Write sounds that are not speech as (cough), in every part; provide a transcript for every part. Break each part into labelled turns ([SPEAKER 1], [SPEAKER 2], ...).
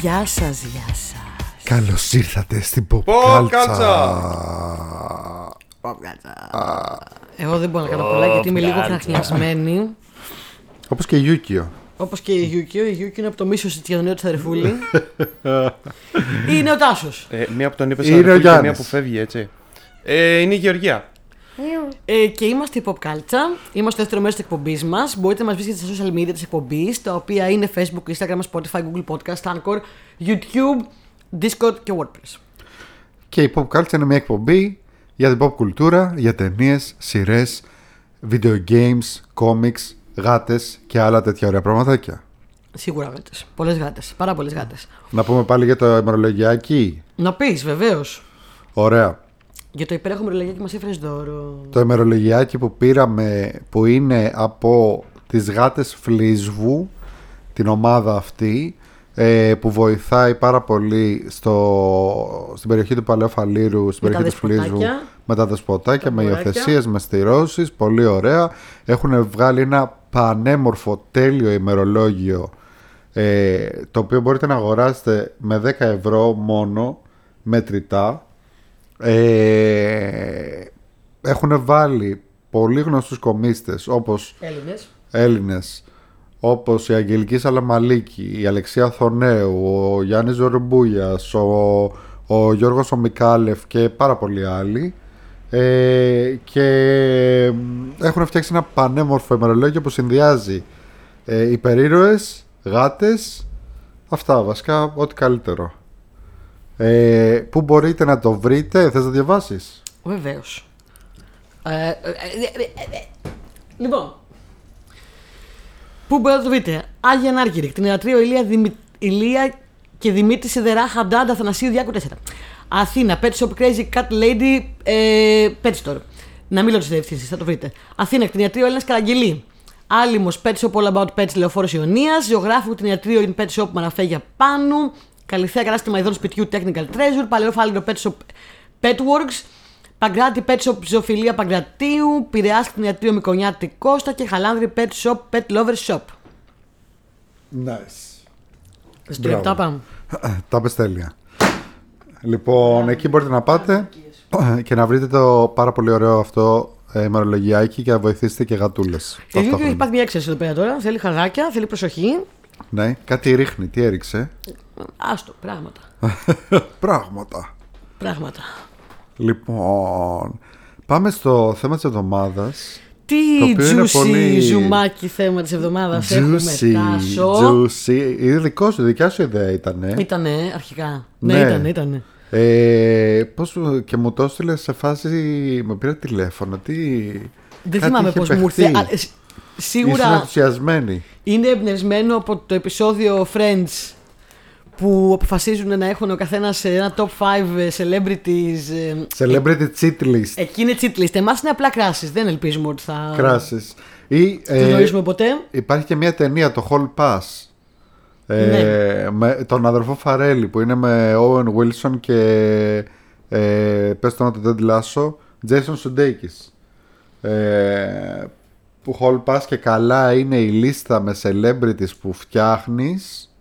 [SPEAKER 1] Γεια σας, γεια σας.
[SPEAKER 2] Καλώς ήρθατε στην Pop
[SPEAKER 3] Pop
[SPEAKER 2] Culture.
[SPEAKER 1] Εγώ δεν μπορώ να κάνω πολλά γιατί είμαι λίγο χρονιασμένη.
[SPEAKER 2] Όπως και η Γιούκιο.
[SPEAKER 1] Όπως και η Γιούκιο. Η Γιούκιο είναι από το μίσος της κοινωνία του αδερφούλη. είναι ο Τάσος.
[SPEAKER 3] Ε, μία από τον είπες
[SPEAKER 2] Είναι ο
[SPEAKER 3] σαν και μία
[SPEAKER 2] Γιάννης.
[SPEAKER 3] που φεύγει, έτσι. Ε, είναι η Γεωργία.
[SPEAKER 1] Ε, και είμαστε η Pop Culture. Είμαστε το δεύτερο μέρος της εκπομπής μας. Μπορείτε να μας βρίσκετε στα social media της εκπομπής, τα οποία είναι Facebook, Instagram, Spotify, Google Podcast, Anchor, YouTube, Discord και WordPress.
[SPEAKER 2] Και η Pop Culture είναι μια εκπομπή για την pop κουλτούρα, για ταινίες, σειρές, video games, comics, γάτες και άλλα τέτοια ωραία πραγματάκια.
[SPEAKER 1] Σίγουρα γάτες. Πολλές γάτες. Πάρα πολλές γάτες.
[SPEAKER 2] Να πούμε πάλι για το ημερολογιακή.
[SPEAKER 1] Να πεις βεβαίως.
[SPEAKER 2] Ωραία.
[SPEAKER 1] Για το υπέροχο μυρολογιακό που μας έφερες δώρο.
[SPEAKER 2] Το ημερολογιάκι που πήραμε που είναι από τις γάτες Φλίσβου την ομάδα αυτή ε, που βοηθάει πάρα πολύ στο, στην περιοχή του Παλαιού Φαλήρου στην
[SPEAKER 1] Με τα
[SPEAKER 2] περιοχή του Φλίσβου
[SPEAKER 1] δεσποτάκια.
[SPEAKER 2] με τα δεσποτάκια, με
[SPEAKER 1] μωράκια.
[SPEAKER 2] υιοθεσίες, με στηρώσεις πολύ ωραία έχουν βγάλει ένα πανέμορφο τέλειο ημερολόγιο ε, το οποίο μπορείτε να αγοράσετε με 10 ευρώ μόνο μετρητά ε, έχουν βάλει πολύ γνωστούς κομίστες όπως
[SPEAKER 1] Έλληνες.
[SPEAKER 2] Έλληνες όπως η Αγγελική Σαλαμαλίκη, η Αλεξία Θονέου, ο Γιάννης Ζορμπούγιας, ο, ο Γιώργος Ομικάλεφ και πάρα πολλοί άλλοι ε, και μ, έχουν φτιάξει ένα πανέμορφο ημερολόγιο που συνδυάζει ε, υπερήρωες, γάτες, αυτά βασικά ό,τι καλύτερο. Ε, πού μπορείτε να το βρείτε, θες να διαβάσεις?
[SPEAKER 1] Βεβαίως. Ε, ε, ε, ε, ε, λοιπόν. Πού μπορείτε να το βρείτε. Άγια Ανάργυρη, κτηνιατρίο Ηλία, Δημη... Ηλία και Δημήτρη Σιδερά Χαντάντα Θανασίου Διάκου 4. Αθήνα, Pet Shop Crazy Cat Lady ε, Pet Store. Να μην λέω τις διευθύνσεις, θα το βρείτε. Αθήνα, κτηνιατρίο Έλληνας Καραγγελή. Άλυμος Pet Shop All About Pets Λεωφόρος Ιωνίας. Ζωγράφου κτηνιατρίο In Pet Shop Μαραφέγια Πάνου. Καλυθέα Κατάστημα Ειδών Σπιτιού Technical Treasure. Παλαιό Φάλιρο Pet Shop Petworks. Παγκράτη Pet Shop Ζωφιλία Παγκρατίου, Πειραιά Κτηνιατρίο Μικονιάτη Κώστα και Χαλάνδρη Pet Shop Pet Lover Shop.
[SPEAKER 2] Nice.
[SPEAKER 1] Στο
[SPEAKER 2] Μπράβο.
[SPEAKER 1] λεπτά πάμε.
[SPEAKER 2] Τα είπες τέλεια. Λοιπόν, εκεί μπορείτε να πάτε και να βρείτε το πάρα πολύ ωραίο αυτό ε, ημερολογιάκι και να βοηθήσετε και γατούλες.
[SPEAKER 1] Η Γιούκη έχει
[SPEAKER 2] ταυτόχρονα.
[SPEAKER 1] πάθει μια έξαρση εδώ πέρα τώρα. Θέλει χαράκια, θέλει προσοχή.
[SPEAKER 2] Ναι, κάτι ρίχνει, τι
[SPEAKER 1] (laughs)
[SPEAKER 2] έριξε.
[SPEAKER 1] Άστο, πράγματα.
[SPEAKER 2] Πράγματα.
[SPEAKER 1] Πράγματα.
[SPEAKER 2] Λοιπόν, πάμε στο θέμα της εβδομάδας.
[SPEAKER 1] Τι
[SPEAKER 2] οποίο είναι
[SPEAKER 1] juicy
[SPEAKER 2] πολύ-
[SPEAKER 1] ζουμάκι θέμα της εβδομάδας έχουμε
[SPEAKER 2] Juicy,
[SPEAKER 1] τάσο.
[SPEAKER 2] juicy. Είναι δικό σου, δικιά σου ιδέα
[SPEAKER 1] Ε,
[SPEAKER 2] ήτανε.
[SPEAKER 1] Ήτανε αρχικά. Ναι,
[SPEAKER 2] Ναι.
[SPEAKER 1] ήτανε, ήτανε.
[SPEAKER 2] Ε, πώς, μου- και μου το έστειλες σε φάση, με πήρε τηλέφωνο, τι...
[SPEAKER 1] Δεν θυμάμαι πώ
[SPEAKER 2] πώς
[SPEAKER 1] μου ήρθε. αλλά σ-
[SPEAKER 2] Ήσουν
[SPEAKER 1] Σίγουρα
[SPEAKER 2] ενθουσιασμένη.
[SPEAKER 1] είναι εμπνευσμένο από το επεισόδιο Friends που αποφασίζουν να έχουν ο καθένας ένα top 5 celebrities. ε,
[SPEAKER 2] Celebrity cheat list.
[SPEAKER 1] Εκεί είναι cheat list. Εμάς είναι απλά κράσεις. Δεν ελπίζουμε ότι θα
[SPEAKER 2] κράσεις. Ή,
[SPEAKER 1] τη
[SPEAKER 2] ε,
[SPEAKER 1] γνωρίσουμε ποτέ.
[SPEAKER 2] υπάρχει και μια ταινία, το Hall Pass. Ε, με τον αδερφό Φαρέλη που είναι με Owen Wilson και ε, πες το να τον Ted Lasso Jason Sudeikis ε, που Hall Pass και καλά είναι η λίστα με celebrities που φτιάχνεις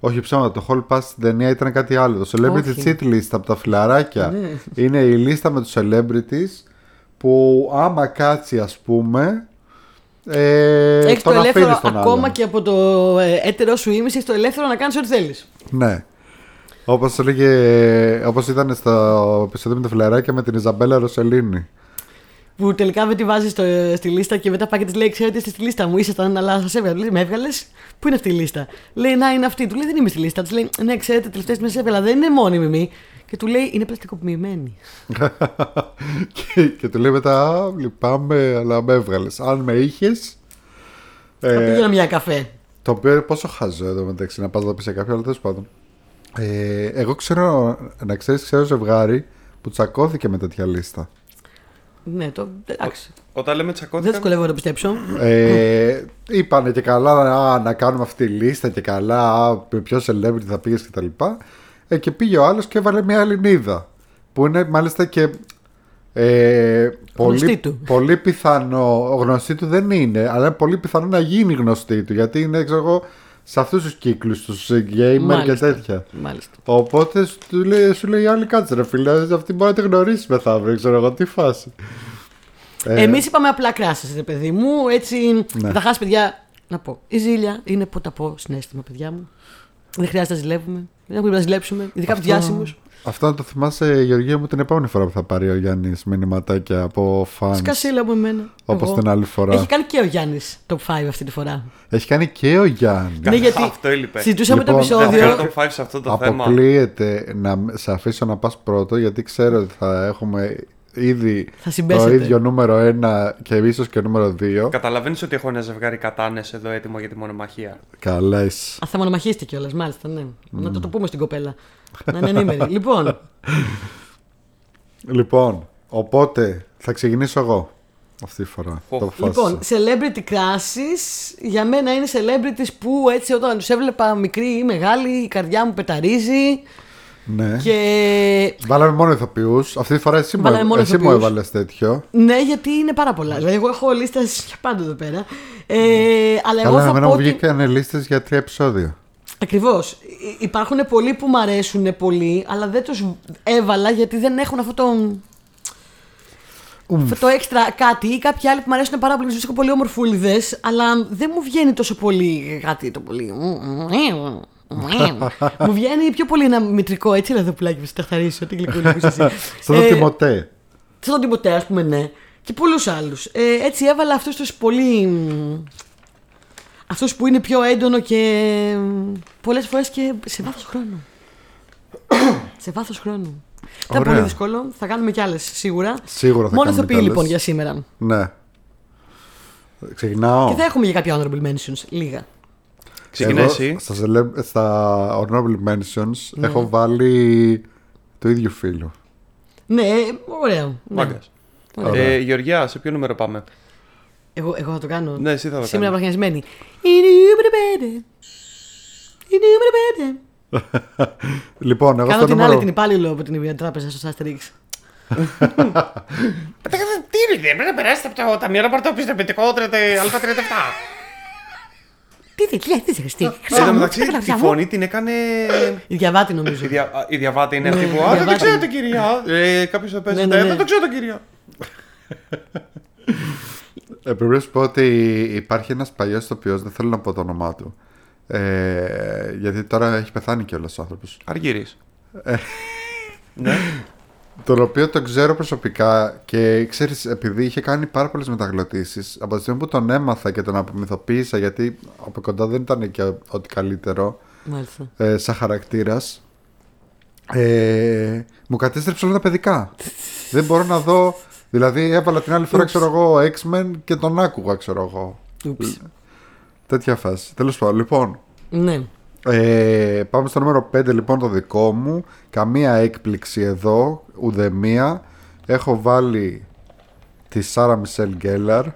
[SPEAKER 2] όχι ψέματα, το Hall Pass στην ταινία ήταν κάτι άλλο. Το Celebrity
[SPEAKER 1] Όχι.
[SPEAKER 2] Cheat List από τα φιλαράκια είναι η λίστα με τους celebrities που άμα κάτσει ας πούμε ε,
[SPEAKER 1] Έχεις το
[SPEAKER 2] τον
[SPEAKER 1] ελεύθερο
[SPEAKER 2] αφήνεις τον
[SPEAKER 1] ακόμα
[SPEAKER 2] άλλον.
[SPEAKER 1] και από το ε, έτερο σου ήμιση, έχεις το ελεύθερο να κάνεις ό,τι θέλεις.
[SPEAKER 2] Ναι. Όπως έλεγε, όπως ήταν στο επεισόδιο με τα φιλαράκια με την Ιζαμπέλα Ροσελίνη.
[SPEAKER 1] Που τελικά δεν τη βάζεις στη λίστα και μετά πάει και της λέει: Ξέρετε, είστε στη λίστα μου. Ήσασταν, αλλά σας έβγαλε. Λέει, Με έβγαλες. Πού είναι αυτή η λίστα. Λέει: Να είναι αυτή. Του λέει: Δεν είμαι στη λίστα. Της λέει: Ναι, ξέρετε, τελευταίες μέρες έβγαλα. Δεν είναι μόνιμη. μη». Και του λέει: Είναι πλαστικοποιημένη.
[SPEAKER 2] (laughs) και, και του λέει μετά, «Α, λυπάμαι, αλλά με έβγαλες. Αν με είχες,
[SPEAKER 1] Θα
[SPEAKER 2] ε,
[SPEAKER 1] πήγαινα μια καφέ.
[SPEAKER 2] Το οποίο είναι πόσο χαζό εδώ μεταξύ να πας να πεις σε κάποιον, αλλά τέλος πάντων. Ε, εγώ ξέρω, να ξέρεις, ξέρω ζευγάρι που τσακώθηκε με τέτοια λίστα.
[SPEAKER 1] Ναι, το. Εντάξει.
[SPEAKER 3] Όταν λέμε
[SPEAKER 1] Δεν
[SPEAKER 3] τσακώθηκαν.
[SPEAKER 1] δυσκολεύω να το πιστέψω.
[SPEAKER 2] Ε, είπανε και καλά α, να κάνουμε αυτή τη λίστα και καλά α, με ποιο celebrity θα πήγες και τα λοιπά. Ε, και πήγε ο άλλος και έβαλε μια Ελληνίδα. Που είναι μάλιστα και. Ε,
[SPEAKER 1] Γνωστή
[SPEAKER 2] πολύ,
[SPEAKER 1] του.
[SPEAKER 2] πολύ πιθανό, γνωστή του δεν είναι, αλλά είναι πολύ πιθανό να γίνει γνωστή του γιατί είναι, ξέρω εγώ, σε αυτούς τους κύκλους, τους gamer και
[SPEAKER 1] Μάλιστα.
[SPEAKER 2] τέτοια.
[SPEAKER 1] Μάλιστα.
[SPEAKER 2] Οπότε σου λέει, σου λέει η άλλη κάτσε ρε φίλε, αυτή μπορεί να τη γνωρίσει μεθαύριο, ξέρω εγώ τι φάση. Ε,
[SPEAKER 1] Εμείς είπαμε απλά κράσες, ρε παιδί μου. Έτσι.
[SPEAKER 2] Ναι.
[SPEAKER 1] Θα χάσει, παιδιά. Να πω. Η ζήλια είναι ποταπό συνέστημα, παιδιά μου. Δεν χρειάζεται να ζηλεύουμε. Δεν πρέπει να ζηλέψουμε. Ειδικά από τους διάσημους.
[SPEAKER 2] Αυτό να το θυμάσαι, Γεωργία μου, την επόμενη φορά που θα πάρει ο Γιάννης μηνυματάκια από fans.
[SPEAKER 1] Σκασίλα από εμένα.
[SPEAKER 2] Όπως
[SPEAKER 1] Εγώ.
[SPEAKER 2] την άλλη φορά.
[SPEAKER 1] Έχει κάνει και ο Γιάννης top 5 αυτή τη φορά.
[SPEAKER 2] Έχει κάνει και ο Γιάννης.
[SPEAKER 1] Ναι, γιατί
[SPEAKER 3] Αυτό έλειπε.
[SPEAKER 1] συζητούσαμε
[SPEAKER 2] Λοιπόν,
[SPEAKER 1] το
[SPEAKER 3] Δεν θα
[SPEAKER 1] επεισόδιο.
[SPEAKER 3] κάνω τον five σε αυτό το θέμα.
[SPEAKER 2] Αποκλείεται να μ- σε αφήσω να πας πρώτο γιατί ξέρω ότι θα έχουμε ήδη
[SPEAKER 1] Θα
[SPEAKER 2] το
[SPEAKER 1] συμπέσετε.
[SPEAKER 2] ίδιο νούμερο 1 και ίσως και νούμερο 2.
[SPEAKER 3] Καταλαβαίνεις ότι έχω ένα ζευγάρι κατάνες εδώ έτοιμο για τη μονομαχία.
[SPEAKER 2] Καλές.
[SPEAKER 1] Α, θα μονομαχήσετε κιόλας, μάλιστα, ναι. Να το, το πούμε στην κοπέλα. Να ναι, είναι ενήμερη. λοιπόν,
[SPEAKER 2] Λοιπόν, οπότε θα ξεκινήσω εγώ αυτή τη φορά.
[SPEAKER 3] Οχ.
[SPEAKER 2] Το αποφάσισα.
[SPEAKER 1] λοιπόν, celebrity crashes για μένα είναι celebrities που έτσι όταν τους έβλεπα μικρή ή μεγάλη η καρδιά μου πεταρίζει
[SPEAKER 2] ναι.
[SPEAKER 1] και
[SPEAKER 2] Βάλαμε μόνο ηθοποιούς. Αυτή τη φορά εσύ, μου,
[SPEAKER 1] Βάλαμε μόνο
[SPEAKER 2] εσύ μου
[SPEAKER 1] ηθοποιούς.
[SPEAKER 2] έβαλες τέτοιο.
[SPEAKER 1] ναι, γιατί είναι πάρα πολλά. Δηλαδή, εγώ έχω λίστα για πάντα εδώ πέρα. Ε, αλλά εγώ
[SPEAKER 2] Καλά,
[SPEAKER 1] θα
[SPEAKER 2] εμένα
[SPEAKER 1] πω
[SPEAKER 2] μου
[SPEAKER 1] ότι...
[SPEAKER 2] βγήκαν λίστες για τρία επεισόδια.
[SPEAKER 1] Ακριβώς. Υπάρχουν πολλοί που μ' αρέσουν πολύ, αλλά δεν τους έβαλα γιατί δεν έχουν αυτό το. Αυτό το έξτρα κάτι ή κάποιοι άλλοι που μου αρέσουν πάρα πολύ. Του βρίσκω πολύ ομορφούλιδες, αλλά δεν μου βγαίνει τόσο πολύ κάτι το πολύ. μου βγαίνει πιο πολύ ένα μητρικό έτσι, εδώ πουλάκι που σου τα χαρίσω, τι γλυκούλη που είσαι
[SPEAKER 2] Ναι, (laughs)
[SPEAKER 1] εσύ.
[SPEAKER 2] Σαν το
[SPEAKER 1] Ε,
[SPEAKER 2] Τιμωτέ.
[SPEAKER 1] Σαν τον Τιμωτέ, ας πούμε, ναι. Και πολλούς άλλους. Ε, έτσι έβαλα αυτούς τους πολύ. Αυτούς που είναι πιο έντονο και πολλές φορές και σε βάθος χρόνου.
[SPEAKER 2] (coughs)
[SPEAKER 1] σε βάθος χρόνου. Ήταν
[SPEAKER 2] Ωραία.
[SPEAKER 1] πολύ δύσκολο. Θα κάνουμε κι άλλες σίγουρα.
[SPEAKER 2] Σίγουρα θα
[SPEAKER 1] Μόνο
[SPEAKER 2] κάνουμε
[SPEAKER 1] ηθοποιοί
[SPEAKER 2] κι άλλες.
[SPEAKER 1] λοιπόν για σήμερα.
[SPEAKER 2] Ναι. Ξεκινάω.
[SPEAKER 1] Και θα έχουμε και κάποια honorable mentions. Λίγα.
[SPEAKER 3] Ξεκινά
[SPEAKER 2] Εγώ
[SPEAKER 3] εσύ.
[SPEAKER 2] Στα, celeb- στα honorable mentions έχω βάλει του ίδιου
[SPEAKER 1] (laughs)
[SPEAKER 2] φίλου.
[SPEAKER 1] Ναι, ωραίο. Ναι.
[SPEAKER 3] Μάγκας.
[SPEAKER 2] Ωραία.
[SPEAKER 3] Ε, Γεωργιά, σε ποιο νούμερο πάμε.
[SPEAKER 1] Εγώ, εγώ θα το κάνω.
[SPEAKER 3] Ναι, εσύ θα το
[SPEAKER 1] Σήμερα
[SPEAKER 3] κάνεις.
[SPEAKER 1] βραχνιασμένη. Η νούμερο πέντε. Η νούμερο πέντε.
[SPEAKER 2] Λοιπόν, εγώ
[SPEAKER 1] Κάνω
[SPEAKER 2] στο
[SPEAKER 1] την
[SPEAKER 2] νούμερο...
[SPEAKER 1] άλλη την υπάλληλο από την τράπεζα στο Asterix.
[SPEAKER 3] Τι είναι, πρέπει να περάσετε από το ταμείο να πάρετε το πιστοποιητικό Α37.
[SPEAKER 1] Τι δεν λέει, τι δεν χρειαστεί.
[SPEAKER 3] Εν τω
[SPEAKER 1] Χρυσά μου, τι
[SPEAKER 3] μεταξύ,
[SPEAKER 1] καλά
[SPEAKER 3] τη
[SPEAKER 1] φτιά μου.
[SPEAKER 3] φωνή την έκανε.
[SPEAKER 1] Η διαβάτη νομίζω.
[SPEAKER 3] Η, δια, α, η διαβάτη είναι
[SPEAKER 1] Ναι,
[SPEAKER 3] αυτή που.
[SPEAKER 1] η
[SPEAKER 3] Α, δεν το
[SPEAKER 1] διαβάτη
[SPEAKER 3] ξέρω
[SPEAKER 1] είναι.
[SPEAKER 3] τον κυρία. Ε, Κάποιος το παίζει.
[SPEAKER 1] Ναι, ναι,
[SPEAKER 3] «Ε,
[SPEAKER 1] ναι.
[SPEAKER 3] Δεν το ξέρω τον κυρία.
[SPEAKER 2] Ε, πρέπει να σου πω ότι υπάρχει ένας παλιός τοπιός, δεν θέλω να πω το όνομά του. Ε, γιατί τώρα έχει πεθάνει κιόλας ο άνθρωπος.
[SPEAKER 3] Αργύρι. ναι.
[SPEAKER 2] Τον οποίο τον ξέρω προσωπικά και ξέρεις επειδή είχε κάνει πάρα πολλές μεταγλωτήσεις από τη στιγμή που τον έμαθα και τον απομυθοποίησα γιατί από κοντά δεν ήταν και ό- ό,τι καλύτερο
[SPEAKER 1] Μάλιστα.
[SPEAKER 2] ε, σαν χαρακτήρας. Ε, μου κατέστρεψε όλα τα παιδικά. δεν μπορώ να δω. Δηλαδή, έβαλα την άλλη φορά, ξέρω εγώ, X-Men και τον άκουγα, ξέρω εγώ.
[SPEAKER 1] Ούψ.
[SPEAKER 2] Τέτοια φάση. Τέλος πάντων, λοιπόν.
[SPEAKER 1] Ναι.
[SPEAKER 2] Ε, πάμε στο νούμερο 5, λοιπόν, το δικό μου. Καμία έκπληξη εδώ, ουδεμία. Έχω βάλει τη Σάρα Μισελ Γκέλλαρ.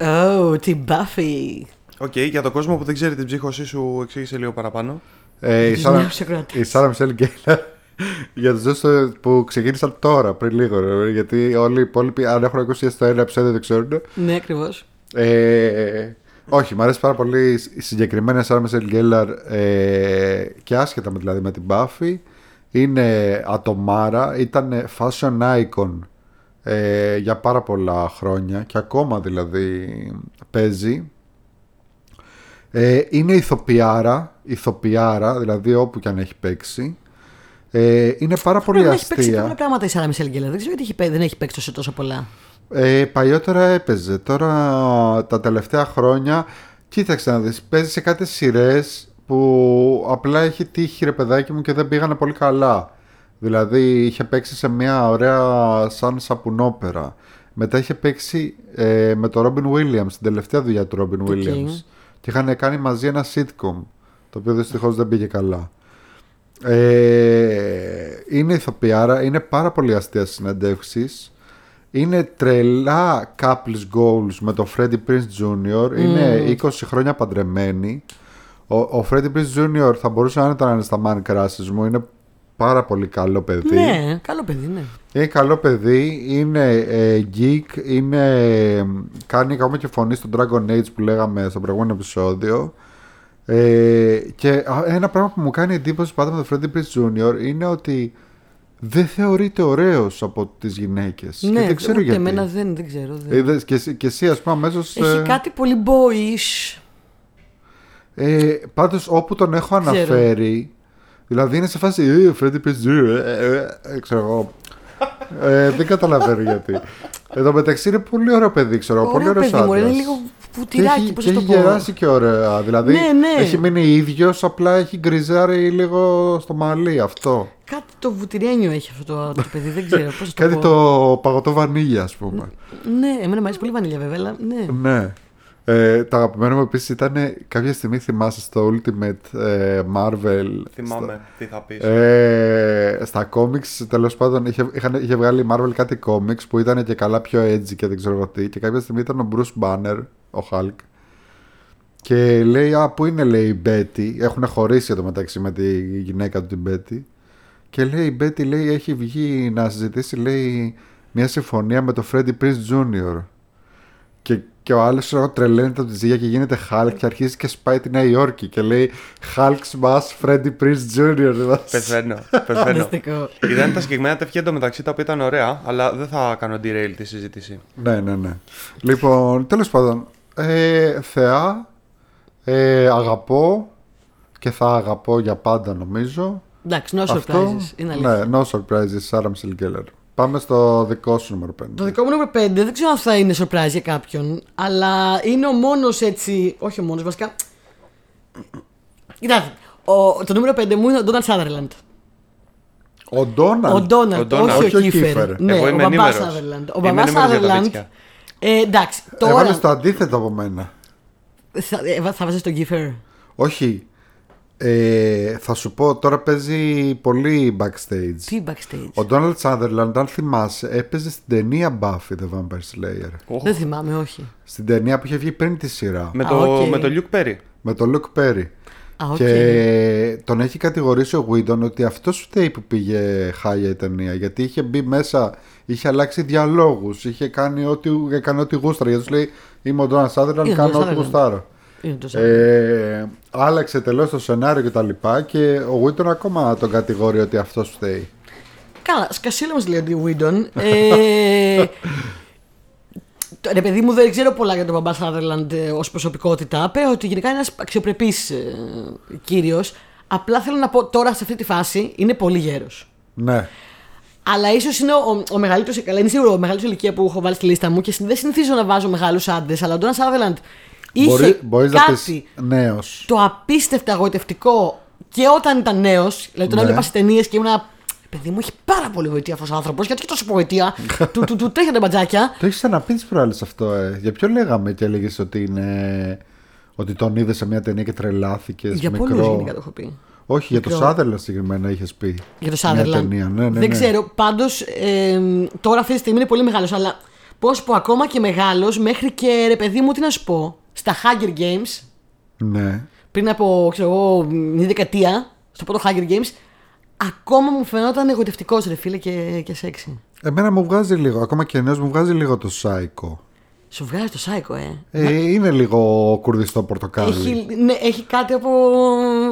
[SPEAKER 1] Ω, την Buffy.
[SPEAKER 3] Οκ, για τον κόσμο που δεν ξέρει την ψύχωσή σου, εξήγησε λίγο παραπάνω.
[SPEAKER 2] Ε, η,
[SPEAKER 1] Τους
[SPEAKER 2] Σάρα,
[SPEAKER 1] νέους ακροατές.
[SPEAKER 2] η Σάρα Μισελ Γκέλλαρ (laughs) για τους δύο που ξεκίνησαν τώρα, πριν λίγο. ρε, γιατί όλοι οι υπόλοιποι, αν έχουν ακούσει στο ένα επεισόδιο, δεν ξέρουν.
[SPEAKER 1] Ναι, ακριβώς.
[SPEAKER 2] Ε, όχι, μου αρέσει πάρα πολύ η συγκεκριμένα Σάρα Μισελ Γκέλλαρ ε, και άσχετα με, δηλαδή, με την Buffy. Είναι ατομάρα, ήταν fashion icon ε, για πάρα πολλά χρόνια και ακόμα δηλαδή παίζει. Ε, είναι ηθοποιάρα, ηθοποιάρα, δηλαδή όπου και αν έχει παίξει. Ε, είναι πάρα πολύ
[SPEAKER 1] Πρέπει να Ναι, έχει παίξει πολλά
[SPEAKER 2] αστεία.
[SPEAKER 1] πράγματα η Σάρα Μισελ Γκέλλα. Δεν ξέρω γιατί έχει παί- δεν έχει παίξει τόσο- τόσο πολλά.
[SPEAKER 2] Ε, παλιότερα έπαιζε. Τώρα τα τελευταία χρόνια. Κοίταξε να δεις, Παίζει σε κάτι σειρές που απλά έχει τύχει ρε παιδάκι μου και δεν πήγανε πολύ καλά. Δηλαδή είχε παίξει σε μια ωραία σαν σαπουνόπερα. Μετά είχε παίξει ε, με τον Ρόμπιν Williams, την τελευταία δουλειά του Ρόμπιν Williams. Και είχαν κάνει μαζί ένα sitcom, το οποίο δυστυχώς δεν πήγε καλά. Ε, είναι ηθοποιάρα, είναι πάρα πολύ αστεία συνεντεύξεις Είναι τρελά couples goals με τον Freddie Prince Jr. Είναι 20 χρόνια παντρεμένη. Ο, ο Freddie Prince Jr. θα μπορούσε να ήταν στα man crushes μου. Είναι πάρα πολύ καλό παιδί.
[SPEAKER 1] Ναι, καλό παιδί, ναι.
[SPEAKER 2] Είναι Ε, καλό παιδί, είναι ε, geek, είναι, κάνει ακόμα και φωνή στο Dragon Age που λέγαμε στο προηγούμενο επεισόδιο. Ε, και α, ένα πράγμα που μου κάνει εντύπωση πάντα με τον Freddie Prinze Jr. είναι ότι δεν θεωρείται ωραίος από τις γυναίκες. και δεν ξέρω
[SPEAKER 1] Ναι, ούτε
[SPEAKER 2] γιατί.
[SPEAKER 1] εμένα δεν, δεν ξέρω. Δεν.
[SPEAKER 2] Ε, δες, και, εσύ- και εσύ, ας πούμε, αμέσως...
[SPEAKER 1] Έχει
[SPEAKER 2] ε,
[SPEAKER 1] κάτι πολύ boyish.
[SPEAKER 2] Ε, Πάντως όπου τον έχω
[SPEAKER 1] Ξέρω.
[SPEAKER 2] αναφέρει. Δηλαδή είναι σε φάση. Ε, Freddy Prinze Jr. ε, ε, ε, ξέρω εγώ. Ε, δεν καταλαβαίνω γιατί. Εν τω μεταξύ είναι πολύ ωραίο παιδί, ξέρω εγώ. Πολύ
[SPEAKER 1] Ωραίο
[SPEAKER 2] ωραίος
[SPEAKER 1] παιδί μου,
[SPEAKER 2] άντρα.
[SPEAKER 1] είναι λίγο
[SPEAKER 2] Και έχει,
[SPEAKER 1] πουτυράκι, πώς
[SPEAKER 2] και
[SPEAKER 1] να
[SPEAKER 2] έχει
[SPEAKER 1] το πω.
[SPEAKER 2] γεράσει και ωραία. Δηλαδή
[SPEAKER 1] Ναι, ναι.
[SPEAKER 2] έχει μείνει ίδιος, απλά έχει γκριζάρει λίγο στο μαλλί αυτό.
[SPEAKER 1] Κάτι το βουτυρένιο έχει αυτό το, το παιδί, δεν ξέρω πώς να το
[SPEAKER 2] Κάτι
[SPEAKER 1] πω.
[SPEAKER 2] το παγωτό βανίλια, ας πούμε.
[SPEAKER 1] Ναι, εμένα μου αρέσει πολύ η βανίλια βέβαια, αλλά ναι.
[SPEAKER 2] Ναι. Ε, τα αγαπημένα μου επίσης ήταν κάποια στιγμή θυμάσαι στο Ultimate ε, Marvel.
[SPEAKER 3] Θυμάμαι τι θα πεις.
[SPEAKER 2] Ε, στα κόμιξ τέλος πάντων είχε, είχαν- είχε βγάλει η Marvel κάτι κόμιξ που ήταν και καλά πιο edgy και δεν ξέρω εγώ τι. Και κάποια στιγμή ήταν ο Bruce Banner, ο Hulk. Και λέει, Α, πού είναι, λέει η Betty. Έχουν χωρίσει εδώ μεταξύ με τη γυναίκα του την Betty. Και λέει η Betty, λέει, έχει βγει να συζητήσει, λέει, μια συμφωνία με τον Freddie Prinze Jr. Και, και ο άλλος τρελαίνεται από τη ζυγιά και γίνεται Hulk και αρχίζει και σπάει τη Νέα Υόρκη και λέει Hulk smash Freddy Prince Jr.
[SPEAKER 3] Πεθαίνω. (laughs) Πεθαίνω.
[SPEAKER 1] Φανταστικό.
[SPEAKER 3] Ήταν τα συγκεκριμένα τεφιά εντωμεταξύ τα οποία ήταν ωραία, αλλά δεν θα κάνω derail τη συζήτηση.
[SPEAKER 2] ναι, ναι, ναι. Λοιπόν, τέλος πάντων, ε, θεά, ε, αγαπώ και θα αγαπώ για πάντα νομίζω.
[SPEAKER 1] Εντάξει, no surprises. Είναι αλήθεια.
[SPEAKER 2] ναι, no surprises, Sarah Michelle Gellar. Πάμε στο δικό σου νούμερο 5.
[SPEAKER 1] Το δικό μου νούμερο 5 δεν ξέρω αν θα είναι surprise για κάποιον, αλλά είναι ο μόνος έτσι. Όχι ο μόνος, βασικά. Κοιτάξτε, ο, το νούμερο 5 μου είναι ο Ντόναλτ Σάδερλαντ.
[SPEAKER 2] Ο Ντόναλτ.
[SPEAKER 1] Ο
[SPEAKER 3] ο
[SPEAKER 1] Ντόναλτ,
[SPEAKER 3] Donald,
[SPEAKER 1] όχι ο
[SPEAKER 2] όχι ο
[SPEAKER 1] Κίφερ.
[SPEAKER 2] Kiefer.
[SPEAKER 1] Ναι,
[SPEAKER 3] Εγώ
[SPEAKER 1] ο
[SPEAKER 3] είμαι
[SPEAKER 1] μπαμπά
[SPEAKER 3] ενήμερος.
[SPEAKER 1] Σάδερλαντ. Ο μπαμπά
[SPEAKER 3] Είμαι ενήμερος για τα
[SPEAKER 1] Σάδερλαντ.
[SPEAKER 3] παιδιά.
[SPEAKER 1] Ε, εντάξει,
[SPEAKER 2] Έβαλες
[SPEAKER 1] τώρα.
[SPEAKER 2] το αντίθετο από μένα.
[SPEAKER 1] Θα, ε, βα- θα βάζεις τον Κίφερ.
[SPEAKER 2] Όχι. Ε, θα σου πω, τώρα παίζει πολύ backstage.
[SPEAKER 1] Τι backstage.
[SPEAKER 2] Ο Ντόναλτ Σάντερλαντ, αν θυμάσαι, έπαιζε στην ταινία Buffy the Vampire Slayer.
[SPEAKER 1] Δεν θυμάμαι, όχι.
[SPEAKER 2] Στην ταινία που είχε βγει πριν τη σειρά. Με,
[SPEAKER 3] Με, το,
[SPEAKER 1] οκ.
[SPEAKER 3] με το Luke Perry.
[SPEAKER 2] τον Luke Perry.
[SPEAKER 1] Α, οκ.
[SPEAKER 2] Και τον έχει κατηγορήσει ο Whedon ότι αυτός φταίει που πήγε χάλια η ταινία. Γιατί είχε μπει μέσα, είχε αλλάξει διαλόγους, είχε κάνει ό,τι, έκανε ό,τι γούστρα. Γιατί του λέει: Είμαι ο Ντόναλτ Σάντερλαντ,
[SPEAKER 1] Είναι ο
[SPEAKER 2] κάνω
[SPEAKER 1] Donald
[SPEAKER 2] ό,τι
[SPEAKER 1] Sutherland.
[SPEAKER 2] γουστάρω.
[SPEAKER 1] Είναι το Σάδερλαντ.
[SPEAKER 2] Ε, άλλαξε τελώς το σενάριο και τα λοιπά και ο Whedon ακόμα τον κατηγορεί ότι αυτός φταίει.
[SPEAKER 1] Καλά, σκασίλα μας λέει ο Ντι Βίντον. Ε, το- ρε παιδί μου δεν ξέρω πολλά για τον μπαμπά Σάδερλαντ ε, ως προσωπικότητα. Πέρα ότι γενικά είναι ένας αξιοπρεπής ε, κύριος. Απλά θέλω να πω τώρα σε αυτή τη φάση είναι πολύ γέρος.
[SPEAKER 2] Ναι.
[SPEAKER 1] Αλλά ίσως είναι ο, ο, ο μεγαλύτερος. Καλά, είναι σίγουρο ο μεγαλύτερος ηλικία που έχω βάλει στη λίστα μου και συν- δεν συνηθίζω να βάζω μεγάλους άντρες. Αλλά ο Ντόνας Σάδερλαντ είχε
[SPEAKER 2] Μπορεί, μπορείς
[SPEAKER 1] κάτι
[SPEAKER 2] να πεις νέος.
[SPEAKER 1] το απίστευτα αγοητευτικό και όταν ήταν νέος. Δηλαδή τον
[SPEAKER 2] Ναι.
[SPEAKER 1] έβλεπα στις ταινίες και ήμουνα. Παιδί μου, έχει πάρα πολύ γοητεία αυτός ο άνθρωπος. Γιατί και τόσο
[SPEAKER 2] (laughs)
[SPEAKER 1] γοητεία. του, του, του τρέχανε μπατζάκια.
[SPEAKER 2] Το έχεις ξαναπείς τι προάλλες αυτό, ε. Για ποιο λέγαμε και έλεγες ότι είναι. Ότι τον είδες σε μια ταινία και τρελάθηκες.
[SPEAKER 1] Για πολλού
[SPEAKER 2] μικρό.
[SPEAKER 1] γενικά το έχω πει.
[SPEAKER 2] Όχι, για το
[SPEAKER 1] Μικρό.
[SPEAKER 2] Σάδερλαντ συγκεκριμένα είχες πει.
[SPEAKER 1] Για το
[SPEAKER 2] Μια
[SPEAKER 1] Σάδερλαντ.
[SPEAKER 2] ταινία, ναι, ναι.
[SPEAKER 1] Δεν
[SPEAKER 2] ναι.
[SPEAKER 1] ξέρω. Πάντως τώρα αυτή τη στιγμή είναι πολύ μεγάλος. Αλλά πώς πω, ακόμα και μεγάλος μέχρι και ρε παιδί μου, τι να σου πω. Στα Hunger Games,
[SPEAKER 2] Ναι.
[SPEAKER 1] πριν από ξέρω εγώ, μια δεκαετία, στο πρώτο Hunger Games, ακόμα μου φαινόταν εγωτευτικός ρε φίλε και, και σεξι.
[SPEAKER 2] Εμένα μου βγάζει λίγο, ακόμα και νέος μου βγάζει λίγο το Σάικο.
[SPEAKER 1] Σου βγάζει το σάικο, ε.
[SPEAKER 2] Ε, είναι λίγο κουρδιστό πορτοκάλι.
[SPEAKER 1] Έχει, ναι, έχει κάτι από.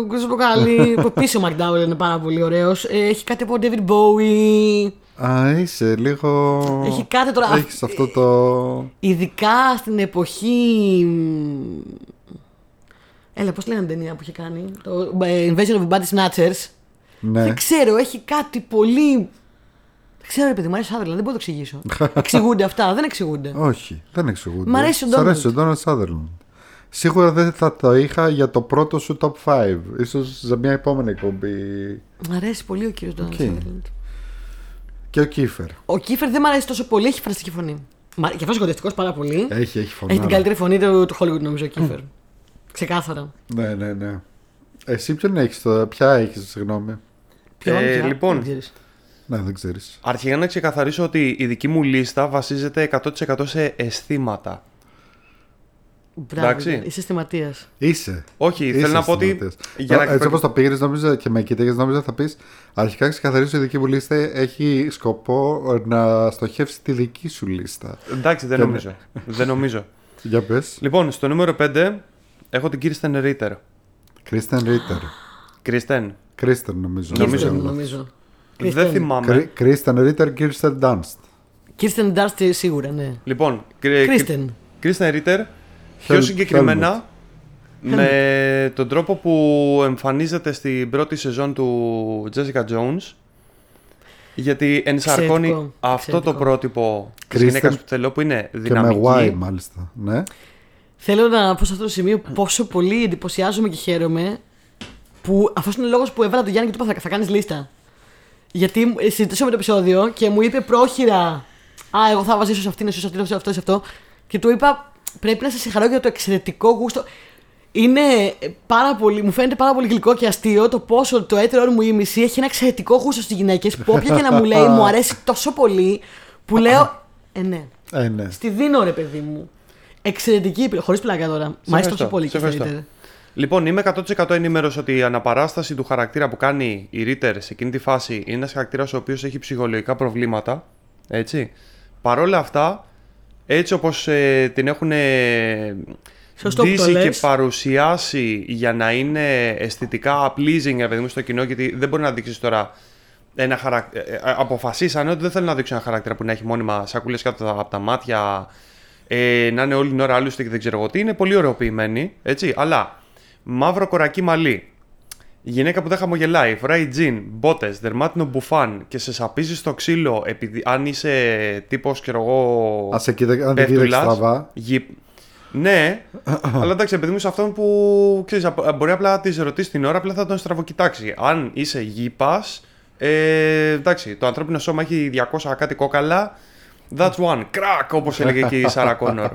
[SPEAKER 1] Γκρίζο
[SPEAKER 2] (laughs)
[SPEAKER 1] Μποκάλι. που πίσω ο Μακντάουελ είναι πάρα πολύ ωραίος. Έχει κάτι από David Bowie.
[SPEAKER 2] Α, είσαι λίγο.
[SPEAKER 1] Έχει κάτι τώρα-
[SPEAKER 2] Έχεις αυτό το.
[SPEAKER 1] Ειδικά στην εποχή. μ, Έλα, πώς λέγανε την ταινία που είχε κάνει. Το ε, Invasion of Body Snatchers.
[SPEAKER 2] Ναι.
[SPEAKER 1] Δεν ξέρω, έχει κάτι πολύ. Δεν ξέρω, ρε παιδί μου, αρέσει ο Sutherland, δεν μπορώ να το
[SPEAKER 2] (laughs)
[SPEAKER 1] εξηγήσω. εξηγούνται αυτά, δεν εξηγούνται.
[SPEAKER 2] Όχι, δεν εξηγούνται.
[SPEAKER 1] Μ' αρέσει ο
[SPEAKER 2] Σ' αρέσει ο
[SPEAKER 1] Donald.
[SPEAKER 2] Ντόναλτ Σάδερλαντ. Σίγουρα δεν θα το είχα για το πρώτο σου top 5. Ίσως σε μια επόμενη εκπομπή.
[SPEAKER 1] Μ' αρέσει πολύ ο κύριος Ντόναλτ
[SPEAKER 2] Οκ. Και ο Κίφερ.
[SPEAKER 1] Ο Κίφερ δεν μ' αρέσει τόσο πολύ, έχει φραστική φωνή. Μα, και αυτό κοντευτικό πάρα πολύ.
[SPEAKER 2] Έχει, έχει φωνή.
[SPEAKER 1] έχει την καλύτερη φωνή του, του Hollywood, νομίζω, ο Κίφερ.
[SPEAKER 3] Ε,
[SPEAKER 1] Ξεκάθαρα.
[SPEAKER 2] Ναι, ναι, ναι. Εσύ ποιον έχεις τώρα, ποια έχεις, συγγνώμη.
[SPEAKER 1] Ποιον,
[SPEAKER 3] Ε,
[SPEAKER 1] ποια,
[SPEAKER 3] λοιπόν.
[SPEAKER 1] δεν ξέρεις.
[SPEAKER 2] Ναι, δεν ξέρεις.
[SPEAKER 3] Αρχικά να ξεκαθαρίσω ότι η δική μου λίστα βασίζεται 100% σε αισθήματα.
[SPEAKER 1] Μπράβο,
[SPEAKER 3] Εντάξει.
[SPEAKER 1] είσαι αισθηματία.
[SPEAKER 2] Είσαι.
[SPEAKER 3] Όχι,
[SPEAKER 2] Είσαι
[SPEAKER 3] Ε, θέλω να πω ότι.
[SPEAKER 2] αισθηματίας.
[SPEAKER 3] Για
[SPEAKER 2] Τώρα,
[SPEAKER 3] να...
[SPEAKER 2] Έτσι όπως το πήγες νόμιζα και με κοίταγες νόμιζα θα πεις Αρχικά ξεκαθαρίσω η δική μου λίστα έχει σκοπό να στοχεύσει τη δική σου λίστα
[SPEAKER 3] Εντάξει, δεν νομίζω. δεν νομίζω.
[SPEAKER 2] Για πες
[SPEAKER 3] Λοιπόν, στο νούμερο 5 έχω την Kirsten Ritter.
[SPEAKER 2] Κρίστεν Ρίτερ.
[SPEAKER 3] Κρίστεν.
[SPEAKER 2] Κρίστεν νομίζω.
[SPEAKER 3] Νομίζω,
[SPEAKER 1] Kirsten,
[SPEAKER 2] Κρίστεν,
[SPEAKER 1] νομίζω.
[SPEAKER 3] Δεν θυμάμαι.
[SPEAKER 2] Κρι- Κρίστεν Ρίτερ, Κίρστεν Ντάνστ.
[SPEAKER 1] Kirsten Dunst σίγουρα, ναι.
[SPEAKER 3] Λοιπόν, κρι-
[SPEAKER 1] Κρίστεν.
[SPEAKER 3] Κρίστεν Ρίτερ, πιο
[SPEAKER 2] Χέλμ-
[SPEAKER 3] συγκεκριμένα με τον τρόπο που εμφανίζεται στην πρώτη σεζόν του Jessica Jones γιατί ενσαρκώνει
[SPEAKER 1] Εξαιρετικό,
[SPEAKER 3] αυτό το
[SPEAKER 1] εξαιρετικό.
[SPEAKER 3] πρότυπο της
[SPEAKER 2] Kristen-
[SPEAKER 3] γυναίκας που θέλω που είναι
[SPEAKER 2] Και με Y
[SPEAKER 3] δυναμική
[SPEAKER 2] μάλιστα. Ναι.
[SPEAKER 1] Θέλω να πω σε αυτό το σημείο πόσο πολύ εντυπωσιάζομαι και χαίρομαι που αυτός είναι ο λόγος που έβαλα τον Γιάννη και του είπα θα, θα κάνεις λίστα. Γιατί μου- ε, συζητούσαμε το επεισόδιο και μου είπε πρόχειρα Α, εγώ θα βάζω ίσως αυτήν, ίσως αυτήν, ίσως αυτό, ίσως αυτό. Και του είπα πρέπει να σε συγχαρώ για το εξαιρετικό γούστο. Είναι ε, πάρα πολύ, μου φαίνεται πάρα πολύ γλυκό και αστείο το πόσο το έτερο μου ήμιση έχει ένα εξαιρετικό γούστο στις γυναίκες που όποια και να μου λέει μου αρέσει τόσο πολύ που λέω. Ε, ναι.
[SPEAKER 2] Ε, ναι.
[SPEAKER 1] Στη δίνω ρε παιδί μου. Εξαιρετική υπηρεσία. Χωρίς πλάκα τώρα. Μ' αρέσει τόσο
[SPEAKER 3] ευχαριστώ,
[SPEAKER 1] πολύ
[SPEAKER 3] σε
[SPEAKER 1] και
[SPEAKER 3] ευχαριστώ.
[SPEAKER 1] θεωρείται.
[SPEAKER 3] Λοιπόν, είμαι 100% ενήμερος ότι η αναπαράσταση του χαρακτήρα που κάνει η Ρίτερ σε εκείνη τη φάση είναι ένας χαρακτήρας ο οποίος έχει ψυχολογικά προβλήματα, έτσι. Παρόλα αυτά, έτσι όπως ε, την έχουν ε,
[SPEAKER 1] Σωστό που το
[SPEAKER 3] ντύσει και
[SPEAKER 1] λες.
[SPEAKER 3] παρουσιάσει για να είναι αισθητικά pleasing ρε παιδί μου, στο κοινό, γιατί δεν μπορεί να δείξεις τώρα ένα χαρακ- ε, ε, Αποφασίσανε ότι δεν θέλουν να δείξουν ένα χαρακτήρα που να έχει μόνιμα σακούλες κάτω από τα- από τα μάτια, ε, να είναι όλη την ώρα άλλωστε και δεν ξέρω εγώ τι. Είναι πολύ ωραιοποιημένοι, έτσι. Αλλά μαύρο κορακί μαλλί. Γυναίκα που δεν χαμογελάει, φοράει τζιν, μπότες, δερμάτινο μπουφάν και σε σαπίζει στο ξύλο επειδή αν είσαι τύπος, ξέρω εγώ.
[SPEAKER 2] Α, σε κοίτα- αν δεν
[SPEAKER 3] πέφτουλας,
[SPEAKER 2] κοίταξες στραβά.
[SPEAKER 3] γυ-
[SPEAKER 2] (clears throat)
[SPEAKER 3] Ναι, αλλά εντάξει, επειδή μου σε αυτόν που ξέρεις, απ- μπορεί απλά να τη ρωτήσεις την ώρα, απλά θα τον στραβοκοιτάξει. Αν είσαι γήπας, ε, εντάξει, το ανθρώπινο σώμα έχει 200 κάτι κόκαλα. That's one. Crack, όπως έλεγε
[SPEAKER 2] (laughs)
[SPEAKER 3] και η Σάρα Κόνορ.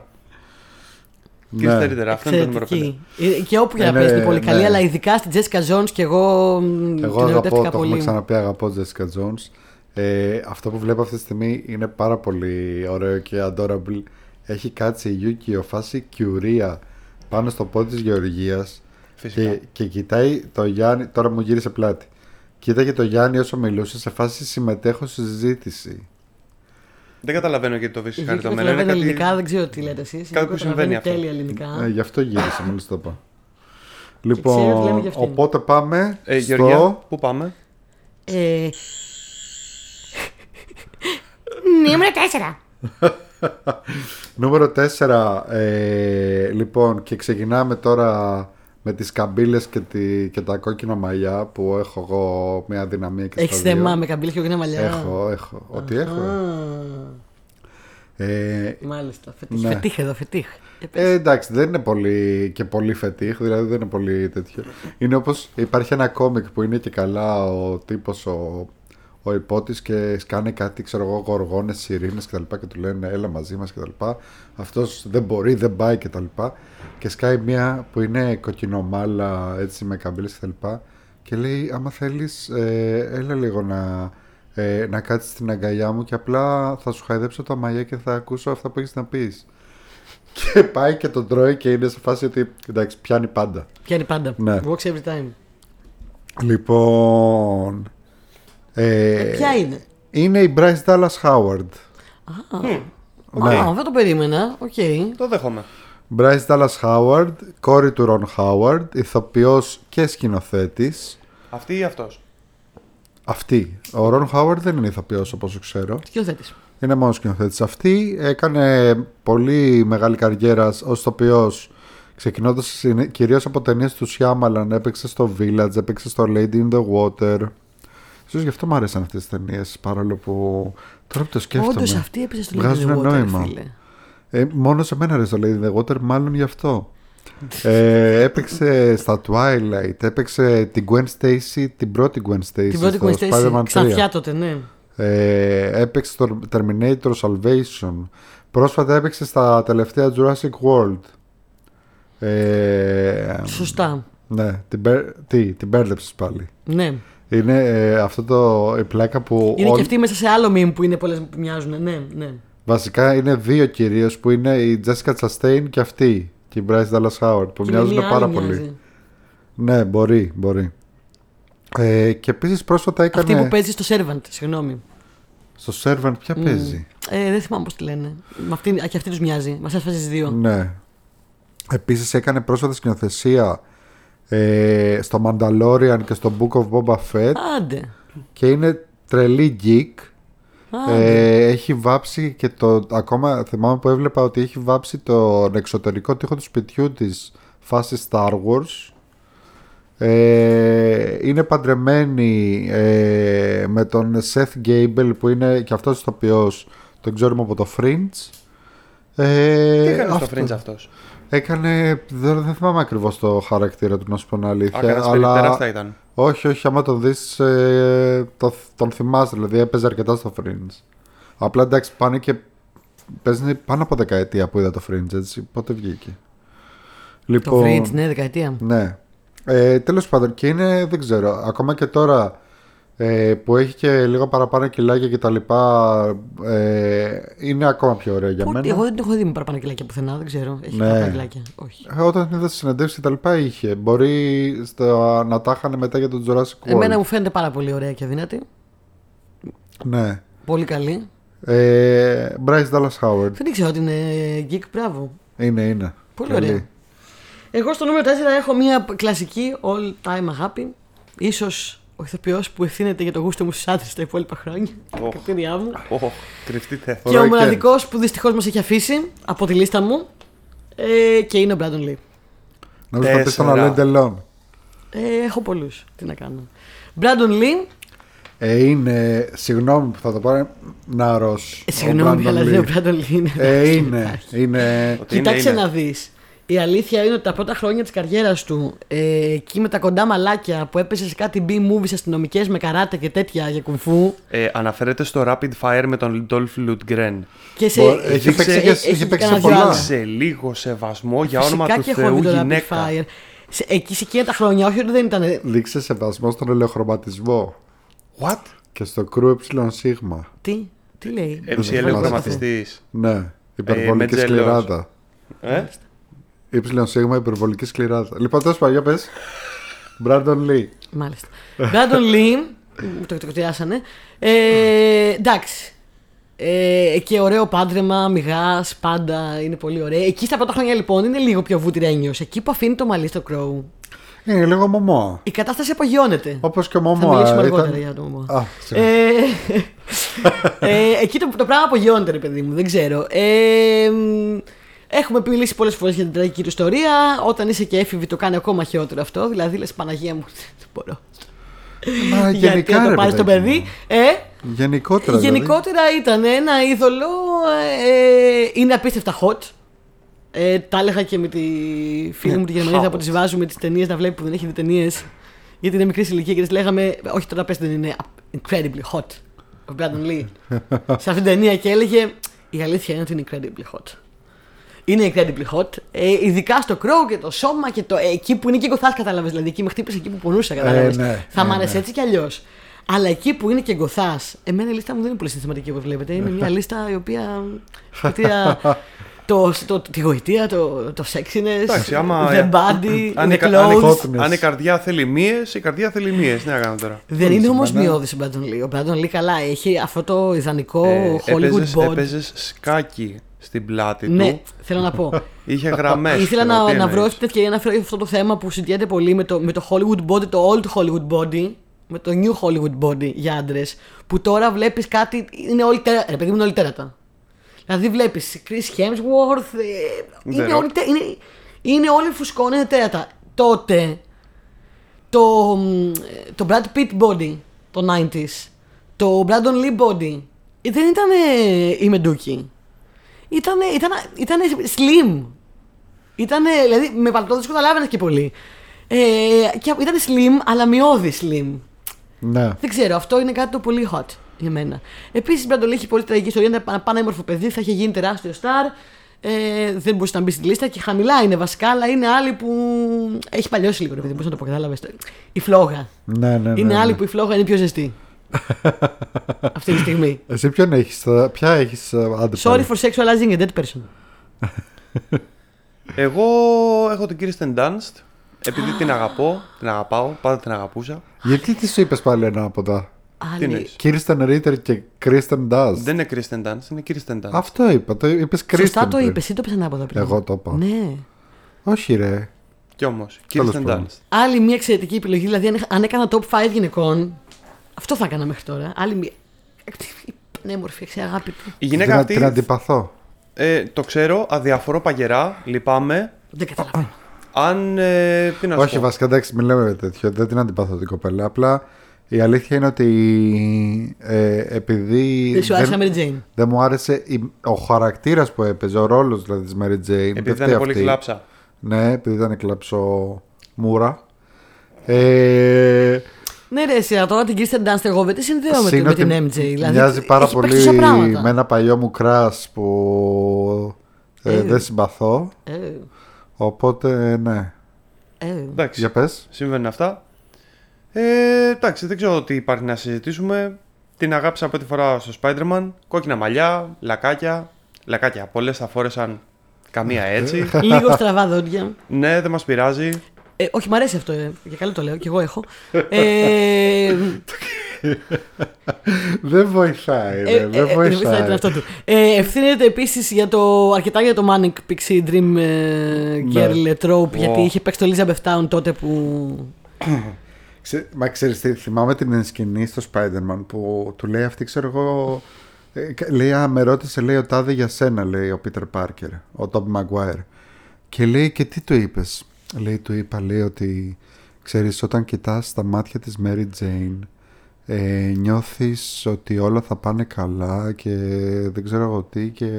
[SPEAKER 3] Κύριε
[SPEAKER 2] Ναι.
[SPEAKER 3] Στερίτερ, αυτό είναι το νούμερο 5.
[SPEAKER 1] Εξαιρετική. Ε, Και όπου και να
[SPEAKER 2] Ε, ναι,
[SPEAKER 1] πέσει είναι πολύ καλή,
[SPEAKER 2] ναι.
[SPEAKER 1] αλλά ειδικά στη Τζέσικα Jones και εγώ μ,
[SPEAKER 2] Εγώ
[SPEAKER 1] την
[SPEAKER 2] αγαπώ, το
[SPEAKER 1] ερωτεύτηκα
[SPEAKER 2] έχουμε
[SPEAKER 1] πολύ.
[SPEAKER 2] ξαναπεί, αγαπώ Jessica Jones. Ε, αυτό που βλέπω αυτή τη στιγμή είναι πάρα πολύ ωραίο και adorable. Έχει κάτσει η Yuki φάση κιουρία πάνω στο πόδι της Γεωργίας
[SPEAKER 3] Φυσικά.
[SPEAKER 2] και, και κοιτάει το Γιάννη, τώρα μου γύρισε πλάτη. Κοίταγε το Γιάννη όσο μιλούσε σε φάση συμμετέχω στη συζήτηση.
[SPEAKER 3] Δεν καταλαβαίνω γιατί το βρίσκεις
[SPEAKER 1] Η Βίκη που
[SPEAKER 3] χαριτωμένο. Είναι
[SPEAKER 1] καταλαβαίνει
[SPEAKER 3] κάτι...
[SPEAKER 1] ελληνικά, δεν ξέρω τι λέτε εσείς.
[SPEAKER 3] κάτι που συμβαίνει αυτό.
[SPEAKER 1] τέλεια ελληνικά.
[SPEAKER 2] Ε, γι' αυτό γύρισε, μόλις το είπα.
[SPEAKER 1] ξέρω τι λέμε
[SPEAKER 2] Λοιπόν,
[SPEAKER 1] για αυτήν.
[SPEAKER 2] οπότε πάμε
[SPEAKER 3] Ε,
[SPEAKER 2] στο...
[SPEAKER 3] Γεωργία, πού πάμε.
[SPEAKER 1] Ε,
[SPEAKER 4] Νούμερο 4.
[SPEAKER 2] Νούμερο 4, ε, λοιπόν, και ξεκινάμε τώρα με τις καμπύλες και, τη, και τα κόκκινα μαλλιά που έχω εγώ μια δυναμία και στα
[SPEAKER 1] Έχει
[SPEAKER 2] δύο.
[SPEAKER 1] θέμα με καμπύλη και ογνέα μαλλιά.
[SPEAKER 2] Έχω, έχω. Ό,τι έχω. Ε,
[SPEAKER 1] Μάλιστα. Φετίχ,
[SPEAKER 2] Ναι.
[SPEAKER 1] φετίχ εδώ, φετίχ. Ε, πες.
[SPEAKER 2] ε, εντάξει, δεν είναι πολύ και πολύ φετίχ, δηλαδή δεν είναι πολύ τέτοιο. Είναι όπως υπάρχει ένα κόμικ που είναι και καλά ο τύπος ο, ο υπότης και σκάνε κάτι, ξέρω εγώ, γοργόνες, σιρήνες κτλ. Και, του λένε έλα μαζί μας κτλ. Αυτός δεν μπορεί, δεν πάει κτλ. Και, τα λοιπά. και σκάει μία που είναι κοκκινομάλα έτσι με καμπύλες κτλ. Και, τα λοιπά. και λέει άμα θέλεις ε, έλα λίγο να... Ε, να κάτσεις στην αγκαλιά μου και απλά θα σου χαϊδέψω τα μαλλιά και θα ακούσω αυτά που έχεις να πεις. Και πάει και τον τρώει και είναι σε φάση ότι εντάξει, πιάνει πάντα.
[SPEAKER 1] Πιάνει πάντα.
[SPEAKER 2] ναι.
[SPEAKER 1] Works every time.
[SPEAKER 2] Λοιπόν. Ε,
[SPEAKER 1] Ποια είναι.
[SPEAKER 2] Είναι η Bryce Dallas Howard. Ναι.
[SPEAKER 1] Α, δεν το περίμενα. Οκ.
[SPEAKER 3] Το δέχομαι.
[SPEAKER 2] Bryce Dallas Howard, κόρη του Ron Howard, ηθοποιός και σκηνοθέτης.
[SPEAKER 3] Αυτή ή αυτός.
[SPEAKER 2] Αυτή. Ο Ron Howard δεν είναι ηθοποιός όπως ξέρω.
[SPEAKER 1] Σκηνοθέτης.
[SPEAKER 2] Είναι μόνος σκηνοθέτης αυτή. Έκανε πολύ μεγάλη καριέρα ως ηθοποιός ξεκινώντας συνε- κυρίως από ταινίες του Σιάμαλαν. Έπαιξε στο Village, έπαιξε στο Lady in the Water. Ίσως γι' αυτό μου αρέσαν αυτές τις ταινίες παρόλο που τώρα που το σκέφτομαι.
[SPEAKER 1] Όντως αυτή έπεσε στο
[SPEAKER 2] Βγάζουνε
[SPEAKER 1] Little Water,
[SPEAKER 2] νόημα.
[SPEAKER 1] φίλε.
[SPEAKER 2] Ε, μόνο σε μένα ρε στο Lady in the Water, μάλλον γι' αυτό. ε, έπαιξε στα Twilight, έπαιξε την Gwen Stacy, την πρώτη Gwen Stacy
[SPEAKER 1] Την πρώτη
[SPEAKER 2] στο
[SPEAKER 1] Gwen Stacy,
[SPEAKER 2] Spider-Man 3.
[SPEAKER 1] ξανθιά τότε, ναι.
[SPEAKER 2] Ε, έπαιξε το Terminator Salvation. Πρόσφατα έπαιξε στα τελευταία Jurassic World. Ε,
[SPEAKER 1] Σωστά.
[SPEAKER 2] ναι, την, μπε- τι, την μπέρδεψες πάλι.
[SPEAKER 1] Ναι.
[SPEAKER 2] Είναι ε, αυτό το, η πλάκα που
[SPEAKER 1] Είναι
[SPEAKER 2] όλ-
[SPEAKER 1] και αυτή μέσα σε άλλο meme που είναι πολλές που μοιάζουν. Ναι, ναι.
[SPEAKER 2] βασικά είναι δύο κυρίως που είναι η Jessica Chastain και αυτή και η Bryce Dallas Howard που
[SPEAKER 1] Και με
[SPEAKER 2] μοιάζουν
[SPEAKER 1] μία
[SPEAKER 2] πάρα
[SPEAKER 1] άλλη
[SPEAKER 2] πολύ.
[SPEAKER 1] μοιάζει.
[SPEAKER 2] Ναι, μπορεί, μπορεί. Ε, και επίσης πρόσφατα έκανε
[SPEAKER 1] Αυτή που παίζει στο Servant, συγγνώμη.
[SPEAKER 2] στο Servant ποια παίζει.
[SPEAKER 1] Ε, δεν θυμάμαι πώς τη λένε. Με αυτή, α, και αυτή τους μοιάζει. Μας έσφαζε δύο.
[SPEAKER 2] Ναι. Επίσης έκανε πρόσφατα σκηνοθεσία ε, στο Mandalorian και στο Book of Boba Fett
[SPEAKER 1] Άντε.
[SPEAKER 2] και είναι τρελή geek.
[SPEAKER 1] Άντε.
[SPEAKER 2] Ε, έχει βάψει και το. Ακόμα θυμάμαι που έβλεπα ότι έχει βάψει τον εξωτερικό τοίχο του σπιτιού της φάσης Star Wars. Ε, είναι παντρεμένη ε, με τον Seth Gable που είναι και αυτός ηθοποιός τον ξέρουμε από το Fringe ε,
[SPEAKER 3] Τι έκανε στο
[SPEAKER 2] αυτό.
[SPEAKER 3] Fringe αυτός.
[SPEAKER 2] Έκανε, δεν, δεν θυμάμαι ακριβώς το χαρακτήρα του να σου πω την αλήθεια
[SPEAKER 3] Ακαρά
[SPEAKER 2] Ε, αλλά-
[SPEAKER 3] τεράστια ήταν.
[SPEAKER 2] όχι, όχι, άμα τον δεις ε, το- τον θυμάσαι, δηλαδή έπαιζε αρκετά στο Fringe. Απλά εντάξει, πάνε και παίζει πάνω από δεκαετία που είδα το Fringe, έτσι, πότε βγήκε.
[SPEAKER 1] Το
[SPEAKER 2] Λοιπόν,
[SPEAKER 1] Fringe, ναι, δεκαετία.
[SPEAKER 2] ναι. Ε, τέλος πάντων, και είναι, δεν ξέρω, ακόμα και τώρα ε, που έχει και λίγο παραπάνω κιλάκια και τα λοιπά, ε, είναι ακόμα πιο ωραία για
[SPEAKER 1] Πού-
[SPEAKER 2] μένα.
[SPEAKER 1] Εγώ δεν το έχω δει με παραπανακυλάκια πουθενά, δεν ξέρω. Έχει
[SPEAKER 2] Ναι.
[SPEAKER 1] ναι. παραπανακυλάκια. Όχι.
[SPEAKER 2] Ε, Όταν είδα στις συνεντεύξεις και τα λοιπά είχε. Μπορεί στα- να τα είχαν μετά για τον Jurassic World.
[SPEAKER 1] Εμένα μου φαίνεται πάρα πολύ ωραία και αδύνατη.
[SPEAKER 2] Ναι.
[SPEAKER 1] Πολύ καλή.
[SPEAKER 2] Ε, Bryce Dallas Howard.
[SPEAKER 1] Δεν ήξερα ότι είναι geek, μπράβο.
[SPEAKER 2] Είναι, είναι.
[SPEAKER 1] Πολύ
[SPEAKER 2] Καλή.
[SPEAKER 1] ωραία. Εγώ στο νούμερο 4 έχω μια κλασική all time αγάπη. Ίσως ο ηθοποιός που ευθύνεται για το γούστο μου στου άντρε τα υπόλοιπα χρόνια.
[SPEAKER 3] Ωχ.
[SPEAKER 1] Oh. Καπτήριά μου.
[SPEAKER 3] Ωχ, κρυφτείτε.
[SPEAKER 1] Και ο
[SPEAKER 2] Roy
[SPEAKER 1] μοναδικός που δυστυχώς μας έχει αφήσει από τη λίστα μου. Ε, και είναι ο Μπράντον Λί.
[SPEAKER 2] Να μην πατήσει τον
[SPEAKER 3] Τέσσερα.
[SPEAKER 2] Αλέν Τελών.
[SPEAKER 1] Ε, έχω πολλούς. Τι να κάνω. Μπράντον Λί.
[SPEAKER 2] Ε, είναι, συγγνώμη που θα το πάρω, Νάρος. ο
[SPEAKER 1] Ε, Συγγνώμη,
[SPEAKER 2] Brandon
[SPEAKER 1] αλλά
[SPEAKER 2] Lee.
[SPEAKER 1] δεν ο Μπράντον Λί είναι.
[SPEAKER 2] Ε,
[SPEAKER 1] εντάξει,
[SPEAKER 2] είναι,
[SPEAKER 1] υπάρχει.
[SPEAKER 2] είναι.
[SPEAKER 3] Ότι είναι,
[SPEAKER 1] Κοίταξε
[SPEAKER 3] είναι.
[SPEAKER 1] να δεις. Η αλήθεια είναι ότι τα πρώτα χρόνια της καριέρας του, ε, εκεί με τα κοντά μαλάκια που έπεσε σε κάτι B-movies αστυνομικές με καράτε και τέτοια για κουμφού.
[SPEAKER 3] Ε, αναφέρεται στο Rapid Fire με τον Dolph Lundgren.
[SPEAKER 1] Και σε,
[SPEAKER 2] Μπο- έχει
[SPEAKER 1] δείξε-
[SPEAKER 2] παίξει και- έχει παίξει
[SPEAKER 1] κανένα δυο
[SPEAKER 2] σε πολλά.
[SPEAKER 1] άλλα.
[SPEAKER 3] Σε λίγο σεβασμό για όνομα
[SPEAKER 1] Φυσικά
[SPEAKER 3] του
[SPEAKER 1] και έχω δει
[SPEAKER 3] Θεού
[SPEAKER 1] το Rapid
[SPEAKER 3] γυναίκα.
[SPEAKER 1] Fire. Σε, εκεί σε εκείνα τα χρόνια, όχι ότι δεν ήταν.
[SPEAKER 2] Δείξε σεβασμό στον ελεοχρωματισμό. What? Και στο κρού ε σίγμα.
[SPEAKER 1] Τι, τι λέει.
[SPEAKER 3] MC
[SPEAKER 2] θυμάσαι.
[SPEAKER 3] γραμματιστή.
[SPEAKER 2] Ναι,
[SPEAKER 3] με
[SPEAKER 2] υπερβολική
[SPEAKER 3] τζελός.
[SPEAKER 2] σκληράδα.
[SPEAKER 3] Ε?
[SPEAKER 2] Ήψιλον σίγμα, υπερβολική σκληράδα. Λοιπόν, τέλος πάντων, για πες. Brandon Lee.
[SPEAKER 1] Μάλιστα. Μπράντον Λί, μου το εκτοκτιάσανε. Ε, εντάξει. Ε, και ωραίο πάντρεμα, μυγάς, πάντα είναι πολύ ωραίο. Εκεί στα πρώτα χρόνια λοιπόν είναι λίγο πιο βούτυρένιο. Εκεί που αφήνει το μαλλί στο κρόου.
[SPEAKER 2] Είναι Ε, λίγο μωμό.
[SPEAKER 1] Η κατάσταση απογειώνεται.
[SPEAKER 2] Όπως και ο
[SPEAKER 1] Θα
[SPEAKER 2] μωμό.
[SPEAKER 1] μιλήσουμε αργότερα για το Μωμόα.
[SPEAKER 2] Α, συγγνώμη.
[SPEAKER 1] Ε, (laughs) ε, εκεί το, το πράγμα απογειώνεται, ρε παιδί μου, δεν ξέρω. Ε, μ, έχουμε μιλήσει πολλές φορές για την τραγική του ιστορία. Όταν είσαι και έφηβη, το κάνει ακόμα χειρότερο αυτό. Δηλαδή, λες Παναγία μου, (laughs) δεν μπορώ.
[SPEAKER 2] Μα
[SPEAKER 1] Γιατί
[SPEAKER 2] Ε, γενικά,
[SPEAKER 1] να το
[SPEAKER 2] ρε
[SPEAKER 1] πάρει το
[SPEAKER 2] παιδάκι
[SPEAKER 1] παιδί.
[SPEAKER 2] μου.
[SPEAKER 1] Ε,
[SPEAKER 2] Γενικότερα. δηλαδή.
[SPEAKER 1] Γενικότερα ήταν ένα είδωλο. ε, είναι απίστευτα hot. Ε, τα έλεγα και με τη
[SPEAKER 2] Ναι,
[SPEAKER 1] φίλη μου τη Γερμανίδα που τη βάζουμε τις ταινίες να βλέπει που δεν έχει δει ταινίες. Γιατί είναι μικρή ηλικία και τη λέγαμε, Όχι τώρα πες δεν είναι incredibly hot. Ο Brandon
[SPEAKER 2] (laughs)
[SPEAKER 1] Lee. Σε αυτήν την ταινία και έλεγε Η αλήθεια είναι ότι είναι incredibly hot. Είναι incredibly hot. Ε, ειδικά στο κρόου και το σώμα και το, ε, εκεί που είναι και γκοθά, κατάλαβε. Δηλαδή εκεί με χτύπησε εκεί που πονούσα, κατάλαβε.
[SPEAKER 2] ναι,
[SPEAKER 1] Θα
[SPEAKER 2] ναι,
[SPEAKER 1] μ' άρεσε
[SPEAKER 2] ναι.
[SPEAKER 1] έτσι κι αλλιώς. Αλλά εκεί που είναι και γκοθάς, εμένα η λίστα μου δεν είναι πολύ συναισθηματική όπως βλέπετε. Είναι
[SPEAKER 2] (laughs)
[SPEAKER 1] μια λίστα η οποία. σκοτία το, το, τη γοητεία, το, το sexiness,
[SPEAKER 3] Εντάξει, άμα- ε,
[SPEAKER 1] the
[SPEAKER 3] (coughs)
[SPEAKER 1] body,
[SPEAKER 3] Αν
[SPEAKER 1] the
[SPEAKER 3] η, κα- αν η-
[SPEAKER 1] clothes.
[SPEAKER 2] Hotness.
[SPEAKER 3] αν η καρδιά θέλει μίε, η καρδιά θέλει μίε. Τι να κάνω τώρα.
[SPEAKER 1] Δεν είναι όμως
[SPEAKER 2] σημαντικά.
[SPEAKER 1] μειώδης ο Μπράντον Λί. Ο Μπράντον Λί καλά έχει αυτό το ιδανικό Oh, Hollywood
[SPEAKER 3] Ε, έπαιζες,
[SPEAKER 1] body.
[SPEAKER 3] έπαιζες σκάκι στην πλάτη
[SPEAKER 1] Ναι,
[SPEAKER 3] του.
[SPEAKER 1] θέλω να πω.
[SPEAKER 3] (laughs) Είχε γραμμές.
[SPEAKER 1] Ήθελα να, να βρω την ευκαιρία να φέρω αυτό το θέμα που συνδυάται πολύ με το, με το Hollywood body, το old Hollywood body, με το new Hollywood body για άντρες. Που τώρα βλέπεις κάτι. Είναι όλοι τέρατα. Ρε παιδί μου, είναι όλοι τέρατα. Δηλαδή βλέπεις Chris Hemsworth. ε,
[SPEAKER 3] The
[SPEAKER 1] είναι,
[SPEAKER 3] Rock.
[SPEAKER 1] όλοι, τέ- είναι, είναι όλοι φουσκώνε τέρατα. Τότε το, μ, το Brad Pitt body, το 90s, το Brandon Lee body, ε, δεν ήταν η Μεντούκη. Ήταν, ήταν, ήταν slim. Ήταν, δηλαδή, με παλτό δεν σου καταλάβαινες και πολύ. Ε, και ήταν slim, αλλά μειώδη slim.
[SPEAKER 2] Ναι.
[SPEAKER 1] Δεν ξέρω, αυτό είναι κάτι το πολύ hot για μένα. Επίσης, Μπραντολί έχει πολύ τραγική ιστορία. Είναι ένα πανέμορφο παιδί, θα είχε γίνει τεράστιο star. Ε, δεν μπορούσε να μπει στη λίστα και χαμηλά είναι βασικά, αλλά είναι άλλη που. Έχει παλιώσει λίγο, ρε παιδί, μπορείς να το πω, κατάλαβες. Η φλόγα.
[SPEAKER 2] Ναι, ναι, ναι,
[SPEAKER 1] είναι
[SPEAKER 2] ναι.
[SPEAKER 1] άλλη που η φλόγα είναι πιο ζεστή.
[SPEAKER 2] (laughs)
[SPEAKER 1] Αυτή τη στιγμή.
[SPEAKER 2] Εσύ ποιον έχεις, θα- ποια έχεις ε, άντε
[SPEAKER 1] Sorry
[SPEAKER 2] πάλι.
[SPEAKER 1] for sexualizing a dead person.
[SPEAKER 3] Εγώ έχω την Kirsten Dunst. Επειδή την αγαπώ, την αγαπάω, πάντα την αγαπούσα.
[SPEAKER 2] Γιατί τι σου είπες πάλι ένα από τα
[SPEAKER 1] Άλλη.
[SPEAKER 3] εννοείς?
[SPEAKER 2] Kirsten Ritter και Kristen Dunst
[SPEAKER 3] Δεν είναι Kirsten Dunst, είναι Kirsten Dunst.
[SPEAKER 2] Αυτό είπα, το είπες Kristen
[SPEAKER 1] Σωστά το
[SPEAKER 2] πριν.
[SPEAKER 1] είπες, ή το πει ανάποδα πριν.
[SPEAKER 2] Εγώ το είπα.
[SPEAKER 1] Ναι.
[SPEAKER 2] Όχι ρε
[SPEAKER 3] Κι όμως. Keith
[SPEAKER 2] Τέλος πάντων.
[SPEAKER 3] Ντάλλας.
[SPEAKER 1] Άλλη μια εξαιρετική επιλογή, δηλαδή αν- αν έκανα top 5 γυναικών. Αυτό θα έκανα μέχρι τώρα. Άλλη μια. Η πανέμορφη, εξ αγάπη του.
[SPEAKER 3] Η
[SPEAKER 2] Την,
[SPEAKER 3] γυναίκα
[SPEAKER 2] την
[SPEAKER 3] αυτή.
[SPEAKER 2] αντιπαθώ.
[SPEAKER 3] ε, το ξέρω, αδιαφορώ παγερά, λυπάμαι.
[SPEAKER 1] Δεν καταλαβαίνω.
[SPEAKER 3] Αν. Ε, τι να σου
[SPEAKER 2] Όχι,
[SPEAKER 3] πω.
[SPEAKER 2] βασικά εντάξει, μην λέμε τέτοιο. Δεν την αντιπαθώ την κοπέλα. Απλά η αλήθεια είναι ότι ε, επειδή.
[SPEAKER 1] Δεν σου άρεσε η Mary Jane.
[SPEAKER 2] δεν μου άρεσε η- ο χαρακτήρας που έπαιζε, ο ρόλος δηλαδή της Mary Jane.
[SPEAKER 3] Επειδή
[SPEAKER 2] δεν
[SPEAKER 3] ήταν
[SPEAKER 2] φταίει
[SPEAKER 3] πολύ
[SPEAKER 2] αυτή.
[SPEAKER 3] κλάψα.
[SPEAKER 2] Ναι, επειδή ήταν κλάψο μούρα. Ε,
[SPEAKER 1] Ναι, ρε, εσύ, τώρα την Kirsten Dunst, εγώ δεν τη συνδέω με, τη- με
[SPEAKER 2] Σύνοτι
[SPEAKER 1] την MJ. Δηλαδή,
[SPEAKER 2] μοιάζει πάρα
[SPEAKER 1] έχει παίξει
[SPEAKER 2] πολύ
[SPEAKER 1] τόσα πράγματα.
[SPEAKER 2] με ένα παλιό μου κράς που ε,
[SPEAKER 1] Ε.
[SPEAKER 2] δεν συμπαθώ.
[SPEAKER 1] Ε,
[SPEAKER 2] Οπότε ναι.
[SPEAKER 1] ε.
[SPEAKER 3] Εντάξει.
[SPEAKER 2] Για πες.
[SPEAKER 3] Συμβαίνουν αυτά. Ε, εντάξει, δεν ξέρω τι υπάρχει να συζητήσουμε. Την αγάπησα πρώτη φορά στο Spider-Man. Κόκκινα μαλλιά, λακάκια. Λακάκια. Πολλές θα φόρεσαν. Καμία
[SPEAKER 2] (laughs)
[SPEAKER 3] έτσι.
[SPEAKER 1] Λίγο στραβά δόντια.
[SPEAKER 3] ναι, δεν μας πειράζει.
[SPEAKER 1] Ε, όχι, μ' αρέσει αυτό. Ε. Για καλό το λέω, κι εγώ έχω. Ε,
[SPEAKER 2] Δεν βοηθάει.
[SPEAKER 1] Ε,
[SPEAKER 2] ρε,
[SPEAKER 1] ε, ε,
[SPEAKER 2] δεν
[SPEAKER 1] βοηθάει
[SPEAKER 2] βοηθάει.
[SPEAKER 1] τον εαυτό του. Ε, ευθύνεται επίσης για το, αρκετά για το Manic Pixie Dream ε, Girl Trope, γιατί είχε παίξει το Elizabeth Town τότε που.
[SPEAKER 2] Ξε- Μα ξέρεις τι, θυμάμαι την σκηνή στο Spider-Man που του λέει αυτή, ξέρω εγώ. ε, κα- Λέει, α, με ρώτησε, λέει ο Τάδε για σένα, λέει ο Πίτερ Πάρκερ, ο Τόμπι Μαγκουάιρ. Και λέει, και τι του είπες. Λέει, του είπα, λέει ότι, ξέρεις, όταν κοιτάς τα μάτια της Mary Jane, ε, νιώθεις ότι όλα θα πάνε καλά και δεν ξέρω εγώ τι και,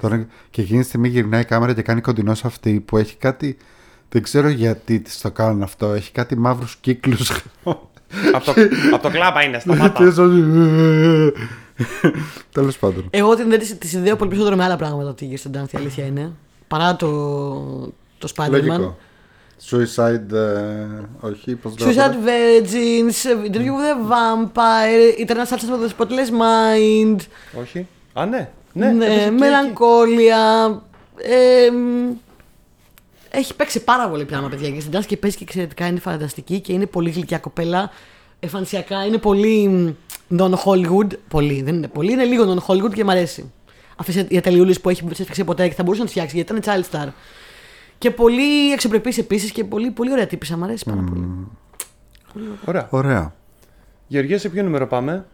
[SPEAKER 2] τώρα, και εκείνη τη στιγμή γυρνάει η κάμερα και κάνει κοντινός σε αυτή που έχει κάτι δεν ξέρω γιατί της το κάνουν αυτό έχει κάτι μαύρους κύκλους
[SPEAKER 3] από, το, απ' το κλάμα είναι,
[SPEAKER 2] (laughs)
[SPEAKER 3] σταμάτα.
[SPEAKER 2] Τέλος πάντων
[SPEAKER 1] Εγώ την, δεν τη- τη συνδέω πολύ περισσότερο με άλλα πράγματα τη Kirsten Dunst, η αλήθεια είναι. Παρά το, το Spider-Man.
[SPEAKER 2] Λογικό Suicide ε, Όχι πως
[SPEAKER 1] Suicide Virgins, ε, Interview with a Vampire, Eternal Sunshine of the Spotless Mind,
[SPEAKER 3] Όχι. Α, ναι. Ναι,
[SPEAKER 1] ναι,
[SPEAKER 3] έπαιζε και
[SPEAKER 1] Μελαγκόλια. Ε, μ, έχει παίξει πάρα πολύ πράγμα, παιδιά. Και στην τάση και παίζει και εξαιρετικά είναι φανταστική και είναι πολύ γλυκιά κοπέλα. Εμφανισιακά είναι πολύ μ, non-Hollywood. Πολύ, δεν είναι πολύ, είναι λίγο non-Hollywood και μ' αρέσει. Αυτέ οι ατελειούλε που έχει που τις έφτιαξε ποτέ και θα μπορούσε να τις φτιάξει γιατί ήταν child star. Και πολύ εξωπρεπή επίσης και πολύ, πολύ ωραία τύπησα. Μ' αρέσει πάρα πολύ.
[SPEAKER 3] εκεί. Ωραία.
[SPEAKER 2] Ωραία
[SPEAKER 3] Γεωργία, σε ποιο νούμερο πάμε.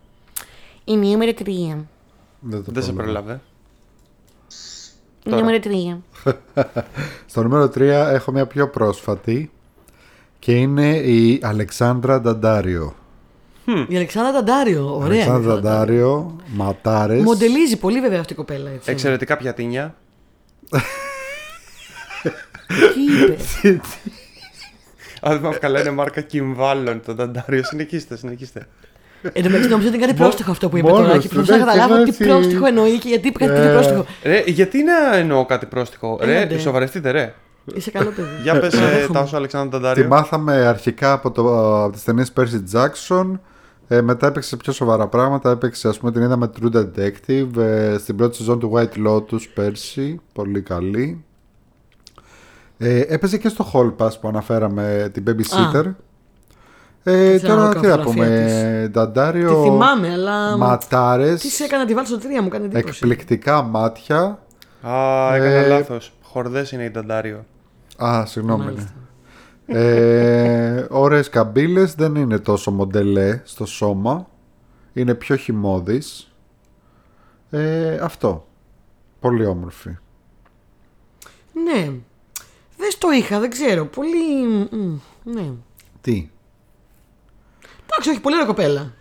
[SPEAKER 4] Η νούμερο 3.
[SPEAKER 2] Δεν, το
[SPEAKER 3] Δεν σε
[SPEAKER 2] πρόλαβα.
[SPEAKER 3] προλάβε.
[SPEAKER 4] Νούμερο 3.
[SPEAKER 2] Στο νούμερο 3 έχω μια πιο πρόσφατη και είναι η Αλεξάνδρα Νταντάριο.
[SPEAKER 1] Η Αλεξάνδρα Ταντάριο, ωραία. η
[SPEAKER 2] Αλεξάνδρα
[SPEAKER 1] Αλεξάνδρα
[SPEAKER 2] Νταντάριο, Ματάρες.
[SPEAKER 1] Μοντελίζει πολύ βέβαια αυτή η κοπέλα. Έτσι.
[SPEAKER 3] Εξαιρετικά πιατίνια.
[SPEAKER 1] Τι είπε.
[SPEAKER 3] Αν
[SPEAKER 2] Ε,
[SPEAKER 3] δεν καλά είναι μάρκα κυμβάλλων το Νταντάριο. Συνεχίστε, συνεχίστε.
[SPEAKER 1] Εν τω μεταξύ νομίζω ότι είναι κάτι πρόστιχο αυτό που είπε
[SPEAKER 2] μόνος
[SPEAKER 1] τώρα και
[SPEAKER 2] του,
[SPEAKER 1] προσπαθούσα να
[SPEAKER 2] εντάξει,
[SPEAKER 1] καταλάβω τι
[SPEAKER 2] εντάξει.
[SPEAKER 1] πρόστιχο εννοεί και γιατί είπε κάτι τέτοιο
[SPEAKER 2] Ε.
[SPEAKER 1] πρόστιχο.
[SPEAKER 3] Ρε, γιατί να εννοώ κάτι πρόστιχο. Ρε,
[SPEAKER 1] Έλατε.
[SPEAKER 3] σοβαρευτείτε, ρε.
[SPEAKER 1] Είσαι καλό παιδί.
[SPEAKER 3] Για πες ε,
[SPEAKER 1] Παραδέχομαι.
[SPEAKER 3] τα όσα Αλεξάνδρου
[SPEAKER 2] Τη
[SPEAKER 3] Νταντάριο.
[SPEAKER 2] μάθαμε αρχικά από, το, από τις ταινίες Percy Jackson. Ε, μετά έπαιξε σε πιο σοβαρά πράγματα. Έπαιξε, ας πούμε, την είδαμε True Detective. ε, στην πρώτη σεζόν του White Lotus πέρσι. Πολύ καλή. Ε, έπαιζε και στο Hall Pass που αναφέραμε την Babysitter. Ε,
[SPEAKER 1] Θέλω να
[SPEAKER 2] τώρα
[SPEAKER 1] δω
[SPEAKER 2] τι να
[SPEAKER 1] φωτογραφία
[SPEAKER 2] πούμε, Νταντάριο.
[SPEAKER 1] Τη θυμάμαι, αλλά.
[SPEAKER 2] Ματάρες.
[SPEAKER 1] Τι σε έκανα τη βάλω στο τρία μου, κάνει εντύπωση.
[SPEAKER 2] Εκπληκτικά μάτια.
[SPEAKER 3] Α, έκανα
[SPEAKER 2] Ε,
[SPEAKER 3] λάθος. Χορδές είναι η Νταντάριο.
[SPEAKER 2] Α, συγγνώμη.
[SPEAKER 1] Μάλιστα.
[SPEAKER 2] ναι. ε, ωραίες καμπύλες δεν είναι τόσο μοντελέ στο σώμα. Είναι πιο χυμώδης. Ε, αυτό. Πολύ όμορφη.
[SPEAKER 1] Ναι. Δεν το είχα, δεν ξέρω. Πολύ. μ, Ναι.
[SPEAKER 2] Τι.
[SPEAKER 1] Εντάξει, όχι, πολύ ωραία
[SPEAKER 2] (laughs)
[SPEAKER 1] κοπέλα.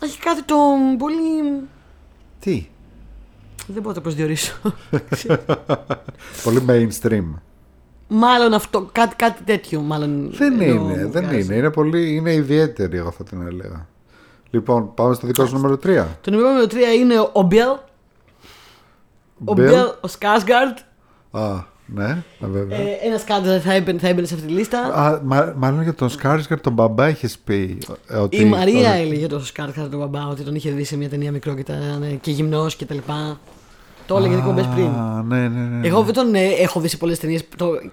[SPEAKER 1] Έχει κάτι το πολύ.
[SPEAKER 2] Τι.
[SPEAKER 1] Δεν μπορώ να το προσδιορίσω.
[SPEAKER 2] Πολύ mainstream.
[SPEAKER 1] μάλλον αυτό, κάτι, κάτι τέτοιο, μάλλον. ε,
[SPEAKER 2] Δεν
[SPEAKER 1] εννοώ,
[SPEAKER 2] είναι,
[SPEAKER 1] μου
[SPEAKER 2] δεν
[SPEAKER 1] βγάζει.
[SPEAKER 2] είναι. Είναι, πολύ, είναι ιδιαίτερη, εγώ θα την έλεγα. Λοιπόν, πάμε στο δικό σου νούμερο 3.
[SPEAKER 1] Το νούμερο 3 είναι ο Μπέλ. Ο Μπέλ, ο Σκάσγκαρντ.
[SPEAKER 2] Α, ναι, α, βέβαια.
[SPEAKER 1] Ε, ένα σκάνδαλο θα έμπαινε, θα έμπαινε σε αυτή τη λίστα.
[SPEAKER 2] Ε, Α, μα- μάλλον για τον Σκάρισγκαρ τον μπαμπά έχει πει. ε, Ότι,
[SPEAKER 1] Η Μαρία
[SPEAKER 2] ότι-
[SPEAKER 1] έλεγε το Σκάρκαρ τον μπαμπά ότι τον είχε δει σε μια ταινία μικρό και ήταν ε, και γυμνός και τα λοιπά. Το έλεγε δύο κομπέ πριν.
[SPEAKER 2] Α, ναι, ναι, ναι. ναι.
[SPEAKER 1] Εγώ δεν τον ε, έχω δει σε πολλές ταινίες.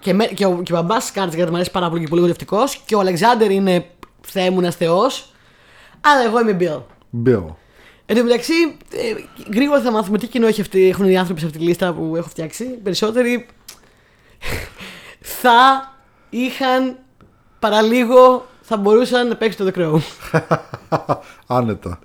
[SPEAKER 1] Και, με- και, ο, και ο μπαμπάς Σκάρκαρ μου αρέσει πάρα πολύ και πολύ γοητευτικό. Και ο Αλεξάνδρ είναι θεέμουνα θεός. Αλλά εγώ είμαι Μπιλ.
[SPEAKER 2] Bill.
[SPEAKER 1] Εν τω μεταξύ, ε, γρήγορα θα μάθουμε τι κοινό έχει αυτή, έχουν οι άνθρωποι σε αυτή τη λίστα που έχω φτιάξει. Περισσότεροι θα είχαν παραλίγο θα μπορούσαν να παίξουν το The Crow.
[SPEAKER 2] (laughs) Άνετα.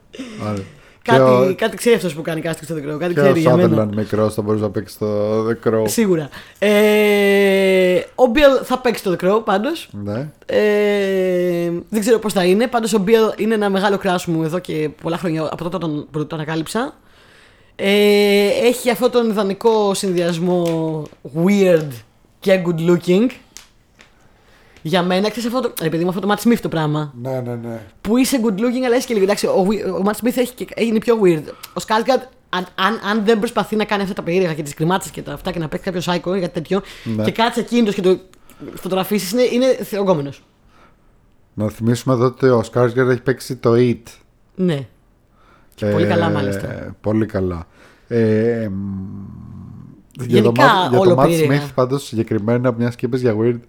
[SPEAKER 2] Άνετα.
[SPEAKER 1] κάτι,
[SPEAKER 2] και ο,
[SPEAKER 1] κάτι ξέρει αυτός που κάνει casting στο The Crow. Κάτι
[SPEAKER 2] και ο
[SPEAKER 1] ξέρει για μένα.
[SPEAKER 2] Σάντερλαντ μικρός θα μπορούσε να παίξει το The Crow.
[SPEAKER 1] Σίγουρα. Ε, ο Μπιελ θα παίξει το The Crow πάντως.
[SPEAKER 2] Ναι.
[SPEAKER 1] Ε, δεν ξέρω πώς θα είναι. Πάντως ο Μπιελ είναι ένα μεγάλο κράσ μου εδώ και πολλά χρόνια από τότε τον, που το ανακάλυψα. Ε, έχει αυτόν τον ιδανικό συνδυασμό weird και good looking. Για μένα, ξέρεις αυτό το. Ρε παιδί μου, αυτό το Matt Smith το πράγμα.
[SPEAKER 2] Ναι, ναι, ναι.
[SPEAKER 1] Που είσαι good looking, αλλά είσαι και λίγο. Εντάξει, ο, Wi- ο Matt Smith έχει και, είναι πιο weird. Ο Σκάλκατ, αν, αν, αν, δεν προσπαθεί να κάνει αυτά τα περίεργα και τις κρυμάτσε και τα αυτά και να παίξει κάποιο psycho ή κάτι τέτοιο,
[SPEAKER 2] Ναι.
[SPEAKER 1] και κάτσε εκείνο και το φωτογραφίσεις, είναι, είναι θεογκόμενος.
[SPEAKER 2] Να θυμίσουμε εδώ ότι ο Σκάρσγκερ έχει παίξει το It. Ε,
[SPEAKER 1] Ναι. Και πολύ καλά, μάλιστα.
[SPEAKER 2] Πολύ καλά. Ε, μ, για το,
[SPEAKER 1] Γενικά,
[SPEAKER 2] Matt- για
[SPEAKER 1] όλο
[SPEAKER 2] το Matt
[SPEAKER 1] περίεργα.
[SPEAKER 2] Smith πάντως συγκεκριμένα μιας και είπες για Weird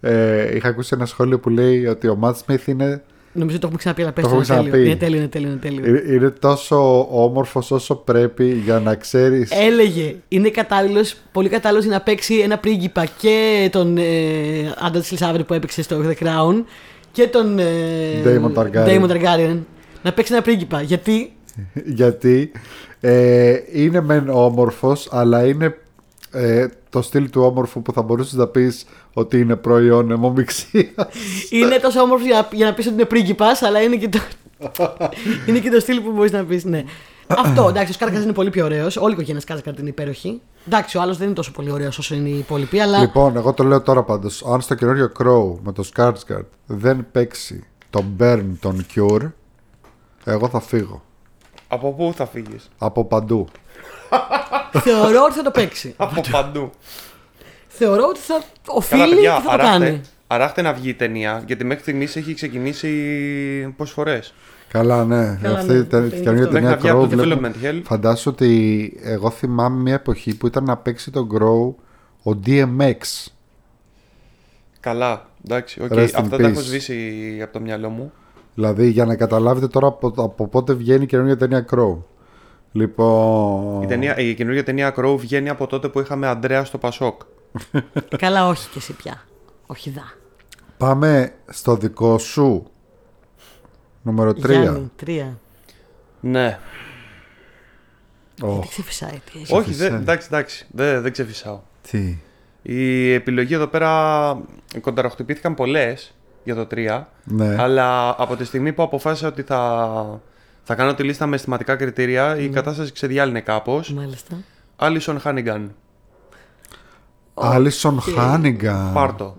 [SPEAKER 2] ε, είχα ακούσει ένα σχόλιο που λέει ότι ο Matt Smith είναι,
[SPEAKER 1] Νομίζω το έχουμε ξαναπεί, αλλά πες
[SPEAKER 2] Το
[SPEAKER 1] το, είναι
[SPEAKER 2] έχουμε
[SPEAKER 1] τέλειο.
[SPEAKER 2] ξαναπεί.
[SPEAKER 1] Είναι τέλειο, είναι τέλειο, είναι τέλειο.
[SPEAKER 2] ε, είναι τόσο όμορφος όσο πρέπει για να ξέρεις
[SPEAKER 1] Ε, Έλεγε, είναι κατάλληλος, πολύ κατάλληλος για να παίξει ένα πρίγκιπα και τον ε, Άντρα τη που έπαιξε στο The Crown και τον. Ε,
[SPEAKER 2] Daemon Targaryen.
[SPEAKER 1] Daemon Targaryen. Να παίξει ένα πρίγκιπα. Γιατί
[SPEAKER 2] (laughs) γιατί ε, είναι μεν όμορφος αλλά είναι ε, το στυλ του όμορφου που θα μπορούσες να πεις ότι είναι προϊόν αιμομιξίας
[SPEAKER 1] είναι τόσο όμορφο για, για να πεις ότι είναι πρίγκιπας, αλλά είναι
[SPEAKER 2] (laughs)
[SPEAKER 1] και το, είναι και το στυλ που μπορείς να πεις. Ναι. Αυτό εντάξει, ο Σκάρκας είναι πολύ πιο ωραίος. Όλη η οικογένεια Σκάρκα είναι υπέροχη. Εντάξει, ο άλλος δεν είναι τόσο πολύ ωραίος όσο είναι οι υπόλοιποι, αλλά.
[SPEAKER 2] Λοιπόν, εγώ το λέω τώρα πάντως. Αν στο καινούριο Crow με το Skarsgård δεν παίξει τον Burn τον Cure, εγώ θα φύγω.
[SPEAKER 3] Από πού θα φύγεις,
[SPEAKER 2] Από παντού.
[SPEAKER 1] θεωρώ ότι θα το παίξει.
[SPEAKER 3] Από παντού.
[SPEAKER 1] θεωρώ ότι θα
[SPEAKER 3] Καλά,
[SPEAKER 1] οφείλει και
[SPEAKER 3] παιδιά, ναι.
[SPEAKER 1] θα το
[SPEAKER 3] αράχτε,
[SPEAKER 1] κάνει.
[SPEAKER 3] αράχτε να βγει η ταινία, γιατί μέχρι στιγμής έχει ξεκινήσει πόσες φορές.
[SPEAKER 2] Καλά, ναι.
[SPEAKER 1] Καλά,
[SPEAKER 2] Αυτή
[SPEAKER 1] ναι.
[SPEAKER 2] η τε-
[SPEAKER 1] Είναι
[SPEAKER 2] η
[SPEAKER 1] γι'
[SPEAKER 2] καινούργια
[SPEAKER 1] αυτό.
[SPEAKER 2] ταινία
[SPEAKER 3] Μέχρι να βγει
[SPEAKER 2] Crow.
[SPEAKER 3] από το
[SPEAKER 2] βλέπουμε-
[SPEAKER 3] Development Hell.
[SPEAKER 2] Φαντάσου ότι εγώ θυμάμαι μια εποχή που ήταν να παίξει τον Crow ο DMX.
[SPEAKER 3] Καλά, εντάξει, οκ.
[SPEAKER 2] Rest in
[SPEAKER 3] αυτά τα έχω
[SPEAKER 2] peace.
[SPEAKER 3] σβήσει από το μυαλό μου.
[SPEAKER 2] Δηλαδή, για να καταλάβετε τώρα από, από πότε βγαίνει η καινούργια ταινία Crow. Λοιπόν.
[SPEAKER 3] Η, ταινία, η καινούργια ταινία Crow βγαίνει από τότε που είχαμε Αντρέα στο Πασόκ.
[SPEAKER 1] Καλά, όχι και εσύ πια. Όχι δα.
[SPEAKER 2] Πάμε στο δικό σου. Νούμερο 3.
[SPEAKER 1] Γιάννη, τρία.
[SPEAKER 3] Ναι.
[SPEAKER 1] Τι ξεφυσάει, ε, τι έχει.
[SPEAKER 3] Όχι,
[SPEAKER 2] φυσάει.
[SPEAKER 3] δεν- εντάξει, εντάξει, δεν, δεν ξεφυσάω.
[SPEAKER 2] τι.
[SPEAKER 3] Η επιλογή εδώ πέρα κονταροχτυπήθηκαν πολλές για το 3.
[SPEAKER 2] Ναι.
[SPEAKER 3] Αλλά από τη στιγμή που αποφάσισα ότι θα, θα κάνω τη λίστα με αισθηματικά κριτήρια, η κατάσταση ξεδιάλυνε κάπως.
[SPEAKER 1] Μάλιστα.
[SPEAKER 3] Άλισον Χάνιγκαν.
[SPEAKER 2] Άλισον Χάνιγκαν.
[SPEAKER 3] Πάρτο.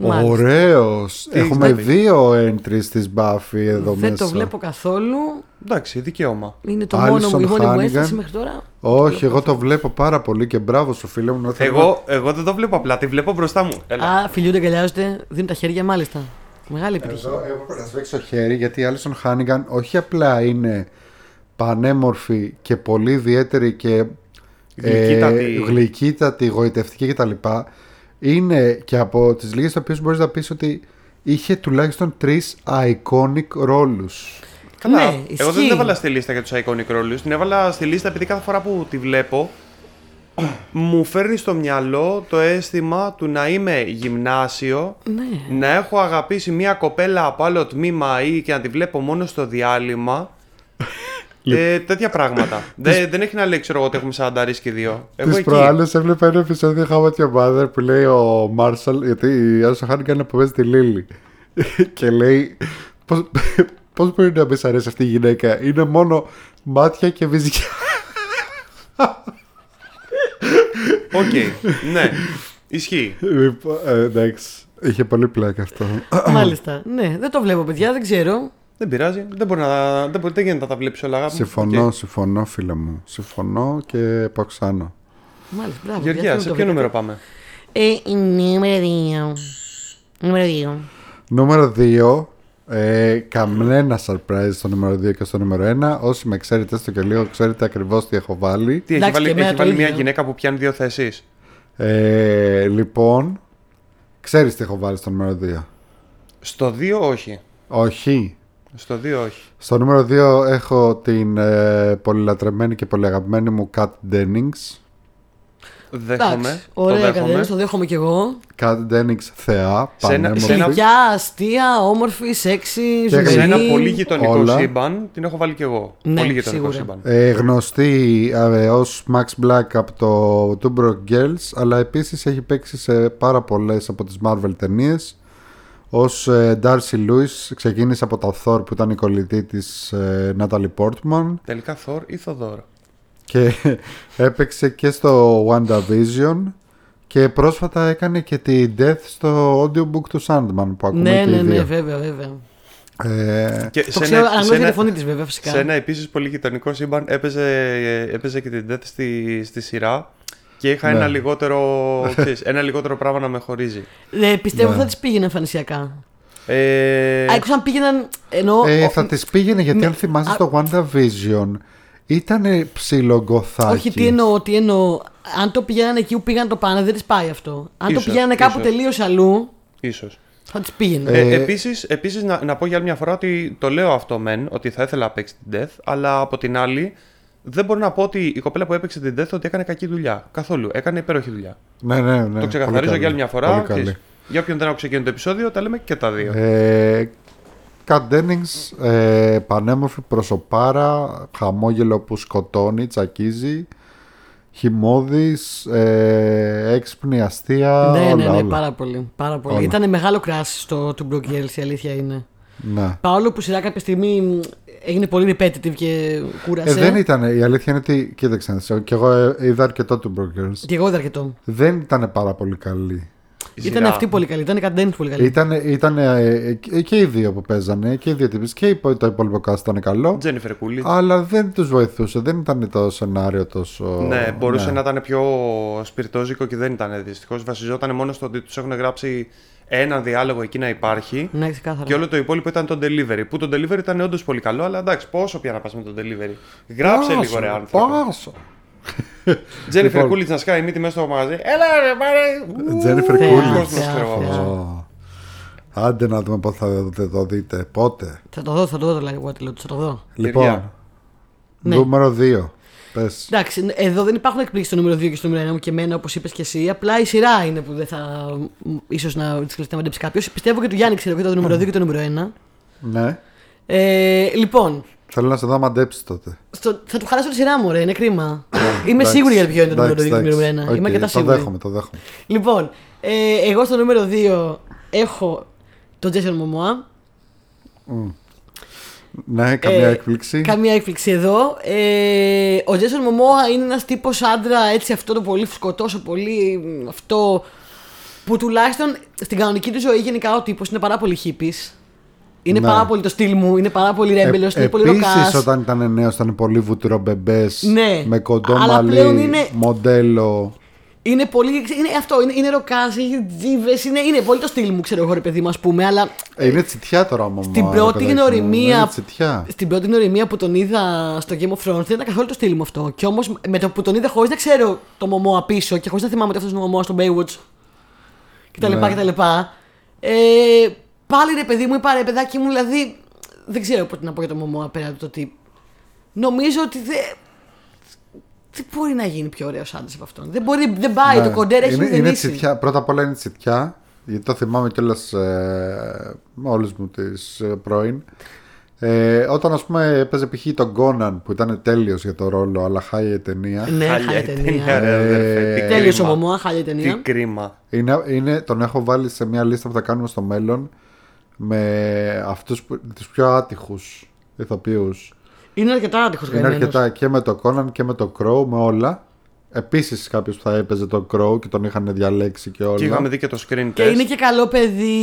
[SPEAKER 1] Μάλιστα.
[SPEAKER 2] Ωραίο. Έχουμε
[SPEAKER 3] Exactly.
[SPEAKER 2] δύο entries της Buffy εδώ
[SPEAKER 1] Δεν
[SPEAKER 2] μέσα.
[SPEAKER 1] το βλέπω καθόλου.
[SPEAKER 3] Εντάξει, δικαίωμα.
[SPEAKER 1] Είναι το
[SPEAKER 2] Άλισον
[SPEAKER 1] μόνο μου, η μόνη μου
[SPEAKER 2] Χάνιγκαν.
[SPEAKER 1] αίσθηση μέχρι τώρα.
[SPEAKER 2] Όχι, εγώ το βλέπω πάρα πολύ και μπράβο σου, φίλε μου. να θέλω-
[SPEAKER 3] Εγώ, εγώ δεν το βλέπω απλά, τη βλέπω μπροστά μου. Έλα.
[SPEAKER 1] Α, φιλιούνται, αγκαλιάζονται, δίνουν τα χέρια, μάλιστα. Μεγάλη επιτυχία.
[SPEAKER 2] Εδώ έπρεπε να σβήξω χέρι γιατί η Άλισον Χάνιγκαν όχι απλά είναι πανέμορφη και πολύ ιδιαίτερη και ε,
[SPEAKER 3] Γλυκύτατη.
[SPEAKER 2] γλυκύτατη, γοητευτική κτλ. Είναι και από τις λίγες οποίες μπορείς να πεις ότι είχε τουλάχιστον τρεις iconic ρόλους.
[SPEAKER 3] Ε, Καλά.
[SPEAKER 1] Ναι,
[SPEAKER 3] εγώ δεν
[SPEAKER 1] ισχύει.
[SPEAKER 3] την έβαλα στη λίστα για τους iconic roles. Την έβαλα στη λίστα επειδή κάθε φορά που τη βλέπω (clears throat) μου φέρνει στο μυαλό το αίσθημα του να είμαι γυμνάσιο,
[SPEAKER 1] Ναι.
[SPEAKER 3] να έχω αγαπήσει μια κοπέλα από άλλο τμήμα ή και να τη βλέπω μόνο
[SPEAKER 1] (laughs)
[SPEAKER 3] στο διάλειμμα. ε, τέτοια πράγματα. δεν, δεν έχει να λέει, ξέρω εγώ, ότι έχουμε 40 ρίσκοι δύο. Εγώ
[SPEAKER 2] Τη
[SPEAKER 3] εκεί.
[SPEAKER 2] προάλλες έβλεπα ένα επεισόδιο How Met Your Mother που λέει ο Μάρσαλ, γιατί η Άσο Χάνιγκαν που παίζει τη Λίλη. (laughs) και λέει, πώς, πώς μπορεί να μην σ' αρέσει αυτή η γυναίκα, είναι μόνο μάτια και βυζιά. (laughs)
[SPEAKER 1] (laughs)
[SPEAKER 3] Οκ. ναι. Ισχύει.
[SPEAKER 2] Λοιπόν, ε, εντάξει, είχε πολύ πλάκα αυτό.
[SPEAKER 1] (clears throat) Μάλιστα. Ναι, δεν το βλέπω, παιδιά, δεν ξέρω.
[SPEAKER 3] Δεν πειράζει. Δεν μπορεί να. Δεν, μπορεί, δεν γίνεται να τα βλέπεις όλα. αγάπη μου.
[SPEAKER 2] συμφωνώ,
[SPEAKER 3] Οκ.
[SPEAKER 2] συμφωνώ φίλε μου. Συμφωνώ και παοξάνω.
[SPEAKER 1] Μάλιστα, μπράβο. παιδιά,
[SPEAKER 3] Γεωργία,
[SPEAKER 1] δεν
[SPEAKER 3] σε
[SPEAKER 1] το
[SPEAKER 3] ποιο
[SPEAKER 1] βλέπω.
[SPEAKER 3] νούμero πάμε.
[SPEAKER 4] Eh, y número 2. Número 2.
[SPEAKER 2] Νούμερο 2. Ε, καμένα surprise στο νούμερο 2 και στο νούμερο 1. Όσοι με ξέρετε έστω και λίγο, ξέρετε ακριβώς τι έχω βάλει.
[SPEAKER 3] Τι, έχει
[SPEAKER 1] Εντάξει, και
[SPEAKER 3] βάλει,
[SPEAKER 1] εμένα
[SPEAKER 3] έχει
[SPEAKER 1] το
[SPEAKER 3] βάλει
[SPEAKER 1] ίδιο.
[SPEAKER 3] μια γυναίκα που πιάνει δύο θέσεις.
[SPEAKER 2] Ε, λοιπόν, ξέρεις τι έχω βάλει στο νούμερο 2.
[SPEAKER 3] Στο 2 όχι.
[SPEAKER 2] Όχι.
[SPEAKER 3] Στο 2 όχι.
[SPEAKER 2] Στο νούμερο 2 έχω την ε, πολυλατρεμένη και πολυαγαπημένη μου Kat Dennings.
[SPEAKER 3] Δέχομαι.
[SPEAKER 1] Εντάξει,
[SPEAKER 3] Το
[SPEAKER 1] Ωραία,
[SPEAKER 3] δέχομαι.
[SPEAKER 1] Κατερίνα, το δέχομαι κι εγώ.
[SPEAKER 2] Κάτ Ντένιξ θεά,
[SPEAKER 3] Σε ένα- σε ένα-
[SPEAKER 2] πανέμορφη.
[SPEAKER 1] Γλυκιά, αστεία, όμορφη, σεξι,
[SPEAKER 2] Και
[SPEAKER 1] ζωηρή.
[SPEAKER 3] Σε ένα πολύ γειτονικό
[SPEAKER 2] Όλα.
[SPEAKER 3] σύμπαν την έχω βάλει κι εγώ.
[SPEAKER 1] Ναι,
[SPEAKER 3] πολύ
[SPEAKER 1] σίγουρα.
[SPEAKER 3] γειτονικό σύμπαν.
[SPEAKER 2] Ε, γνωστή ε, ως Max Black από το Two Broke Girls αλλά επίσης έχει παίξει σε πάρα πολλές από τις Marvel ταινίες ως ε, Darcy Lewis ξεκίνησε από τα Thor που ήταν η κολλητή της ε, Natalie Portman
[SPEAKER 3] Τελικά Θόρ ή Θοδόρ.
[SPEAKER 2] και (laughs) έπαιξε και στο WandaVision και πρόσφατα έκανε και τη Death στο audiobook του Sandman που ακούμε
[SPEAKER 1] Ναι,
[SPEAKER 2] και
[SPEAKER 1] ναι,
[SPEAKER 2] οι
[SPEAKER 1] ναι,
[SPEAKER 2] δύο.
[SPEAKER 1] βέβαια, βέβαια.
[SPEAKER 2] Ε,
[SPEAKER 3] Και
[SPEAKER 1] Το ξέρω, αναγνωρίζετε τη φωνή της, βέβαια, φυσικά.
[SPEAKER 3] σε ένα επίσης πολύ γειτονικό σύμπαν έπαιζε, έπαιζε και την Death στη, στη σειρά και είχα
[SPEAKER 2] Ναι.
[SPEAKER 3] ένα, λιγότερο, ξέρεις, ένα λιγότερο πράγμα να με χωρίζει.
[SPEAKER 1] Ε, πιστεύω
[SPEAKER 2] Ναι.
[SPEAKER 1] θα της πήγαινε εμφανισιακά.
[SPEAKER 3] Ε,
[SPEAKER 1] Ε... Άκουσα αν πήγαιναν. Εννοώ.
[SPEAKER 2] Ε,
[SPEAKER 1] ο-
[SPEAKER 2] θα τις πήγαινε γιατί αν θυμάσαι το WandaVision ήταν ψιλογκοθάκι.
[SPEAKER 1] Όχι, τι εννοώ, τι εννοώ. Αν το πηγαίνανε εκεί που πήγαν το πάνε, δεν της πάει αυτό. Αν
[SPEAKER 3] Ίσως,
[SPEAKER 1] το πηγαίνανε κάπου
[SPEAKER 3] ίσως.
[SPEAKER 1] τελείως αλλού,
[SPEAKER 3] ίσως.
[SPEAKER 1] θα της πήγαινε.
[SPEAKER 3] Ε,
[SPEAKER 2] Ε,
[SPEAKER 3] επίσης, επίσης να, να πω για άλλη μια φορά ότι το λέω αυτό μεν, ότι θα ήθελα να παίξει την Death, αλλά από την άλλη δεν μπορώ να πω ότι η κοπέλα που έπαιξε την Death ότι έκανε κακή δουλειά. Καθόλου. Έκανε υπέροχη δουλειά.
[SPEAKER 2] Ναι, ναι, ναι.
[SPEAKER 3] το
[SPEAKER 2] πολύ
[SPEAKER 3] ξεκαθαρίζω
[SPEAKER 2] καλή,
[SPEAKER 3] για άλλη μια
[SPEAKER 2] πολύ
[SPEAKER 3] φορά.
[SPEAKER 2] καλή.
[SPEAKER 3] Ξέρεις, για όποιον δεν άκουσε εκείνο το επεισόδιο, τα λέμε και τα δύο.
[SPEAKER 2] Ε, Κατ Ντένιγκς, ε, πανέμορφη προσωπάρα, χαμόγελο που σκοτώνει, τσακίζει, χυμώδης, ε, έξυπνη αστεία,
[SPEAKER 1] ναι,
[SPEAKER 2] όλα,
[SPEAKER 1] ναι, ναι,
[SPEAKER 2] όλα.
[SPEAKER 1] πάρα πολύ. Πάρα πολύ.
[SPEAKER 2] Όλα.
[SPEAKER 1] Ήταν μεγάλο κράσι στο του Brook Yells, η αλήθεια είναι.
[SPEAKER 2] Ναι.
[SPEAKER 1] Παρόλο που η σειρά κάποια στιγμή μ, έγινε πολύ repetitive και κούρασε.
[SPEAKER 2] Ε, δεν ήταν, η αλήθεια είναι ότι, κοίταξε, να δεις, και εγώ ε, είδα αρκετό του Brokers.
[SPEAKER 1] Και εγώ είδα αρκετό.
[SPEAKER 2] Δεν ήταν πάρα πολύ καλή.
[SPEAKER 3] Η
[SPEAKER 1] Ήταν
[SPEAKER 3] σειρά.
[SPEAKER 1] αυτή πολύ καλή, ήταν η Καντένις πολύ καλή.
[SPEAKER 2] Ήταν, ήταν ε, και οι δύο που παίζανε, και οι δύο τύπες, και υπο- το υπόλοιπο cast ήταν καλό.
[SPEAKER 3] Τζένιφερ Κούλι.
[SPEAKER 2] Αλλά δεν τους βοηθούσε, δεν ήταν το σενάριο τόσο...
[SPEAKER 3] Ναι, μπορούσε να ήταν πιο σπιρτόζικο και δεν ήταν δυστυχώς. Βασιζόταν μόνο στο ότι τους έχουν γράψει ένα διάλογο εκεί να υπάρχει.
[SPEAKER 1] Ναι, ξεκάθαρα.
[SPEAKER 3] Και όλο το υπόλοιπο ήταν το delivery. Που το delivery ήταν όντως πολύ καλό, αλλά εντάξει, πόσο πια να πας με το delivery. Γράψε λίγο ρε άνθρωπο.
[SPEAKER 2] Πάσο.
[SPEAKER 3] Τζένιφερ
[SPEAKER 2] Λοιπόν. Ε,
[SPEAKER 3] Κούλιτ να σκάει μύτη μέσα στο μαγαζί. Έλα ρε, πάρε. Ου,
[SPEAKER 2] Τζένιφερ
[SPEAKER 1] θεά,
[SPEAKER 2] Κούλιτς.
[SPEAKER 1] θεά,
[SPEAKER 3] Κόσμος
[SPEAKER 1] θεά.
[SPEAKER 3] τρεβάμος.
[SPEAKER 2] Ω. Άντε να δούμε πότε θα το, το δείτε. Πότε.
[SPEAKER 1] Θα το δω, θα το δω το Like What Lot, θα το δω.
[SPEAKER 2] Λοιπόν,
[SPEAKER 1] Ναι.
[SPEAKER 2] νούμερο 2. Πες.
[SPEAKER 1] Εντάξει, εδώ δεν υπάρχουν εκπλήξεις στο νούμερο 2 και στο νούμερο 1 μου και εμένα, όπως είπες και εσύ. Απλά η σειρά είναι που δεν θα. ίσως να τη χρειαστεί να μαντέψει κάποιος. Πιστεύω και του Γιάννη ξέρω και το νούμερο 2 και το νούμερο 1.
[SPEAKER 2] Ναι.
[SPEAKER 1] Ε, λοιπόν,
[SPEAKER 2] Θέλω να σε δω μαντέψει τότε.
[SPEAKER 1] στο, θα του χαλάσω τη σειρά μου, ρε, είναι
[SPEAKER 2] (coughs)
[SPEAKER 1] κρίμα. Είμαι
[SPEAKER 2] Εντάξει.
[SPEAKER 1] σίγουρη για ποιο είναι το νούμερο 2
[SPEAKER 2] Εντάξει,
[SPEAKER 1] και το νούμερο 1. Είμαι
[SPEAKER 2] εντάξει. Οκ,
[SPEAKER 1] αρκετά
[SPEAKER 2] Το
[SPEAKER 1] σίγουρη.
[SPEAKER 2] δέχομαι, το δέχομαι.
[SPEAKER 1] Λοιπόν, ε, εγώ στο νούμερο 2 έχω τον Jason Momoa.
[SPEAKER 2] Ναι, καμία
[SPEAKER 1] Ε,
[SPEAKER 2] έκπληξη.
[SPEAKER 1] Καμία έκπληξη εδώ. Ε, ο Jason Momoa είναι ένας τύπος άντρα έτσι αυτό το πολύ φουσκωτό, ο πολύ μ, αυτό. που τουλάχιστον στην κανονική του ζωή γενικά ο τύπος είναι πάρα πολύ χύπη. Είναι
[SPEAKER 2] Ναι.
[SPEAKER 1] πάρα πολύ το στυλ μου, είναι πάρα πολύ ρέμπελο, είναι πολύ ροκάς.
[SPEAKER 2] Επίση, Ε, όταν ήταν νέος, ήταν πολύ βουτυρομπεμπέ.
[SPEAKER 1] Ναι.
[SPEAKER 2] Με κοντό
[SPEAKER 1] Αλλά
[SPEAKER 2] μαλλί,
[SPEAKER 1] πλέον είναι-
[SPEAKER 2] μοντέλο.
[SPEAKER 1] Είναι πολύ. Είναι αυτό, είναι, είναι ροκάς, έχει τζίβε, είναι, είναι πολύ το στυλ μου, ξέρω εγώ, ρε παιδί μου, ας πούμε. Αλλά
[SPEAKER 2] Ε, είναι τσιτιά τώρα όμω.
[SPEAKER 1] Στην πρώτη γνωριμία.
[SPEAKER 2] Ναι, Είναι τσιτιά.
[SPEAKER 1] Στην πρώτη γνωριμία που τον είδα στο Game of Thrones δεν ήταν καθόλου το στυλ μου αυτό. Και όμως με το που τον είδα χωρίς να ξέρω το μωμό απίσω και χωρίς να θυμάμαι ότι αυτός είναι ο μωμός στο Baywatch. Και τα λοιπά
[SPEAKER 2] Ναι.
[SPEAKER 1] και τα λοιπά. Ε, πάλι ρε παιδί μου, είπα ρε παιδάκι μου, δηλαδή. Δεν ξέρω πότε να πω για το μωμό απέναντι από το ότι. Νομίζω ότι δεν. Τι μπορεί να γίνει πιο ωραίο άντρας από αυτόν. Δεν, μπορεί, δεν πάει,
[SPEAKER 2] Ναι.
[SPEAKER 1] Ε, το κοντέρ έχει
[SPEAKER 2] είναι, είναι
[SPEAKER 1] μηδενίσει.
[SPEAKER 2] τσιτιά. Πρώτα απ' όλα είναι τσιτιά. Γιατί το θυμάμαι κιόλας ε, όλε μου τις ε, πρώην. Ε, όταν ας πούμε έπαιζε π.χ. τον Κόναν που ήταν τέλειος για το ρόλο, αλλά χάει η ταινία.
[SPEAKER 1] Ναι,
[SPEAKER 3] Χάλια
[SPEAKER 1] χάλια
[SPEAKER 3] η ταινία,
[SPEAKER 1] ταινία.
[SPEAKER 3] ρε, αδερφέ, τι
[SPEAKER 2] Ε,
[SPEAKER 1] Τέλειος ο
[SPEAKER 3] κρίμα.
[SPEAKER 1] Μωμόα, χάλια
[SPEAKER 3] Τι
[SPEAKER 1] ταινία.
[SPEAKER 3] κρίμα.
[SPEAKER 2] Είναι, είναι, τον έχω βάλει σε μια λίστα που θα κάνουμε στο μέλλον με αυτούς που, τους πιο άτυχους ηθοποιούς.
[SPEAKER 1] Είναι αρκετά άτυχος
[SPEAKER 2] Είναι
[SPEAKER 1] γραμμένος.
[SPEAKER 2] αρκετά και με το Conan και με το Crow, με όλα. Επίσης κάποιος που θα έπαιζε το Crow και τον είχαν διαλέξει και όλα.
[SPEAKER 3] Και είχαμε δει και το screen
[SPEAKER 1] Και
[SPEAKER 3] test.
[SPEAKER 1] είναι και καλό παιδί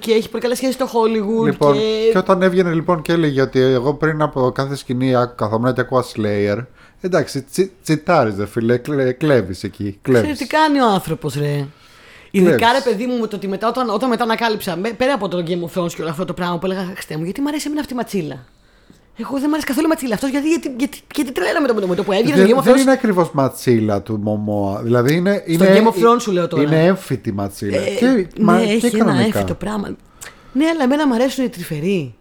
[SPEAKER 1] και έχει πολύ καλές σχέσεις στο Hollywood.
[SPEAKER 2] Λοιπόν,
[SPEAKER 1] και...
[SPEAKER 2] και... όταν έβγαινε λοιπόν και έλεγε ότι εγώ πριν από κάθε σκηνή άκου- καθόμουν και ακούω Slayer. Εντάξει, τσι, τσιτάριζε φίλε, κλε, κλέβεις εκεί.
[SPEAKER 1] Ξέρεις
[SPEAKER 2] Κλέβεις.
[SPEAKER 1] τι κάνει ο άνθρωπος, ρε. Ειδικά ρε
[SPEAKER 2] Βλέπεις.
[SPEAKER 1] παιδί μου, το ότι μετά, όταν, όταν μετά ανακάλυψα, με- πέρα από το Game of Thrones και όλο αυτό το πράγμα που έλεγα, Χριστέ μου, γιατί μου αρέσει εμένα αυτή η ματσίλα. Εγώ δεν μου αρέσει καθόλου η ματσίλα αυτός, γιατί, γιατί, γιατί, γιατί τρέλα με το, με το, με το που έβγαινε στο
[SPEAKER 2] Δεν,
[SPEAKER 1] Game of
[SPEAKER 2] δεν
[SPEAKER 1] Thrones.
[SPEAKER 2] είναι ακριβώς ματσίλα του Μωμόα. Δηλαδή είναι. είναι
[SPEAKER 1] Game of Thrones σου λέω τώρα.
[SPEAKER 2] Είναι έμφυτη ματσίλα.
[SPEAKER 1] Ε,
[SPEAKER 2] και, μα,
[SPEAKER 1] ναι,
[SPEAKER 2] και
[SPEAKER 1] έχει ένα
[SPEAKER 2] κανονικά.
[SPEAKER 1] έφυτο πράγμα. Ναι, αλλά εμένα μου αρέσουν οι τρυφεροί.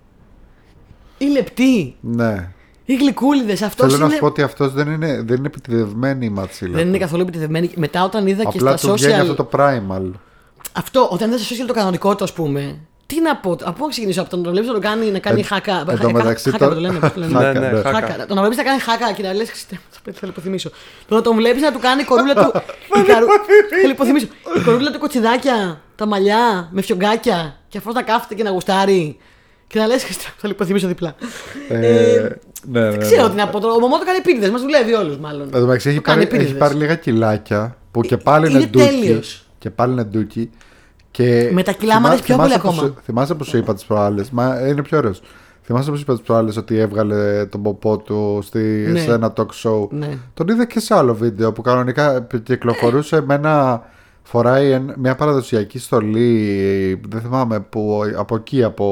[SPEAKER 1] Οι λεπτοί.
[SPEAKER 2] Ναι.
[SPEAKER 1] Οι Οι γλυκούλιδες, αυτός
[SPEAKER 2] Θέλω
[SPEAKER 1] είναι.
[SPEAKER 2] να σου πω ότι αυτός δεν είναι, δεν είναι επιτυδευμένη η ματσίλα.
[SPEAKER 1] Δεν
[SPEAKER 2] του.
[SPEAKER 1] είναι καθόλου επιτεθειμένη. Μετά όταν είδα και
[SPEAKER 2] Απλά
[SPEAKER 1] στα
[SPEAKER 2] του
[SPEAKER 1] social.
[SPEAKER 2] βγαίνει αυτό το primal.
[SPEAKER 1] Αυτό, όταν είδα στα social το κανονικό του, ας πούμε. Τι να πω, από πού να ξεκινήσω, από το να το βλέπεις να το κάνει να κάνει χάκα.
[SPEAKER 2] Ε, εν τω
[SPEAKER 1] χάκα-
[SPEAKER 2] μεταξύ
[SPEAKER 1] χάκα
[SPEAKER 2] το-
[SPEAKER 1] το λένε, πώς το λένε.
[SPEAKER 2] Χάκα,
[SPEAKER 3] Ναι, ναι,
[SPEAKER 2] ναι.
[SPEAKER 3] χάκα.
[SPEAKER 1] Χάκα. Το να βλέπεις να κάνει χάκα και να λες. Θα λιποθυμίσω. Το να τον βλέπεις να του κάνει η κορούλα
[SPEAKER 2] (laughs)
[SPEAKER 1] του. η καρου- Θα λιποθυμίσω. Η κορούλα του κοτσιδάκια, τα μαλλιά, με φιωγκάκια. Και αυτός να κάθεται και να γουστάρει. Και να λες, θα λιποθυμίσω διπλά.
[SPEAKER 2] Ε,
[SPEAKER 1] Ε,
[SPEAKER 2] ναι, ναι,
[SPEAKER 1] Δεν ξέρω
[SPEAKER 2] ναι.
[SPEAKER 1] τι να πω τώρα. Ο Μωμό το κάνει επίτηδες, μας δουλεύει όλους μάλλον.
[SPEAKER 2] Εν τω μεταξύ έχει
[SPEAKER 1] Το κάνει
[SPEAKER 2] πάρει, έχει
[SPEAKER 1] επίτηδες.
[SPEAKER 2] πάρει λίγα κιλάκια που και πάλι είναι,
[SPEAKER 1] είναι
[SPEAKER 2] ντούκι.
[SPEAKER 1] τέλειος.
[SPEAKER 2] Και πάλι είναι ντούκι. Και
[SPEAKER 1] Με τα κιλά
[SPEAKER 2] θυμά-
[SPEAKER 1] μάδες πιο
[SPEAKER 2] θυμάσαι
[SPEAKER 1] πολύ
[SPEAKER 2] που σου-
[SPEAKER 1] ακόμα.
[SPEAKER 2] Θυμάσαι που σου είπα τις προάλλες. Μα είναι πιο ωραίος. Θυμάσαι που σου είπα τις προάλλες ότι έβγαλε τον ποπό του στη,
[SPEAKER 1] Ναι.
[SPEAKER 2] σε ένα talk show.
[SPEAKER 1] Ναι.
[SPEAKER 2] Τον είδα και σε άλλο βίντεο που κανονικά κυκλοφορούσε με ένα. Φοράει εν- μια παραδοσιακή στολή, δεν θυμάμαι, που από εκεί, από